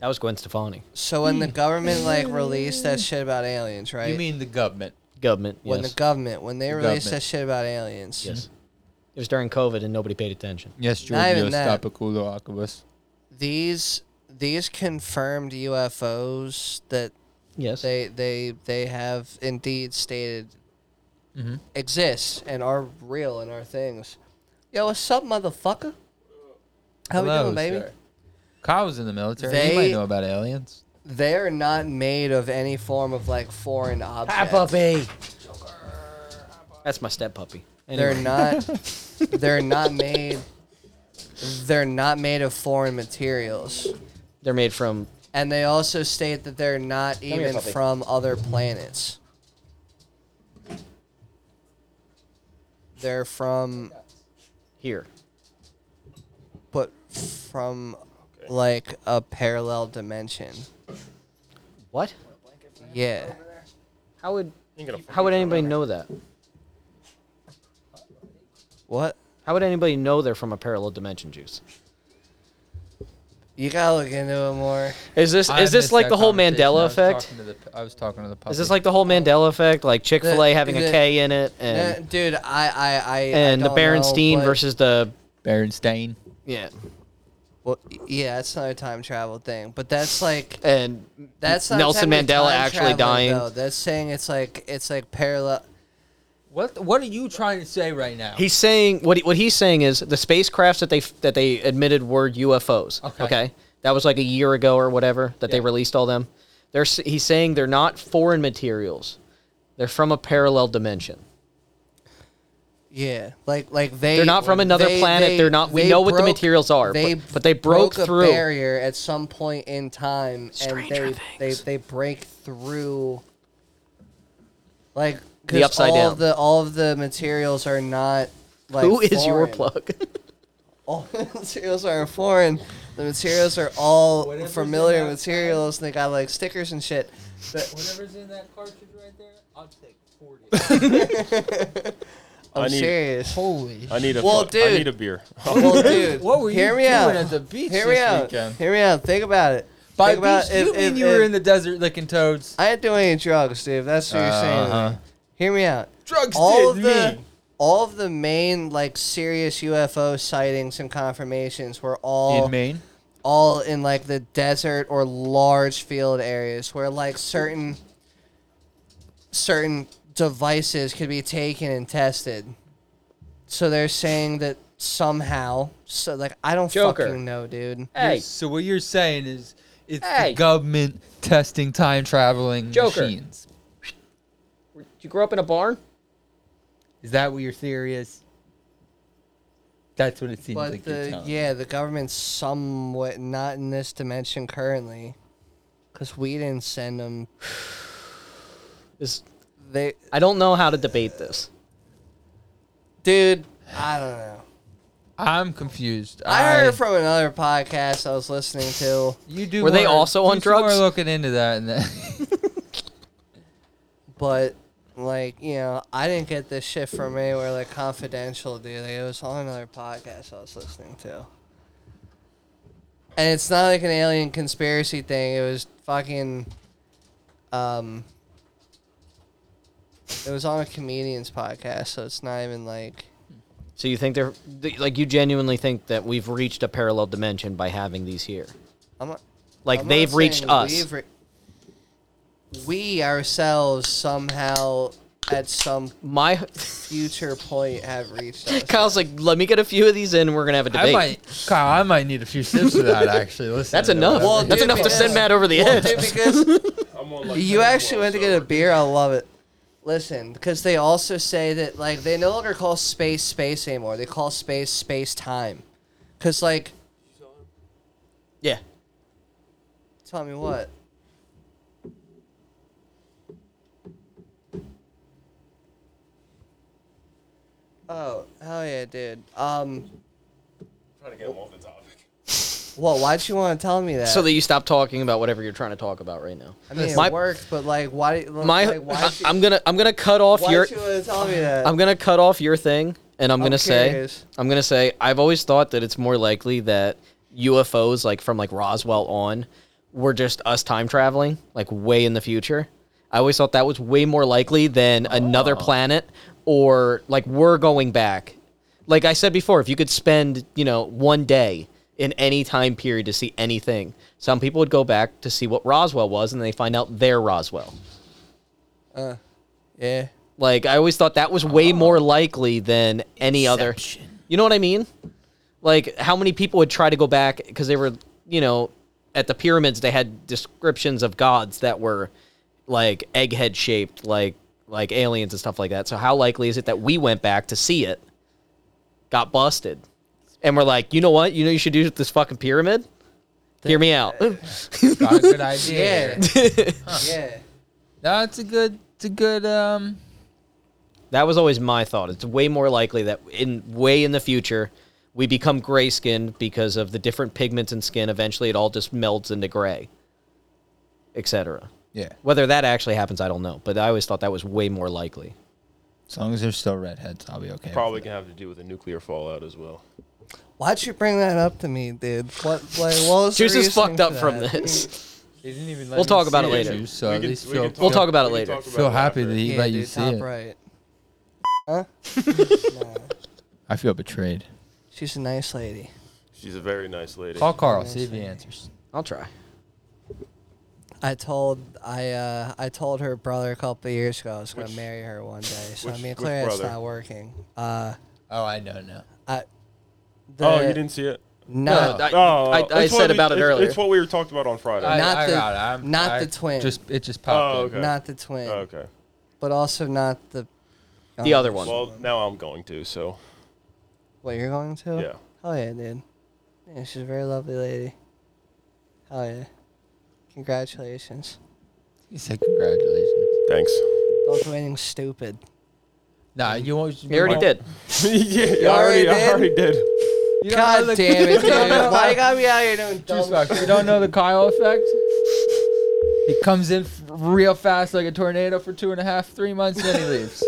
[SPEAKER 3] That was Gwen Stefani.
[SPEAKER 2] So when the government like released that shit about aliens, right?
[SPEAKER 1] You mean the government?
[SPEAKER 3] Government.
[SPEAKER 2] when
[SPEAKER 3] yes.
[SPEAKER 2] the government when they
[SPEAKER 1] The
[SPEAKER 2] released that
[SPEAKER 1] government.
[SPEAKER 2] shit about aliens?
[SPEAKER 3] yes. It was during COVID and nobody paid attention.
[SPEAKER 1] Yes,
[SPEAKER 2] Not even
[SPEAKER 1] Giorgio
[SPEAKER 2] that.
[SPEAKER 1] Stapaculo Aquabus.
[SPEAKER 2] These these confirmed UFOs that
[SPEAKER 3] Yes.
[SPEAKER 2] they they they have indeed stated
[SPEAKER 1] Mm-hmm.
[SPEAKER 2] exist and are real and are things. Yo, what's up, motherfucker? How we doing, baby?
[SPEAKER 1] Kyle was in the military. They,
[SPEAKER 2] They-
[SPEAKER 1] might know about aliens.
[SPEAKER 2] They're not made of any form of like foreign object.
[SPEAKER 3] puppy. That's my step puppy.
[SPEAKER 2] They're
[SPEAKER 3] Anyway,
[SPEAKER 2] not.
[SPEAKER 3] (laughs)
[SPEAKER 2] they're not made. They're not made of foreign materials,
[SPEAKER 3] they're made from.
[SPEAKER 2] and they also state that they're not
[SPEAKER 3] here,
[SPEAKER 2] even
[SPEAKER 3] puppy.
[SPEAKER 2] from other planets. They're from,
[SPEAKER 3] Here.
[SPEAKER 2] but from, like a parallel dimension.
[SPEAKER 3] What?
[SPEAKER 2] Yeah.
[SPEAKER 3] How would
[SPEAKER 8] You can get a
[SPEAKER 3] how would anybody know that?
[SPEAKER 2] What?
[SPEAKER 3] How would anybody know they're from a parallel dimension juice?
[SPEAKER 2] You gotta look into it more.
[SPEAKER 3] Is this
[SPEAKER 1] I
[SPEAKER 3] is this
[SPEAKER 1] missed
[SPEAKER 3] like
[SPEAKER 1] that
[SPEAKER 3] the whole
[SPEAKER 1] conversation.
[SPEAKER 3] Mandela
[SPEAKER 1] I was
[SPEAKER 3] effect?
[SPEAKER 1] talking to the- I was talking to the public.
[SPEAKER 3] Is this like the whole Mandela effect, like Chick Fil A
[SPEAKER 2] The-
[SPEAKER 3] having
[SPEAKER 2] the-
[SPEAKER 3] a K in it, and
[SPEAKER 2] Uh, dude, I, I, I. I
[SPEAKER 3] and the
[SPEAKER 2] don't know,
[SPEAKER 3] Berenstein
[SPEAKER 2] but-
[SPEAKER 3] versus the
[SPEAKER 1] Berenstain?
[SPEAKER 3] yeah,
[SPEAKER 2] Well, yeah, that's not a time travel thing, but that's like.
[SPEAKER 3] and
[SPEAKER 2] That's not
[SPEAKER 3] Nelson
[SPEAKER 2] technically
[SPEAKER 3] Mandela
[SPEAKER 2] time
[SPEAKER 3] actually
[SPEAKER 2] traveling,
[SPEAKER 3] dying.
[SPEAKER 2] Though. That's saying it's like it's like parallel.
[SPEAKER 1] What What are you trying to say right now?
[SPEAKER 3] He's saying what he, what he's saying is the spacecrafts that they that they admitted were UFOs.
[SPEAKER 1] Okay.
[SPEAKER 3] that was like a year ago or whatever that they
[SPEAKER 1] Yeah.
[SPEAKER 3] released all them. They're s- he's saying they're not foreign materials. They're from a parallel dimension.
[SPEAKER 2] Yeah, like like they.
[SPEAKER 3] They're not from another
[SPEAKER 2] they-
[SPEAKER 3] planet.
[SPEAKER 2] they-
[SPEAKER 3] They're not- we
[SPEAKER 2] they
[SPEAKER 3] know what the materials are, but- but they broke
[SPEAKER 2] a
[SPEAKER 3] through.
[SPEAKER 2] barrier at some point in time, and they they they break through. Like 'cause
[SPEAKER 3] upside
[SPEAKER 2] all Of
[SPEAKER 3] down.
[SPEAKER 2] the all of the materials are not. Like
[SPEAKER 3] Who is your
[SPEAKER 2] foreign.
[SPEAKER 3] plug? (laughs)
[SPEAKER 2] All (laughs) the materials are foreign. The materials are all familiar materials, and they got like stickers and shit.
[SPEAKER 1] Whatever's in that cartridge right there, I'll take forty.
[SPEAKER 2] I'm
[SPEAKER 8] I need-
[SPEAKER 1] (laughs)
[SPEAKER 2] serious.
[SPEAKER 1] Holy.
[SPEAKER 8] I need a.
[SPEAKER 2] Well,
[SPEAKER 8] Well, dude. I
[SPEAKER 2] dude.
[SPEAKER 8] need a beer.
[SPEAKER 2] (laughs)
[SPEAKER 8] (laughs)
[SPEAKER 2] Well, dude,
[SPEAKER 1] What were you
[SPEAKER 2] hear me
[SPEAKER 1] doing
[SPEAKER 2] out.
[SPEAKER 1] at the beach
[SPEAKER 2] Hear me
[SPEAKER 1] this
[SPEAKER 2] out.
[SPEAKER 1] weekend?
[SPEAKER 2] Hear me out. Think about it.
[SPEAKER 1] By
[SPEAKER 2] Think about
[SPEAKER 1] beach, you
[SPEAKER 2] if-
[SPEAKER 1] mean
[SPEAKER 2] if-
[SPEAKER 1] you were
[SPEAKER 2] if-
[SPEAKER 1] in the desert licking toads?
[SPEAKER 2] I didn't do any drugs, dude. That's what you're saying. to me.
[SPEAKER 1] Uh-huh.
[SPEAKER 2] Hear me out.
[SPEAKER 1] Drugs
[SPEAKER 2] All of
[SPEAKER 1] did
[SPEAKER 2] the
[SPEAKER 1] me.
[SPEAKER 2] all of the main like serious UFO sightings and confirmations were all
[SPEAKER 1] In Maine.
[SPEAKER 2] all in like the desert or large field areas where like certain certain devices could be taken and tested. So they're saying that somehow, so like I don't
[SPEAKER 3] Joker.
[SPEAKER 2] fucking know, dude.
[SPEAKER 3] hey,
[SPEAKER 1] So what you're saying is it's
[SPEAKER 3] Hey.
[SPEAKER 1] the government testing time traveling
[SPEAKER 3] Joker.
[SPEAKER 1] machines.
[SPEAKER 3] did you grow up in a barn?
[SPEAKER 1] Is that what your theory is? That's what it seems
[SPEAKER 2] But
[SPEAKER 1] like. you're
[SPEAKER 2] the
[SPEAKER 1] telling me.
[SPEAKER 2] yeah, the government's somewhat not in this dimension currently, because we didn't send them.
[SPEAKER 3] This,
[SPEAKER 2] They,
[SPEAKER 3] I don't know how to debate this.
[SPEAKER 2] dude, I don't know.
[SPEAKER 1] I'm confused.
[SPEAKER 2] I heard it from another podcast I was listening to,
[SPEAKER 1] You do.
[SPEAKER 3] Were they
[SPEAKER 1] more-
[SPEAKER 3] also on
[SPEAKER 1] you some more
[SPEAKER 3] drugs?
[SPEAKER 1] looking into that, and (laughs) that.
[SPEAKER 2] but like you know, I didn't get this shit from anywhere like confidential, dude. Like, it was on another podcast I was listening to, and it's not like an alien conspiracy thing. It was fucking, um, it was on a comedian's podcast, so it's not even like.
[SPEAKER 3] So you think they're th- like you genuinely think that we've reached a parallel dimension by having these here?
[SPEAKER 2] I'm not,
[SPEAKER 3] Like
[SPEAKER 2] I'm not
[SPEAKER 3] they've reached
[SPEAKER 2] saying
[SPEAKER 3] us.
[SPEAKER 2] we've re- we ourselves somehow at some
[SPEAKER 3] My (laughs)
[SPEAKER 2] future point have reached us.
[SPEAKER 3] Kyle's like, let me get a few of these in. We're gonna have a
[SPEAKER 1] I
[SPEAKER 3] debate.
[SPEAKER 1] might, Kyle. I might need a few sips of that. Actually, listen.
[SPEAKER 3] That's enough.
[SPEAKER 2] Well,
[SPEAKER 3] That's
[SPEAKER 2] dude,
[SPEAKER 3] enough to
[SPEAKER 2] because-
[SPEAKER 3] send Matt over the
[SPEAKER 2] Well,
[SPEAKER 3] edge.
[SPEAKER 2] dude, because
[SPEAKER 8] I'm on like
[SPEAKER 2] you actually went to get a
[SPEAKER 8] sober.
[SPEAKER 2] beer. I love it. Listen, because they also say that like they no longer call space space anymore. They call space space time. Cause like,
[SPEAKER 3] yeah.
[SPEAKER 2] tell me what. Oh, did. Um. Well, why'd you want to tell me that?
[SPEAKER 3] So that you stop talking about whatever you're trying to talk about right now.
[SPEAKER 2] I mean,
[SPEAKER 3] my
[SPEAKER 2] it worked, but like, why? Like,
[SPEAKER 3] my
[SPEAKER 2] why?
[SPEAKER 3] I, am gonna I'm gonna cut off
[SPEAKER 2] Why
[SPEAKER 3] your
[SPEAKER 2] you want to tell me that?
[SPEAKER 3] I'm gonna cut off your thing, and I'm gonna say
[SPEAKER 2] curious.
[SPEAKER 3] I'm gonna say I've always thought that it's more likely that UFOs, like from like Roswell on, were just us time traveling, like way in the future. I always thought that was way more likely than
[SPEAKER 2] Oh.
[SPEAKER 3] another planet or like we're going back. Like I said before, if you could spend you know one day in any time period to see anything, some people would go back to see what Roswell was, and they find out their Roswell.
[SPEAKER 2] yeah.
[SPEAKER 3] Like I always thought that was way more likely than any other. You know what I mean? Like how many people would try to go back because they were, you know, at the pyramids they had descriptions of gods that were like egghead shaped, like like aliens and stuff like that. So how likely is it that we went back to see it, got busted, and we're like, you know what? You know you should do with this fucking pyramid. Hear me out.
[SPEAKER 1] Not a
[SPEAKER 2] (laughs)
[SPEAKER 1] good idea.
[SPEAKER 2] Yeah. Yeah.
[SPEAKER 1] No, it's a good. It's a good. Um.
[SPEAKER 3] That was always my thought. It's way more likely that in way in the future we become gray skinned because of the different pigments in skin. Eventually, it all just melds into gray, etc.
[SPEAKER 1] Yeah.
[SPEAKER 3] Whether that actually happens, I don't know. But I always thought that was way more likely.
[SPEAKER 1] As long as they're still redheads, I'll be okay.
[SPEAKER 8] Probably gonna have to do with a nuclear fallout as well.
[SPEAKER 2] Why'd you bring that up to me, dude? What? Like, what was the
[SPEAKER 3] Juice is
[SPEAKER 2] reasoning
[SPEAKER 3] fucked up
[SPEAKER 2] for
[SPEAKER 3] from
[SPEAKER 2] that?
[SPEAKER 3] (laughs) this.
[SPEAKER 1] They didn't even let
[SPEAKER 3] We'll
[SPEAKER 1] me
[SPEAKER 3] talk about
[SPEAKER 1] see
[SPEAKER 3] it later.
[SPEAKER 1] Juice, so at least feel,
[SPEAKER 3] We'll talk about it later.
[SPEAKER 1] feel happy that he
[SPEAKER 2] Yeah,
[SPEAKER 1] let
[SPEAKER 2] dude,
[SPEAKER 1] you see
[SPEAKER 2] top
[SPEAKER 1] it.
[SPEAKER 2] right.
[SPEAKER 1] I feel betrayed.
[SPEAKER 2] She's a nice lady.
[SPEAKER 8] She's a very nice lady.
[SPEAKER 1] Call Carl. See if he answers.
[SPEAKER 3] I'll try.
[SPEAKER 2] I told I uh, I told her brother a couple of years ago I was gonna marry her one day. So I
[SPEAKER 8] which-
[SPEAKER 2] mean,
[SPEAKER 8] which
[SPEAKER 2] clearly it's
[SPEAKER 8] brother?
[SPEAKER 2] not working. Uh,
[SPEAKER 1] Oh, I know. No.
[SPEAKER 2] I. The,
[SPEAKER 8] oh, you didn't see it?
[SPEAKER 2] Not,
[SPEAKER 3] I,
[SPEAKER 8] Oh,
[SPEAKER 3] I, I
[SPEAKER 8] it's what
[SPEAKER 3] said
[SPEAKER 8] we-
[SPEAKER 3] about it
[SPEAKER 8] it's-
[SPEAKER 3] earlier.
[SPEAKER 8] It's what we were talked about on Friday.
[SPEAKER 1] I-
[SPEAKER 2] Not
[SPEAKER 1] I
[SPEAKER 2] the-
[SPEAKER 1] got it. I'm-
[SPEAKER 2] not
[SPEAKER 1] I
[SPEAKER 2] the twin.
[SPEAKER 1] Just it just popped.
[SPEAKER 8] Oh,
[SPEAKER 1] in.
[SPEAKER 8] okay.
[SPEAKER 2] not the twin,
[SPEAKER 8] Oh, okay.
[SPEAKER 2] but also not the. um,
[SPEAKER 3] the other one.
[SPEAKER 8] Well, now I'm going to. So
[SPEAKER 2] What you're going to?
[SPEAKER 8] yeah,
[SPEAKER 2] Oh yeah, dude. Yeah, she's a very lovely lady. Hell yeah. Congratulations.
[SPEAKER 1] He said congratulations.
[SPEAKER 8] thanks.
[SPEAKER 2] Don't do anything stupid.
[SPEAKER 1] Nah, you won't.
[SPEAKER 3] you already did.
[SPEAKER 8] yeah, I
[SPEAKER 2] already
[SPEAKER 8] already, I already did.
[SPEAKER 1] You don't know
[SPEAKER 2] God
[SPEAKER 1] the-
[SPEAKER 2] damn it, dude. Why you got me out here doing dumb
[SPEAKER 1] Juice box. You don't know the Kyle effect. He comes in f- real fast like a tornado for two and a half, three months, and then he (laughs) leaves.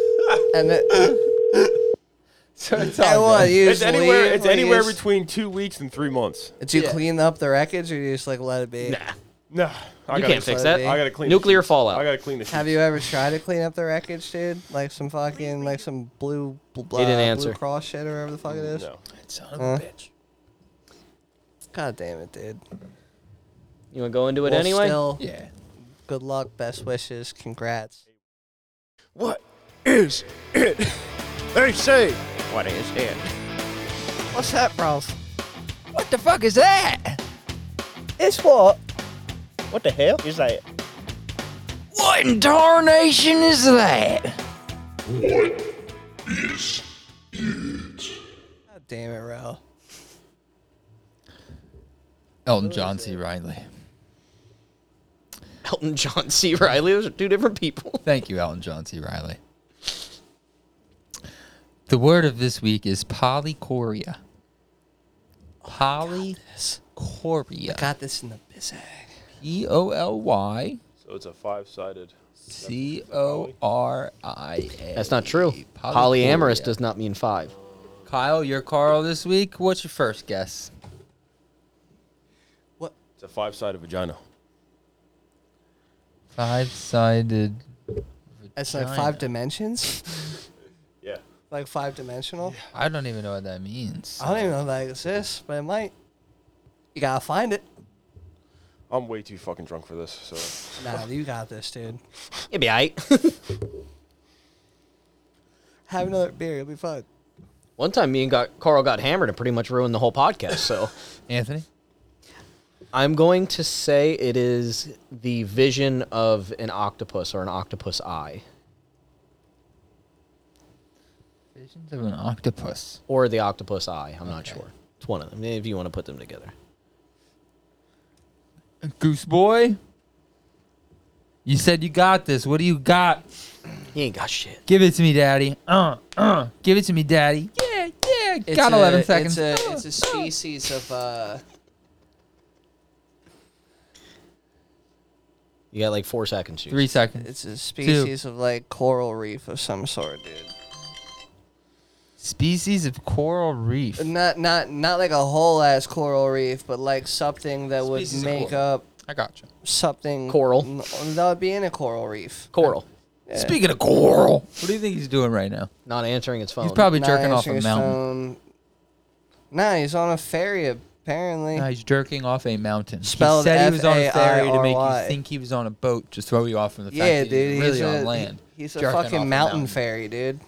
[SPEAKER 2] And it,
[SPEAKER 1] So it's
[SPEAKER 2] and
[SPEAKER 1] all
[SPEAKER 2] what,
[SPEAKER 1] good.
[SPEAKER 2] you
[SPEAKER 8] It's
[SPEAKER 2] just
[SPEAKER 8] anywhere.
[SPEAKER 2] leave?
[SPEAKER 8] It's
[SPEAKER 2] Like, you
[SPEAKER 8] anywhere
[SPEAKER 2] just-
[SPEAKER 8] between two weeks and three months.
[SPEAKER 2] Do you
[SPEAKER 1] Yeah.
[SPEAKER 2] clean up the wreckage or do you just like let it be?
[SPEAKER 8] No, I
[SPEAKER 3] You
[SPEAKER 8] gotta
[SPEAKER 3] can't fix
[SPEAKER 2] let
[SPEAKER 3] that.
[SPEAKER 2] it
[SPEAKER 8] I gotta clean. the
[SPEAKER 3] Nuclear
[SPEAKER 8] sheets.
[SPEAKER 3] fallout.
[SPEAKER 8] I gotta clean the.
[SPEAKER 2] Have
[SPEAKER 8] sheets.
[SPEAKER 2] you ever tried to clean up the wreckage, dude? Like some fucking like some blue bl- uh,
[SPEAKER 3] didn't
[SPEAKER 2] blue
[SPEAKER 3] answer.
[SPEAKER 2] cross shit or whatever the fuck it is.
[SPEAKER 8] No.
[SPEAKER 1] Son of a bitch.
[SPEAKER 2] God damn it, dude.
[SPEAKER 3] You want to go into it
[SPEAKER 2] Well,
[SPEAKER 3] anyway?
[SPEAKER 2] still,
[SPEAKER 1] Yeah.
[SPEAKER 2] good luck, best wishes, congrats.
[SPEAKER 5] What is it? They say.
[SPEAKER 4] What is it?
[SPEAKER 2] What's that, bros?
[SPEAKER 1] What the fuck is that?
[SPEAKER 2] It's what?
[SPEAKER 4] What the hell is that?
[SPEAKER 1] What in tarnation is that?
[SPEAKER 2] God damn it, Ro.
[SPEAKER 1] Elton John C. Riley.
[SPEAKER 3] Elton John, C. Riley. Those are two different people.
[SPEAKER 1] Thank you, Elton John C. Riley. The word of this week is polychoria. Oh, Polychoria.
[SPEAKER 2] Got this in the bizag.
[SPEAKER 1] P E O L Y
[SPEAKER 8] So it's a five-sided.
[SPEAKER 1] C O R I A.
[SPEAKER 3] That's not true. Polyamorous does not mean five.
[SPEAKER 1] Kyle, you're Carl this week. What's your first guess?
[SPEAKER 2] What?
[SPEAKER 8] It's a five-sided vagina.
[SPEAKER 1] Five sided.
[SPEAKER 2] It's like five dimensions? (laughs)
[SPEAKER 8] Yeah.
[SPEAKER 2] like five dimensional?
[SPEAKER 1] I don't even know what that means.
[SPEAKER 2] I don't even know if that exists, but it might. You gotta find it.
[SPEAKER 8] I'm way too fucking drunk for this. So
[SPEAKER 2] Nah, you got this, dude.
[SPEAKER 3] It'd be aight.
[SPEAKER 2] Have another beer, it'll be fun.
[SPEAKER 3] One time, me and got, Carl got hammered and pretty much ruined the whole podcast. So (laughs)
[SPEAKER 1] Anthony?
[SPEAKER 3] I'm going to say it is the vision of an octopus or an octopus eye,
[SPEAKER 1] Visions of an octopus.
[SPEAKER 3] or the octopus eye. I'm not sure. It's one of them. If you want to put them together,
[SPEAKER 1] Goose boy? You said you got this. What do you got?
[SPEAKER 3] you ain't got shit.
[SPEAKER 1] Give it to me, daddy. Uh, uh. Give it to me, daddy. Yeah, yeah, Hey,
[SPEAKER 2] It's
[SPEAKER 1] got
[SPEAKER 2] a,
[SPEAKER 1] 11 seconds.
[SPEAKER 2] It's
[SPEAKER 1] (laughs)
[SPEAKER 2] a, it's a species of uh.
[SPEAKER 3] You got like four seconds. Hughes.
[SPEAKER 1] Three seconds.
[SPEAKER 2] It's a species of like coral reef of some sort, dude.
[SPEAKER 1] Species of coral reef.
[SPEAKER 2] Not not not like a whole ass coral reef, but like something that would
[SPEAKER 1] Species of
[SPEAKER 2] make
[SPEAKER 1] coral.
[SPEAKER 2] up
[SPEAKER 1] I gotcha.
[SPEAKER 2] something
[SPEAKER 3] Coral.
[SPEAKER 2] n- that would be in a coral reef.
[SPEAKER 3] Coral
[SPEAKER 1] Speaking of coral, what do you think he's doing right now?
[SPEAKER 3] not answering
[SPEAKER 2] Oh,
[SPEAKER 3] its phone.
[SPEAKER 1] He's probably
[SPEAKER 2] Not
[SPEAKER 1] jerking off a
[SPEAKER 2] answering his
[SPEAKER 1] mountain.
[SPEAKER 2] phone. Nah, he's on a ferry apparently.
[SPEAKER 1] No, he's jerking off a mountain.
[SPEAKER 2] Spelled
[SPEAKER 1] he said he was on a ferry to make
[SPEAKER 2] F.A.I.R.Y..
[SPEAKER 1] you think he was on a boat to throw you off from the fact
[SPEAKER 2] yeah,
[SPEAKER 1] that he was
[SPEAKER 2] dude.
[SPEAKER 1] really
[SPEAKER 2] He's a,
[SPEAKER 1] on land.
[SPEAKER 2] he- he's a
[SPEAKER 1] jerking off
[SPEAKER 2] fucking mountain, fairy, dude.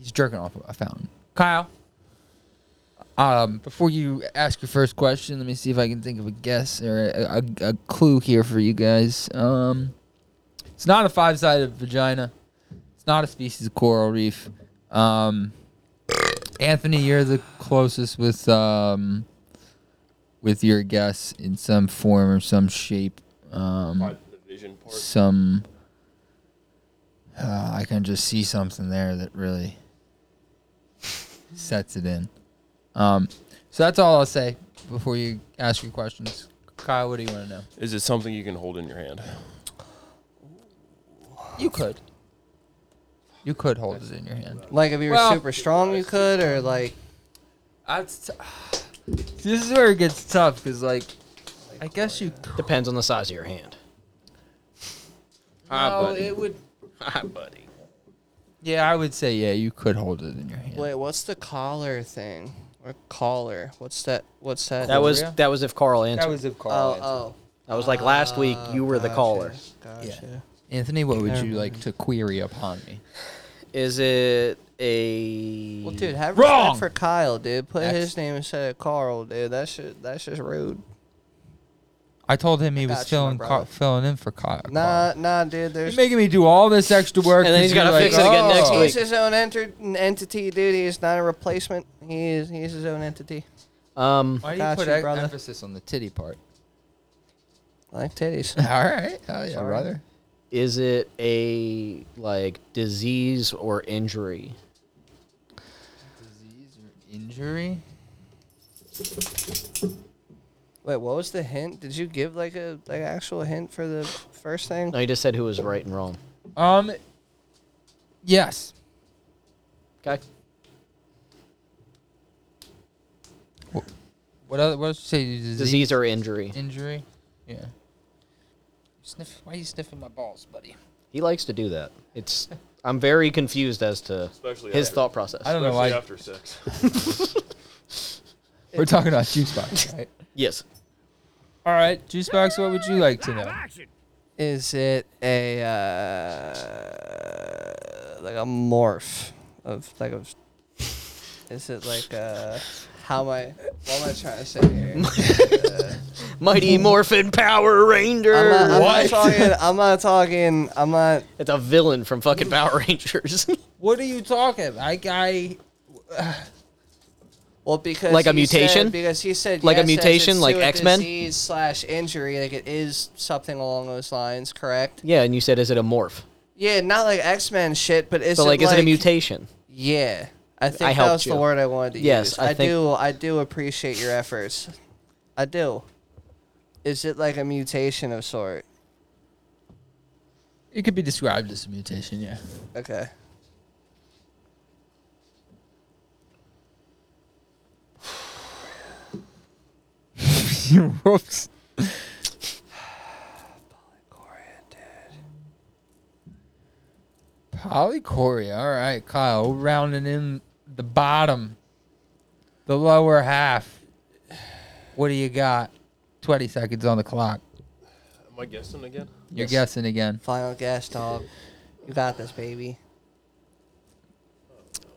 [SPEAKER 1] He's jerking off a fountain. Kyle, um, before you ask your first question, let me see if I can think of a guess or a, a, a clue here for you guys. Um, it's not a five-sided vagina. It's not a species of coral reef. Um, Anthony, you're the closest with um, with your guess in some form or some shape. Um,
[SPEAKER 8] the vision part.
[SPEAKER 1] some uh, I can just see something there that really sets it in. Um, so that's all I'll say before you ask your questions. Kyle, what do you want to know?
[SPEAKER 8] Is it something you can hold in your hand?
[SPEAKER 1] You could. You could hold it in your hand.
[SPEAKER 2] Like if you were
[SPEAKER 1] Well-
[SPEAKER 2] super strong, you could, or like
[SPEAKER 1] That's t- (sighs) this is where it gets tough because, like, I guess you. Could.
[SPEAKER 3] depends on the size of your hand.
[SPEAKER 1] No, Oh, it would.
[SPEAKER 3] Ah, buddy.
[SPEAKER 1] Yeah, I would say yeah, you could hold it in your hand.
[SPEAKER 2] wait, what's the collar thing? Or collar? What's that? What's that?
[SPEAKER 3] That was
[SPEAKER 1] yeah.
[SPEAKER 3] that was if Carl answered.
[SPEAKER 1] that was if Carl.
[SPEAKER 2] oh
[SPEAKER 1] answered.
[SPEAKER 2] oh.
[SPEAKER 3] That was like last week. You were the caller.
[SPEAKER 2] Gotcha.
[SPEAKER 1] Anthony, what would
[SPEAKER 2] Never
[SPEAKER 1] you like to query upon me?
[SPEAKER 3] Is it a?
[SPEAKER 2] Well, dude, have
[SPEAKER 1] Wrong!
[SPEAKER 2] respect for Kyle, dude. Put
[SPEAKER 1] Ex-
[SPEAKER 2] his name instead of Carl, dude. That's just, that's just rude.
[SPEAKER 1] I told him he was
[SPEAKER 2] Gotcha, my
[SPEAKER 1] filling
[SPEAKER 2] brother.
[SPEAKER 1] co- filling in for Kyle.
[SPEAKER 2] Nah, nah, dude.
[SPEAKER 1] You're
[SPEAKER 2] There's
[SPEAKER 1] making me do all this extra work.
[SPEAKER 3] And then he's
[SPEAKER 1] 'cause
[SPEAKER 3] gotta
[SPEAKER 1] you're
[SPEAKER 3] fix it again next
[SPEAKER 1] "Oh."
[SPEAKER 2] he's
[SPEAKER 3] week.
[SPEAKER 2] his own enter- entity, dude. He's not a replacement. He is he's his own entity.
[SPEAKER 3] um.
[SPEAKER 1] Why do you
[SPEAKER 2] Gotcha,
[SPEAKER 1] put e-
[SPEAKER 2] brother.
[SPEAKER 1] emphasis on the titty part?
[SPEAKER 2] I like
[SPEAKER 1] (laughs)
[SPEAKER 2] titties.
[SPEAKER 1] all right. Oh, yeah,
[SPEAKER 2] Sorry.
[SPEAKER 1] brother.
[SPEAKER 3] Is it a like disease or injury?
[SPEAKER 1] Disease or injury?
[SPEAKER 2] Wait, what was the hint? Did you give like a like actual hint for the first thing?
[SPEAKER 3] No, you just said who was right and wrong.
[SPEAKER 1] Um. Yes.
[SPEAKER 3] Okay.
[SPEAKER 1] What other? What else you say? Disease,
[SPEAKER 3] Disease or injury.
[SPEAKER 1] injury? Yeah. Sniff. Why are you sniffing my balls, buddy?
[SPEAKER 3] He likes to do that. It's. I'm very confused as to
[SPEAKER 8] Especially
[SPEAKER 3] his
[SPEAKER 8] after-
[SPEAKER 3] thought process.
[SPEAKER 1] I don't know why.
[SPEAKER 8] after sex.
[SPEAKER 1] We're talking about juice box, right?
[SPEAKER 3] Yes.
[SPEAKER 1] All right, juice box. What would you like to know?
[SPEAKER 2] Is it a uh, like a morph of like a? Is it like uh How am I? What am I trying to say here?
[SPEAKER 3] Mighty Morphin Power Ranger.
[SPEAKER 2] Mm-hmm. I'm not, I'm
[SPEAKER 3] What?
[SPEAKER 2] not talking. I'm not talking. I'm not.
[SPEAKER 3] It's a villain from fucking (laughs) Power Rangers.
[SPEAKER 1] What are you talking? I, I
[SPEAKER 2] Well, because
[SPEAKER 3] Like a
[SPEAKER 2] he said-
[SPEAKER 3] mutation?
[SPEAKER 2] because he said
[SPEAKER 3] Like a
[SPEAKER 2] yes, as
[SPEAKER 3] mutation,
[SPEAKER 2] it's
[SPEAKER 3] like
[SPEAKER 2] to a
[SPEAKER 3] X-Men?
[SPEAKER 2] disease slash injury. Like it is something along those lines, correct?
[SPEAKER 3] yeah, and you said, is it a morph?
[SPEAKER 2] Yeah, not like X Men shit, but is
[SPEAKER 3] So,
[SPEAKER 2] it
[SPEAKER 3] like, is it a
[SPEAKER 2] like-
[SPEAKER 3] mutation?
[SPEAKER 2] Yeah, I think that
[SPEAKER 3] helped
[SPEAKER 2] was the
[SPEAKER 3] you.
[SPEAKER 2] word I wanted to
[SPEAKER 3] Yes,
[SPEAKER 2] use.
[SPEAKER 3] I
[SPEAKER 2] I,
[SPEAKER 3] think-
[SPEAKER 2] do. I do appreciate your efforts. I do. Is it like a mutation of sort?
[SPEAKER 1] It could be described as a mutation. Yeah.
[SPEAKER 2] Okay.
[SPEAKER 1] Whoops. Polychoria. All right, Kyle, rounding in the bottom, the lower half. What do you got? 20 seconds on the clock.
[SPEAKER 8] Am I guessing again?
[SPEAKER 1] You're guessing again.
[SPEAKER 2] Final guess, dog. You got this, baby.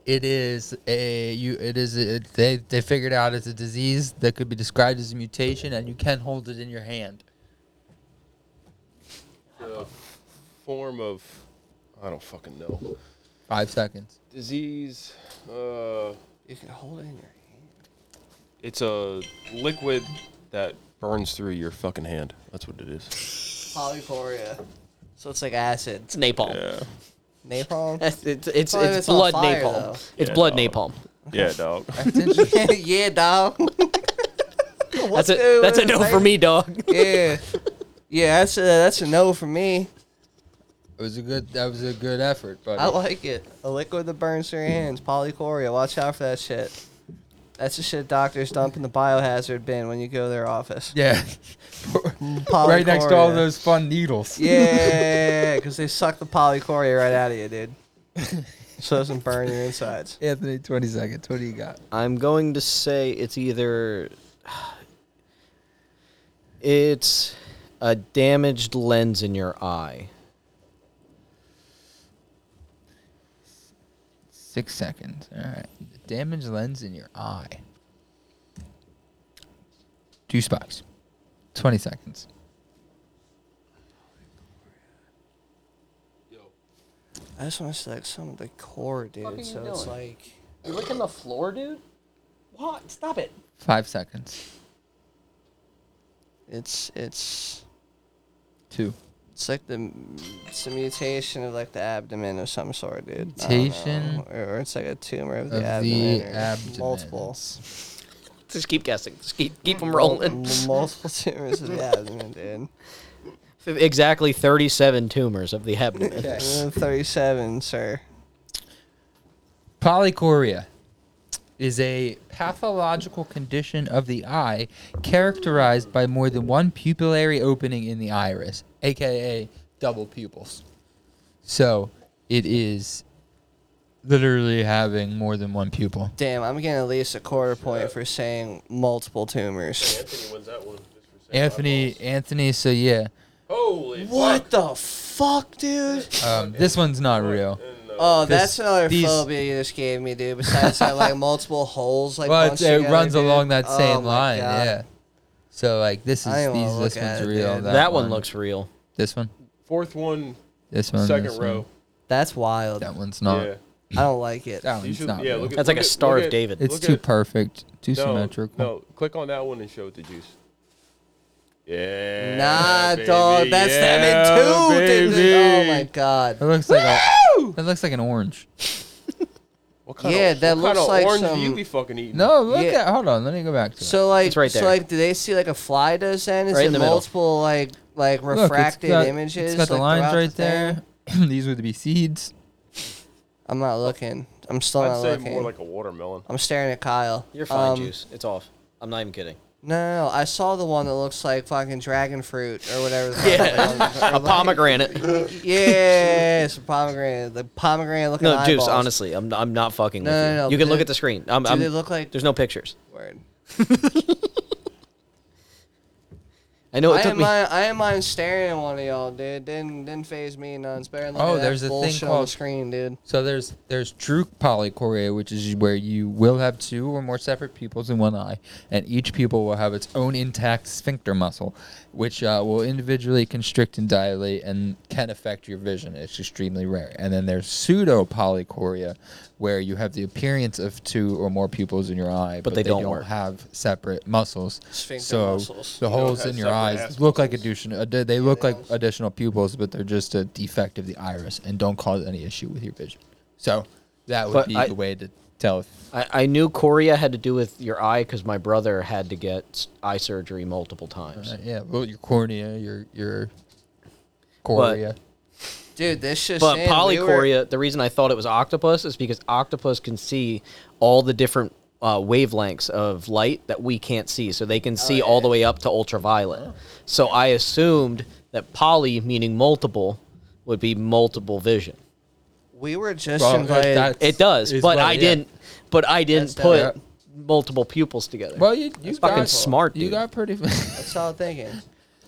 [SPEAKER 1] It is a you. It is a, they they figured out it's a disease that could be described as a mutation, and you can hold it in your hand.
[SPEAKER 8] The form of I don't fucking know.
[SPEAKER 1] Five seconds.
[SPEAKER 8] Disease. Uh,
[SPEAKER 2] You can hold it in your hand.
[SPEAKER 8] it's a liquid that burns through your fucking hand. That's what it is.
[SPEAKER 2] Polyphoria. So it's like acid.
[SPEAKER 3] It's napalm.
[SPEAKER 2] Napalm.
[SPEAKER 3] It's, it's, it's,
[SPEAKER 2] Well, if it's on
[SPEAKER 3] blood
[SPEAKER 2] fire,
[SPEAKER 3] napalm.
[SPEAKER 2] though.
[SPEAKER 3] It's
[SPEAKER 8] Yeah,
[SPEAKER 3] blood
[SPEAKER 8] no.
[SPEAKER 3] napalm.
[SPEAKER 8] (laughs) Yeah, dog.
[SPEAKER 2] (laughs) yeah, dog. (laughs)
[SPEAKER 3] That's a that's a no for me, dog.
[SPEAKER 2] Yeah, yeah. That's a, that's a no for me.
[SPEAKER 1] It was a good. That was a good effort, but
[SPEAKER 2] I like it. A liquid that burns your hands. Polychoria. Watch out for that shit. That's the shit doctors dump in the biohazard bin when you go to their office.
[SPEAKER 1] yeah, right next to all
[SPEAKER 2] Polychoria.
[SPEAKER 1] those fun needles.
[SPEAKER 2] Yeah, because they suck the polychoria right out of you, dude.
[SPEAKER 1] (laughs)
[SPEAKER 2] So it doesn't burn your insides.
[SPEAKER 1] (laughs) Anthony, twenty seconds. What do you got?
[SPEAKER 3] I'm going to say it's either it's a damaged lens in your eye.
[SPEAKER 1] Six seconds. All right. Damaged lens in your eye. Two spots. Twenty seconds.
[SPEAKER 2] I just want to select some of the core, dude. So it's like
[SPEAKER 3] You're licking the floor, dude. What? Stop it.
[SPEAKER 1] Five seconds.
[SPEAKER 2] it's it's
[SPEAKER 1] Two.
[SPEAKER 2] it's like the it's a mutation of like the abdomen of some sort, dude. I don't
[SPEAKER 1] Mutation
[SPEAKER 2] know. or, or it's like a tumor of,
[SPEAKER 1] of
[SPEAKER 2] the
[SPEAKER 1] the
[SPEAKER 2] abdomen. or
[SPEAKER 1] abdomen.
[SPEAKER 2] Multiple.
[SPEAKER 3] Just keep guessing. Just keep keep (laughs) them
[SPEAKER 2] Mul-
[SPEAKER 3] rolling.
[SPEAKER 2] (laughs) multiple tumors of the abdomen, dude.
[SPEAKER 3] exactly 37 tumors of the abdomen.
[SPEAKER 2] Uh, Thirty-seven, sir.
[SPEAKER 1] Polychoria is a pathological condition of the eye characterized by more than one pupillary opening in the iris, aka double pupils. So it is literally having more than one pupil.
[SPEAKER 2] Damn, I'm getting at least a quarter point for saying multiple tumors.
[SPEAKER 8] Anthony wins that one.
[SPEAKER 1] Anthony, Anthony, so yeah.
[SPEAKER 8] Holy
[SPEAKER 2] What the fuck, dude?
[SPEAKER 1] Um, this one's not real.
[SPEAKER 2] Oh, that's
[SPEAKER 1] 'Cause
[SPEAKER 2] another
[SPEAKER 1] these-
[SPEAKER 2] phobia you just gave me, dude. Besides
[SPEAKER 1] (laughs)
[SPEAKER 2] that, like multiple holes, like
[SPEAKER 1] Well,
[SPEAKER 2] bunched
[SPEAKER 1] it's- it
[SPEAKER 2] together,
[SPEAKER 1] runs
[SPEAKER 2] dude.
[SPEAKER 1] along that
[SPEAKER 2] Oh
[SPEAKER 1] same
[SPEAKER 2] my
[SPEAKER 1] line,
[SPEAKER 2] God.
[SPEAKER 1] yeah. So like this is
[SPEAKER 2] I don't wanna
[SPEAKER 1] these
[SPEAKER 2] look
[SPEAKER 1] this one's
[SPEAKER 2] at it,
[SPEAKER 1] real.
[SPEAKER 2] dude.
[SPEAKER 1] That,
[SPEAKER 3] (laughs) That one looks real.
[SPEAKER 1] This one.
[SPEAKER 8] Fourth one,
[SPEAKER 1] This one.
[SPEAKER 8] second
[SPEAKER 1] this one.
[SPEAKER 8] row.
[SPEAKER 2] That's wild.
[SPEAKER 1] That one's not.
[SPEAKER 8] Yeah.
[SPEAKER 2] I don't like it.
[SPEAKER 1] That one's
[SPEAKER 8] You should,
[SPEAKER 1] not.
[SPEAKER 8] yeah,
[SPEAKER 1] real.
[SPEAKER 8] look at,
[SPEAKER 3] That's like
[SPEAKER 8] look
[SPEAKER 3] a
[SPEAKER 8] at-
[SPEAKER 3] Star
[SPEAKER 8] look
[SPEAKER 3] of
[SPEAKER 8] at-
[SPEAKER 3] David.
[SPEAKER 1] It's
[SPEAKER 8] look
[SPEAKER 1] too
[SPEAKER 8] at-
[SPEAKER 1] perfect, too
[SPEAKER 8] no,
[SPEAKER 1] symmetrical.
[SPEAKER 8] No, click on that one and show it the juice. Yeah.
[SPEAKER 2] nah,
[SPEAKER 8] baby,
[SPEAKER 2] dog. That's
[SPEAKER 8] yeah,
[SPEAKER 2] them in two. dude.
[SPEAKER 8] baby.
[SPEAKER 2] Oh my
[SPEAKER 1] It
[SPEAKER 2] god.
[SPEAKER 1] looks like a, it looks like an orange.
[SPEAKER 8] What kind
[SPEAKER 2] Yeah,
[SPEAKER 8] of,
[SPEAKER 2] that
[SPEAKER 8] what
[SPEAKER 2] looks
[SPEAKER 8] kind of
[SPEAKER 2] like
[SPEAKER 8] orange
[SPEAKER 2] some-
[SPEAKER 8] do you be fucking eating?
[SPEAKER 1] No, look
[SPEAKER 2] Yeah.
[SPEAKER 1] at. Hold on, let me go back to it.
[SPEAKER 2] So like,
[SPEAKER 3] It's right
[SPEAKER 2] so
[SPEAKER 3] there.
[SPEAKER 2] like, do they see like a fly does then? Is
[SPEAKER 3] Right in
[SPEAKER 2] it
[SPEAKER 3] the middle.
[SPEAKER 2] multiple like like
[SPEAKER 1] Look, it's
[SPEAKER 2] refracted
[SPEAKER 1] got-
[SPEAKER 2] images?
[SPEAKER 1] It's got the
[SPEAKER 2] like,
[SPEAKER 1] lines
[SPEAKER 2] throughout
[SPEAKER 1] right
[SPEAKER 2] the thing?
[SPEAKER 1] there. (clears throat) These would be seeds.
[SPEAKER 2] I'm not looking. I'm still
[SPEAKER 8] I'd
[SPEAKER 2] not
[SPEAKER 8] say
[SPEAKER 2] looking.
[SPEAKER 8] more like a watermelon.
[SPEAKER 2] I'm staring at Kyle.
[SPEAKER 3] You're fine,
[SPEAKER 2] Um,
[SPEAKER 3] Juice. It's off. I'm not even kidding.
[SPEAKER 2] No, no, no, I saw the one that looks like fucking dragon fruit or
[SPEAKER 3] (laughs)
[SPEAKER 2] whatever. The yeah.
[SPEAKER 3] A pomegranate.
[SPEAKER 2] yeah, it's a pomegranate. The pomegranate looking
[SPEAKER 3] No, Juice,
[SPEAKER 2] eyeballs.
[SPEAKER 3] honestly, I'm, I'm not fucking
[SPEAKER 2] No,
[SPEAKER 3] with
[SPEAKER 2] no,
[SPEAKER 3] you.
[SPEAKER 2] no,
[SPEAKER 3] you can
[SPEAKER 2] do-
[SPEAKER 3] look at the screen. I'm,
[SPEAKER 2] Do
[SPEAKER 3] I'm-
[SPEAKER 2] they look like
[SPEAKER 3] There's no pictures.
[SPEAKER 2] word?
[SPEAKER 3] I know it
[SPEAKER 2] I
[SPEAKER 3] took
[SPEAKER 2] am
[SPEAKER 3] me.
[SPEAKER 2] mine, I am mine staring at one of y'all, dude. Didn't didn't phase me none. It's better than looking
[SPEAKER 1] Oh,
[SPEAKER 2] at that
[SPEAKER 1] there's a thing
[SPEAKER 2] bullshit on the
[SPEAKER 1] called-
[SPEAKER 2] screen, dude.
[SPEAKER 1] So there's there's true polychoria, which is where you will have two or more separate pupils in one eye, and each pupil will have its own intact sphincter muscle, which uh, will individually constrict and dilate and can affect your vision. It's extremely rare. And then there's pseudo polychoria, where you have the appearance of two or more pupils in your eye, but,
[SPEAKER 3] they don't work.
[SPEAKER 1] have separate muscles.
[SPEAKER 2] Sphincter
[SPEAKER 1] so
[SPEAKER 2] muscles.
[SPEAKER 1] the holes
[SPEAKER 8] have
[SPEAKER 1] in your
[SPEAKER 8] separate
[SPEAKER 1] eyes
[SPEAKER 8] ass
[SPEAKER 1] look like additional. Ad- Uh, they look like additional pupils, but they're just a defect of the iris and don't cause any issue with your vision. So that would
[SPEAKER 3] But
[SPEAKER 1] be
[SPEAKER 3] I-
[SPEAKER 1] the way to tell. If,
[SPEAKER 3] I, I knew chorea had to do with your eye because my brother had to get s- eye surgery multiple times.
[SPEAKER 1] uh, yeah, well, your cornea, your your cornea.
[SPEAKER 2] Dude, this just
[SPEAKER 3] But
[SPEAKER 2] in, we were-
[SPEAKER 3] polychoria, the reason I thought it was octopus is because octopus can see all the different uh, wavelengths of light that we can't see. So
[SPEAKER 2] Oh,
[SPEAKER 3] they can see all the way up to ultraviolet. So I assumed that poly, meaning multiple, would be multiple vision.
[SPEAKER 2] we were just
[SPEAKER 1] Well,
[SPEAKER 2] invited.
[SPEAKER 1] that-
[SPEAKER 3] It does,
[SPEAKER 1] Is
[SPEAKER 3] but
[SPEAKER 1] what-
[SPEAKER 3] I
[SPEAKER 1] yeah.
[SPEAKER 3] didn't. But I didn't
[SPEAKER 2] That's
[SPEAKER 3] put
[SPEAKER 1] dope.
[SPEAKER 3] multiple pupils together.
[SPEAKER 1] Well, you, you
[SPEAKER 3] That's
[SPEAKER 1] got,
[SPEAKER 3] fucking smart,
[SPEAKER 1] You
[SPEAKER 3] dude.
[SPEAKER 1] got pretty. (laughs)
[SPEAKER 2] that's all I'm thinking.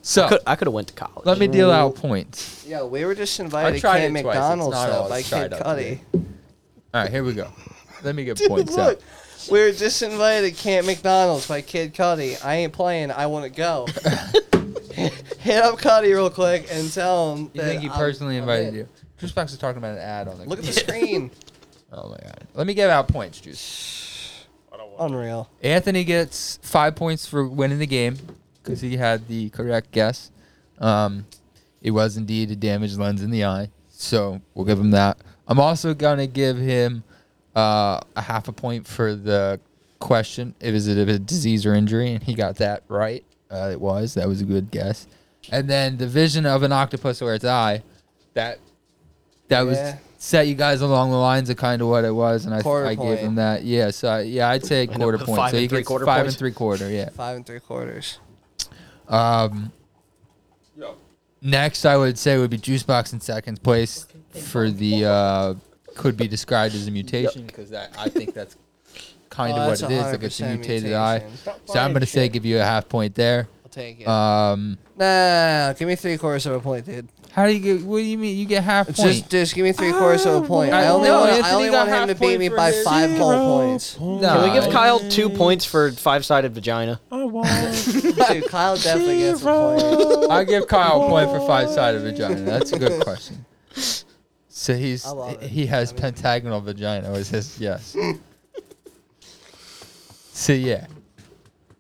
[SPEAKER 1] so
[SPEAKER 3] Could- I could have went to college.
[SPEAKER 1] let me deal out points.
[SPEAKER 2] Yeah, we were just invited to
[SPEAKER 1] tried
[SPEAKER 2] Camp
[SPEAKER 1] it twice. It's
[SPEAKER 2] McDonald's
[SPEAKER 1] not
[SPEAKER 2] though
[SPEAKER 1] all
[SPEAKER 2] by
[SPEAKER 1] it's tried
[SPEAKER 2] Kid
[SPEAKER 1] up,
[SPEAKER 2] Cudi.
[SPEAKER 1] All right, here we go. Let
[SPEAKER 3] (laughs)
[SPEAKER 1] me get points
[SPEAKER 2] Look,
[SPEAKER 1] out.
[SPEAKER 2] (laughs) we were just invited to Camp McDonald's by Kid Cudi. I ain't playing. I want
[SPEAKER 1] (laughs)
[SPEAKER 2] to go. (laughs) Hit up Cudi real quick and tell him.
[SPEAKER 1] You
[SPEAKER 2] that
[SPEAKER 1] think he
[SPEAKER 2] I'm-
[SPEAKER 1] personally
[SPEAKER 2] I'm
[SPEAKER 1] invited
[SPEAKER 2] in.
[SPEAKER 1] you? Juice Box is talking about an ad on the.
[SPEAKER 2] Look at
[SPEAKER 1] (laughs)
[SPEAKER 2] the screen.
[SPEAKER 1] Oh my god. Let me give out points, Juice.
[SPEAKER 2] Unreal.
[SPEAKER 1] Anthony gets five points for winning the game because he had the correct guess. Um, it was indeed a damaged lens in the eye, so we'll give him that. I'm also gonna give him uh, a half a point for the question. It was it a disease or injury, and he got that right. Uh, it was that was a good guess. And then the vision of an octopus or its eye, that that was
[SPEAKER 2] Yeah.
[SPEAKER 1] set you guys along the lines of kind of what it was, and I,
[SPEAKER 2] Quarter
[SPEAKER 1] I gave
[SPEAKER 2] point.
[SPEAKER 1] him that. Yeah, so I, yeah, I'd say quarter
[SPEAKER 3] with
[SPEAKER 1] point.
[SPEAKER 3] five
[SPEAKER 1] so
[SPEAKER 3] and
[SPEAKER 1] he
[SPEAKER 3] three
[SPEAKER 1] gets
[SPEAKER 3] quarter
[SPEAKER 1] five
[SPEAKER 3] points?
[SPEAKER 1] and three quarter. Yeah.
[SPEAKER 2] Five and three quarters.
[SPEAKER 1] Next, I would say would be Juicebox in second place for the uh, could be described as a mutation because that I think that's kind
[SPEAKER 2] Oh,
[SPEAKER 1] of
[SPEAKER 2] that's
[SPEAKER 1] what it is. Like it's a
[SPEAKER 2] 100%
[SPEAKER 1] mutated
[SPEAKER 2] mutation.
[SPEAKER 1] eye.
[SPEAKER 4] Stop
[SPEAKER 1] So I'm
[SPEAKER 4] buying
[SPEAKER 1] gonna say
[SPEAKER 4] shit.
[SPEAKER 1] give you a half point there.
[SPEAKER 2] I'll take it.
[SPEAKER 1] Um,
[SPEAKER 2] Nah, nah, nah, give me three quarters of a point, dude.
[SPEAKER 1] how do you get? What do you mean? You get half point?
[SPEAKER 2] Just, just give me three quarters of a point.
[SPEAKER 1] I
[SPEAKER 2] I only
[SPEAKER 1] know,
[SPEAKER 2] want, I
[SPEAKER 1] Anthony
[SPEAKER 2] only
[SPEAKER 1] got
[SPEAKER 2] want him
[SPEAKER 1] half
[SPEAKER 2] to beat
[SPEAKER 1] point
[SPEAKER 2] me
[SPEAKER 1] for
[SPEAKER 2] by
[SPEAKER 1] his-
[SPEAKER 2] fill points.
[SPEAKER 1] Nah.
[SPEAKER 3] Can we give Kyle two points for five sided vagina?
[SPEAKER 8] Oh,
[SPEAKER 2] Dude, Kyle definitely gets a point.
[SPEAKER 1] I give Kyle a point for five sided vagina. That's a good question. So he's
[SPEAKER 2] I love it.
[SPEAKER 1] he has pentagonal vagina. Was his yes? so yeah.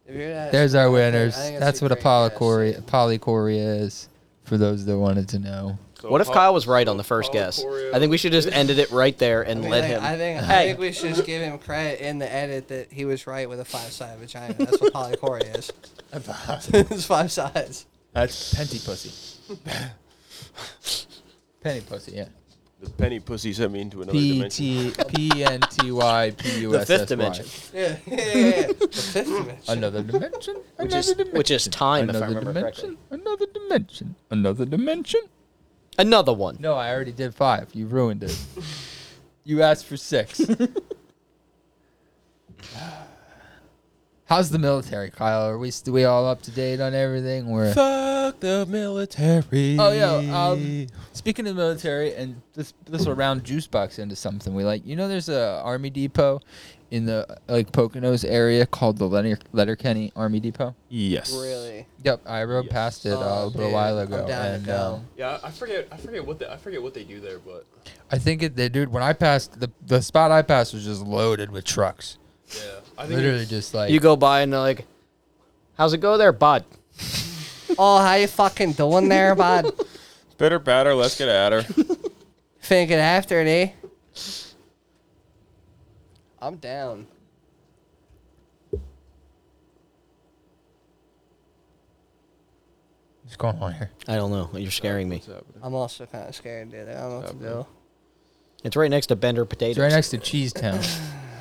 [SPEAKER 2] If you're not-
[SPEAKER 1] There's our winners.
[SPEAKER 2] I think
[SPEAKER 1] That's
[SPEAKER 2] a
[SPEAKER 1] what a
[SPEAKER 2] great
[SPEAKER 1] polychoria,
[SPEAKER 2] guess.
[SPEAKER 1] polychoria is, for those that wanted to
[SPEAKER 8] (laughs)
[SPEAKER 1] know.
[SPEAKER 3] What if
[SPEAKER 8] Oh,
[SPEAKER 3] Kyle was right on the first guess? I think we should just ended it right there and
[SPEAKER 2] I mean,
[SPEAKER 3] let
[SPEAKER 2] like,
[SPEAKER 3] him.
[SPEAKER 2] I think I
[SPEAKER 3] Hey.
[SPEAKER 2] think we should just give him credit in the edit that he was right with a five sided vagina. That's what polychory is. (laughs) it's five sides.
[SPEAKER 1] That's penty pussy. (laughs) penny pussy, yeah.
[SPEAKER 8] The penny pussies sent me into another
[SPEAKER 1] P
[SPEAKER 8] dimension.
[SPEAKER 1] T P E N T Y P U S S Y.
[SPEAKER 3] The fifth dimension.
[SPEAKER 2] Yeah, yeah, yeah. yeah. (laughs) The fifth dimension.
[SPEAKER 1] Another dimension.
[SPEAKER 3] Which
[SPEAKER 1] another
[SPEAKER 3] is,
[SPEAKER 1] dimension.
[SPEAKER 3] which is time, if I
[SPEAKER 1] another
[SPEAKER 3] remember correctly.
[SPEAKER 1] dimension. Another dimension. Another dimension.
[SPEAKER 3] Another one.
[SPEAKER 1] No, I already did five. You ruined it. you asked for six. (laughs) How's the military, Kyle? Are we st- we all up to date on everything? We're
[SPEAKER 8] Fuck the military.
[SPEAKER 1] oh yeah. Um, speaking of the military, and this this will round juice box into something we like. You know, there's a army depot in the like Poconos area called the Letter Letterkenny Army Depot.
[SPEAKER 8] yes.
[SPEAKER 2] Really?
[SPEAKER 1] Yep, I rode
[SPEAKER 8] Yes.
[SPEAKER 1] past it uh,
[SPEAKER 2] Oh,
[SPEAKER 1] a little
[SPEAKER 2] dude,
[SPEAKER 1] while
[SPEAKER 2] I'm
[SPEAKER 1] ago,
[SPEAKER 2] down to
[SPEAKER 1] and
[SPEAKER 2] go.
[SPEAKER 1] um,
[SPEAKER 8] Yeah, I forget. I forget what they. I forget what they do there, but
[SPEAKER 1] I think it, they dude. When I passed the the spot, I passed was just loaded with trucks.
[SPEAKER 8] yeah, I think
[SPEAKER 1] Literally just like
[SPEAKER 3] You go by and they're like, how's it go there, bud?
[SPEAKER 2] Oh, how you fucking doing there, bud?
[SPEAKER 8] better batter. Let's get at
[SPEAKER 1] (laughs)
[SPEAKER 8] her.
[SPEAKER 2] Finna get after it, eh? I'm down.
[SPEAKER 1] what's going on here?
[SPEAKER 3] I don't know. You're scaring me.
[SPEAKER 2] I'm also kind of scared, dude. I don't know what to do.
[SPEAKER 3] It's right next to Bender
[SPEAKER 1] It's
[SPEAKER 3] Potatoes.
[SPEAKER 1] right next to Cheesetown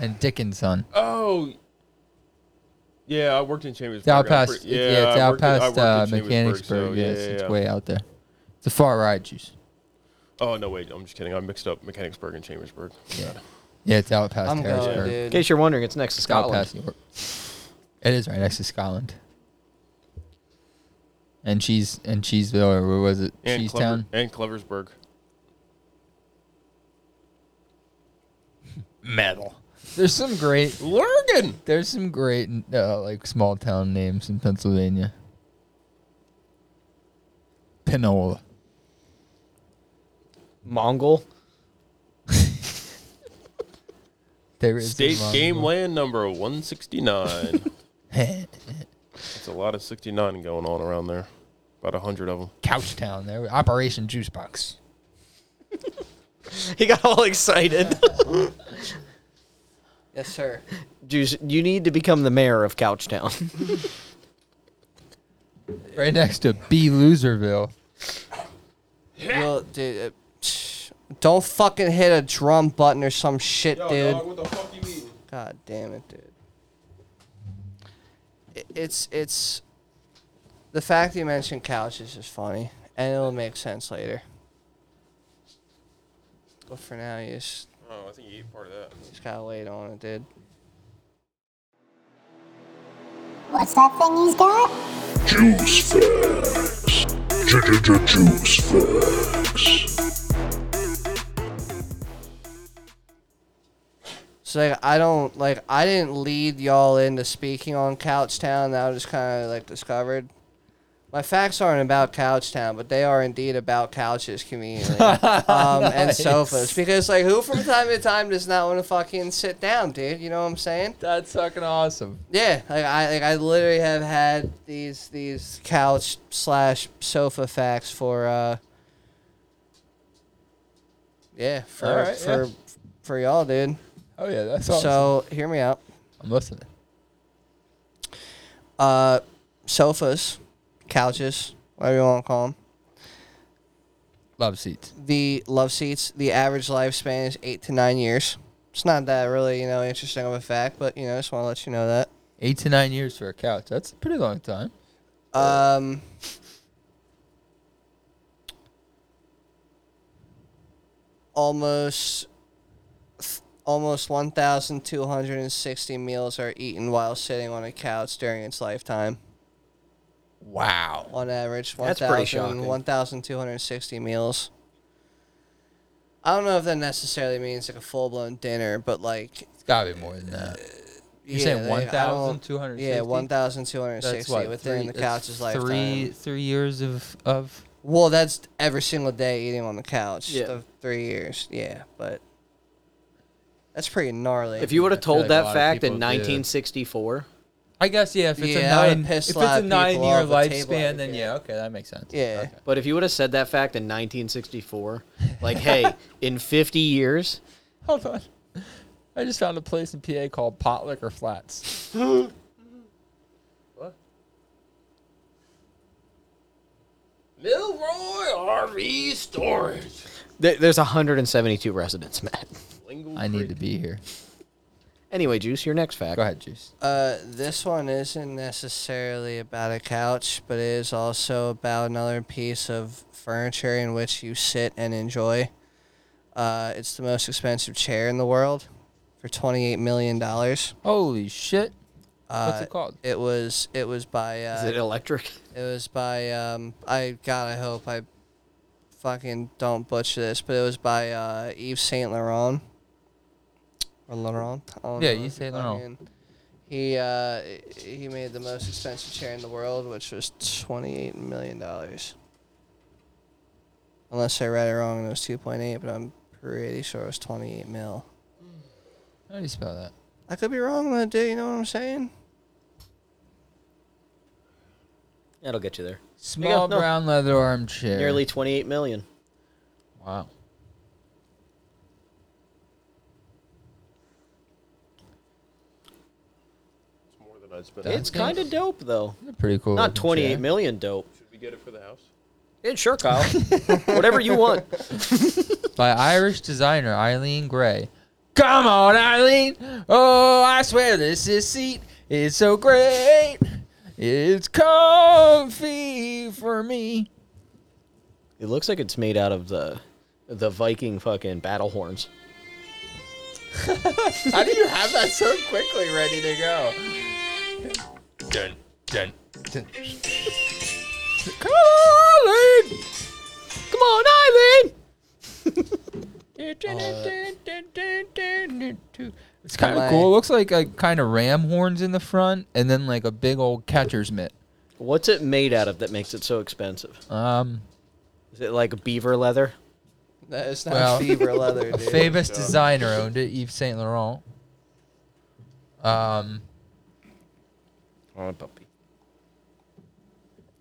[SPEAKER 1] and Dickinson.
[SPEAKER 8] oh. Yeah, I worked in Chambersburg.
[SPEAKER 1] It's out
[SPEAKER 8] I
[SPEAKER 1] past
[SPEAKER 8] pre-
[SPEAKER 1] yeah, it's
[SPEAKER 8] I
[SPEAKER 1] out
[SPEAKER 8] worked in- I
[SPEAKER 1] past
[SPEAKER 8] worked in
[SPEAKER 1] uh,
[SPEAKER 8] Chambersburg,
[SPEAKER 1] Mechanicsburg.
[SPEAKER 8] so
[SPEAKER 1] yes,
[SPEAKER 8] yeah,
[SPEAKER 1] it's
[SPEAKER 8] yeah.
[SPEAKER 1] way out there. It's a far right juice.
[SPEAKER 8] Oh no, wait. I'm just kidding. I mixed up Mechanicsburg and Chambersburg.
[SPEAKER 1] Yeah, yeah, it's out past
[SPEAKER 2] I'm
[SPEAKER 1] Harrisburg.
[SPEAKER 2] going,
[SPEAKER 3] In
[SPEAKER 2] dude.
[SPEAKER 3] case you're wondering, it's next to
[SPEAKER 1] It's out
[SPEAKER 3] Scotland.
[SPEAKER 1] past York. It is right next to Scotland. And cheese and Cheeseville, or where was it?
[SPEAKER 8] And
[SPEAKER 1] Cheesetown.
[SPEAKER 8] Clever- and Cleversburg.
[SPEAKER 1] Metal. There's some great
[SPEAKER 8] Lurgan.
[SPEAKER 1] There's some great uh, like small town names in Pennsylvania. Pinola.
[SPEAKER 3] Mongol.
[SPEAKER 1] There is a
[SPEAKER 8] State
[SPEAKER 1] Mongol.
[SPEAKER 8] game land number 169.
[SPEAKER 1] (laughs)
[SPEAKER 8] It's a lot of 69 going on around there. About 100 of them.
[SPEAKER 1] Couch Town. There, Operation Juice Box.
[SPEAKER 3] (laughs) He got all excited.
[SPEAKER 2] Yes, sir.
[SPEAKER 3] (laughs) Juice, you need to become the mayor of Couchtown.
[SPEAKER 1] Right next to B Loserville.
[SPEAKER 2] You'll, dude, uh, don't fucking hit a drum button or some shit, dude.
[SPEAKER 8] what the fuck you mean?
[SPEAKER 2] God damn it, dude. I- It's it's the fact you mentioned couches is funny, and it'll make sense later. But for now, you just,
[SPEAKER 8] Oh, I think you ate part of that.
[SPEAKER 2] just gotta wait on it, dude.
[SPEAKER 9] What's that thing he's got?
[SPEAKER 5] Juice facts. Juice
[SPEAKER 2] So like, I don't like I didn't lead y'all into speaking on Couchtown. That was just kind of like discovered. My facts aren't about Couchtown, but they are indeed about couches conveniently
[SPEAKER 1] (laughs)
[SPEAKER 2] um, and sofas. Because like, who from time to time does not want to fucking sit down, dude? You know what I'm saying?
[SPEAKER 1] That's fucking awesome.
[SPEAKER 2] Yeah, like I like I literally have had these these couch slash sofa facts for uh yeah for
[SPEAKER 1] All right,
[SPEAKER 2] for for y'all, dude.
[SPEAKER 1] Oh yeah, that's awesome.
[SPEAKER 2] So hear me out.
[SPEAKER 1] I'm listening.
[SPEAKER 2] Uh, sofas, couches, whatever you want to call them.
[SPEAKER 1] Love seats.
[SPEAKER 2] The love seats. The average lifespan is eight to nine years. It's not that really you know interesting of a fact, but you know just want to let you know that.
[SPEAKER 1] Eight to nine years for a couch. That's a pretty long time.
[SPEAKER 2] Um, almost, almost 1,260 meals are eaten while sitting on a couch during its lifetime.
[SPEAKER 1] Wow.
[SPEAKER 2] On average,
[SPEAKER 3] That's pretty
[SPEAKER 2] 1,000
[SPEAKER 3] shocking.
[SPEAKER 2] 1,260 meals. I don't know if that necessarily means like a full blown dinner, but like
[SPEAKER 1] It's gotta be more than that. You're
[SPEAKER 2] yeah,
[SPEAKER 1] saying
[SPEAKER 2] they- I don't-
[SPEAKER 1] 1,260?
[SPEAKER 2] Yeah, one thousand two hundred sixty within the couch's lifetime.
[SPEAKER 1] Three three years of of
[SPEAKER 2] Well, that's every single day eating on the couch.
[SPEAKER 3] Yeah.
[SPEAKER 2] The three years. Yeah, but that's pretty gnarly.
[SPEAKER 3] If you would have
[SPEAKER 1] feel
[SPEAKER 3] told
[SPEAKER 1] like a lot
[SPEAKER 3] that
[SPEAKER 1] of
[SPEAKER 3] fact in
[SPEAKER 1] people do.
[SPEAKER 3] 1964,
[SPEAKER 1] I guess yeah. If it's
[SPEAKER 2] Yeah, that
[SPEAKER 1] a
[SPEAKER 2] would
[SPEAKER 1] nine,
[SPEAKER 2] piss
[SPEAKER 1] if it's
[SPEAKER 2] a lot
[SPEAKER 1] a
[SPEAKER 2] of people
[SPEAKER 1] nine year
[SPEAKER 2] off the table, I
[SPEAKER 1] lifespan,
[SPEAKER 2] would
[SPEAKER 1] then
[SPEAKER 2] guess.
[SPEAKER 1] yeah, okay, that makes sense.
[SPEAKER 2] Yeah.
[SPEAKER 1] Okay.
[SPEAKER 3] but if you would have said that fact in 1964,
[SPEAKER 1] (laughs)
[SPEAKER 3] like, hey, in 50 years,
[SPEAKER 1] Hold on. I just found a place in PA called Pot Liquor Flats.
[SPEAKER 8] Milroy RV Storage.
[SPEAKER 3] th- there's 172 residents, Matt.
[SPEAKER 1] I need to be here.
[SPEAKER 3] Anyway, Juice, your next fact.
[SPEAKER 1] Go ahead, Juice.
[SPEAKER 2] Uh, this one isn't necessarily about a couch, but it is also about another piece of furniture in which you sit and enjoy. Uh, it's the most expensive chair in the world for twenty eight million dollars.
[SPEAKER 1] Holy shit! What's
[SPEAKER 2] Uh,
[SPEAKER 1] it called?
[SPEAKER 2] it was it was by uh,
[SPEAKER 3] Is it electric?
[SPEAKER 2] It was by um I God I hope I fucking don't butcher this, but it was by uh Yves Saint Laurent. Or Laurent. I don't
[SPEAKER 1] Yeah,
[SPEAKER 2] know
[SPEAKER 1] Yves
[SPEAKER 2] if
[SPEAKER 1] Saint
[SPEAKER 2] you
[SPEAKER 1] Laurent.
[SPEAKER 2] fucking- He uh he made the most expensive chair in the world, which was twenty eight million dollars. Unless I read it wrong and it was two point eight, but I'm pretty sure it was twenty eight mil.
[SPEAKER 1] How do you spell that?
[SPEAKER 2] I could be wrong though, dude, you know what I'm saying?
[SPEAKER 3] That'll get you there.
[SPEAKER 1] Small
[SPEAKER 3] no.
[SPEAKER 1] brown leather armchair.
[SPEAKER 3] Nearly 28 million.
[SPEAKER 1] Wow.
[SPEAKER 8] It's more than I spent.
[SPEAKER 1] That's-
[SPEAKER 3] It's kind of dope, though.
[SPEAKER 1] Pretty cool.
[SPEAKER 3] Not
[SPEAKER 1] looking
[SPEAKER 3] twenty-eight
[SPEAKER 1] chair.
[SPEAKER 3] million dope.
[SPEAKER 8] Should we get it for the house?
[SPEAKER 3] Yeah,
[SPEAKER 1] (laughs)
[SPEAKER 3] sure, Kyle. Whatever you want.
[SPEAKER 1] by Irish designer Eileen Gray. Come on, Eileen! Oh, I swear this is seat is so great. It's comfy for me.
[SPEAKER 3] It looks like it's made out of the the Viking fucking battle horns.
[SPEAKER 1] (laughs) How do you have that so quickly ready to go?
[SPEAKER 8] Done. Done.
[SPEAKER 1] Come on, Eileen!
[SPEAKER 3] Come on, Eileen.
[SPEAKER 1] It's kind of
[SPEAKER 2] Like-
[SPEAKER 1] cool. It looks like a kind of ram horns in the front, and then like a big old catcher's mitt.
[SPEAKER 3] What's it made out of that makes it so expensive?
[SPEAKER 1] Um,
[SPEAKER 3] Is it like beaver leather?
[SPEAKER 2] That is not
[SPEAKER 1] Well,
[SPEAKER 2] fever leather,
[SPEAKER 1] a
[SPEAKER 2] dude.
[SPEAKER 1] famous designer owned it, Yves Saint Laurent. Um, Oh,
[SPEAKER 8] On puppy.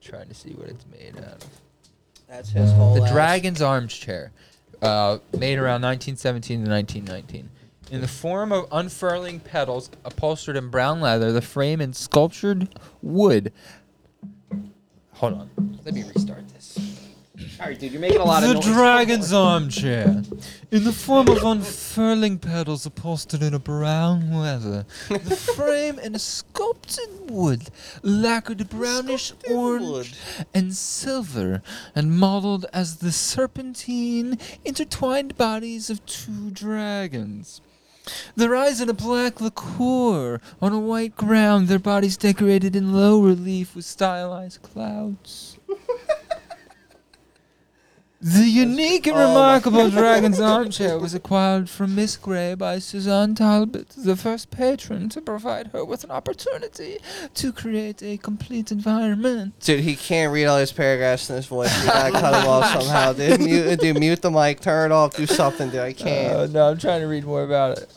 [SPEAKER 1] trying to see what it's made out of.
[SPEAKER 2] That's his whole
[SPEAKER 1] The
[SPEAKER 2] ass.
[SPEAKER 1] Dragon's Arms Chair, uh, made around 1917 to 1919. In the form of unfurling pedals upholstered in brown leather, the frame in sculptured wood. Hold on.
[SPEAKER 2] Let me restart this.
[SPEAKER 3] All right, dude, you're making a lot
[SPEAKER 1] the dragon's armchair. In the form of unfurling pedals upholstered in a brown leather, the frame in a sculpted wood, lacquered brownish orange and silver, and modeled as the serpentine intertwined bodies of two dragons. Their eyes in a black liqueur on a white ground, their bodies decorated in low relief with stylized clouds. The unique and (laughs) remarkable Dragon's Armchair was acquired from Miss Gray by Suzanne Talbot, the first patron to provide her with an opportunity to create a complete environment.
[SPEAKER 2] Dude, he can't read all his paragraphs in his voice. You gotta cut him off somehow, dude. Mute, dude, mute the mic, turn it off, do something, dude. I can't.
[SPEAKER 1] Uh, no, I'm trying to read more about it.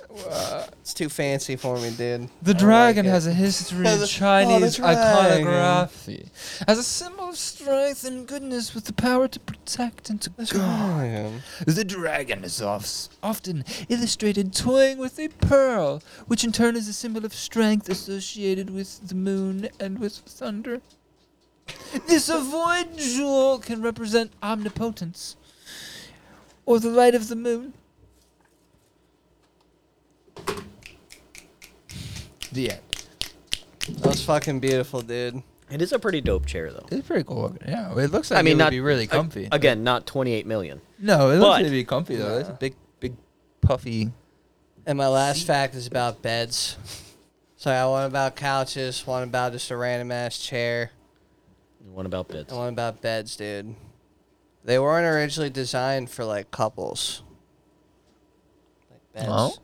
[SPEAKER 2] it's too fancy for me, dude.
[SPEAKER 1] The
[SPEAKER 2] I don't
[SPEAKER 1] dragon
[SPEAKER 2] like it.
[SPEAKER 1] (laughs) has a history
[SPEAKER 2] Oh,
[SPEAKER 1] in
[SPEAKER 2] the
[SPEAKER 1] Chinese
[SPEAKER 2] dragon.
[SPEAKER 1] iconography as a symbol of strength and goodness with the power to protect and to
[SPEAKER 2] (sighs)
[SPEAKER 1] guard. The dragon is of- often illustrated toying with a pearl, which in turn is a symbol of strength associated with the moon and with thunder. This avoid jewel can represent omnipotence or the light of the moon. The end.
[SPEAKER 2] That was fucking beautiful, dude.
[SPEAKER 3] It is a pretty dope chair, though.
[SPEAKER 1] It's pretty cool looking. Yeah, it looks like
[SPEAKER 3] I mean,
[SPEAKER 1] it
[SPEAKER 3] not
[SPEAKER 1] would be really
[SPEAKER 3] a-
[SPEAKER 1] comfy.
[SPEAKER 3] Again, not 28 million.
[SPEAKER 1] no, it looks
[SPEAKER 3] but-
[SPEAKER 1] like it'd be comfy though. It's a big, big, puffy.
[SPEAKER 2] And my last fact is about beds. So I got one about couches, one about just a random ass chair,
[SPEAKER 3] What about bits?
[SPEAKER 2] and one about beds, dude. They weren't originally designed for like couples. Like beds.
[SPEAKER 1] Oh?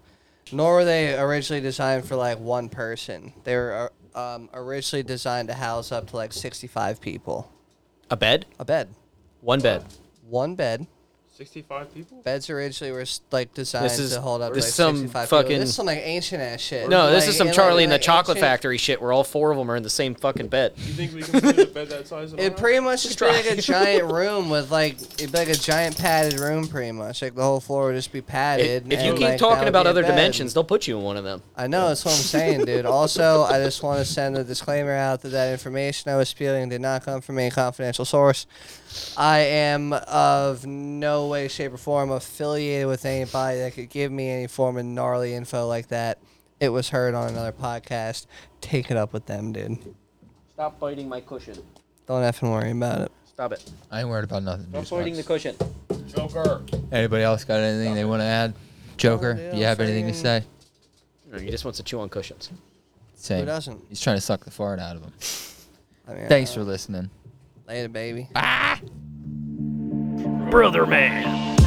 [SPEAKER 2] Nor were they originally designed for like one person. They were uh, um, originally designed to house up to like 65 people.
[SPEAKER 3] A bed?
[SPEAKER 2] A bed.
[SPEAKER 3] One bed.
[SPEAKER 2] One bed.
[SPEAKER 8] 65 people?
[SPEAKER 2] Beds originally were like designed
[SPEAKER 3] is-
[SPEAKER 2] to hold up
[SPEAKER 3] this
[SPEAKER 2] like
[SPEAKER 3] is some
[SPEAKER 2] 65
[SPEAKER 3] fucking-
[SPEAKER 2] people. This is some like ancient ass shit.
[SPEAKER 3] No, this
[SPEAKER 2] Like,
[SPEAKER 3] is some
[SPEAKER 2] in, like-
[SPEAKER 3] Charlie in the
[SPEAKER 2] like,
[SPEAKER 3] Chocolate
[SPEAKER 2] ancient-
[SPEAKER 3] Factory shit where all four of them are in the same fucking bed.
[SPEAKER 8] You think we can fit a bed that size in
[SPEAKER 2] It
[SPEAKER 8] our house?
[SPEAKER 2] pretty much just be like a giant room with like it'd be like a giant padded room, pretty much. Like the whole floor would just be padded.
[SPEAKER 3] If if you
[SPEAKER 2] and,
[SPEAKER 3] keep
[SPEAKER 2] like, that
[SPEAKER 3] talking
[SPEAKER 2] would
[SPEAKER 3] about
[SPEAKER 2] be a
[SPEAKER 3] other
[SPEAKER 2] bed.
[SPEAKER 3] dimensions, they'll put you in one of them.
[SPEAKER 2] I know that's what I'm saying, dude. Also, I just want to send a disclaimer out that that information I was spewing did not come from any confidential source. I am of no way, shape, or form affiliated with anybody that could give me any form of gnarly info like that. It was heard on another podcast. Take it up with them, dude.
[SPEAKER 3] Stop biting my cushion.
[SPEAKER 2] Don't effing worry about it.
[SPEAKER 3] Stop it.
[SPEAKER 1] I ain't worried about nothing.
[SPEAKER 3] Stop
[SPEAKER 1] Goosebumps.
[SPEAKER 3] biting the cushion.
[SPEAKER 8] Joker.
[SPEAKER 1] Anybody else got anything they want to add? Joker,
[SPEAKER 2] Oh, yeah,
[SPEAKER 1] you have anything to say?
[SPEAKER 2] fucking-
[SPEAKER 3] No, He just wants to chew on cushions.
[SPEAKER 1] Same.
[SPEAKER 2] Who doesn't?
[SPEAKER 1] He's trying to suck the fart out of him.
[SPEAKER 2] I mean,
[SPEAKER 1] Thanks for listening.
[SPEAKER 2] Later, baby.
[SPEAKER 6] Brother man,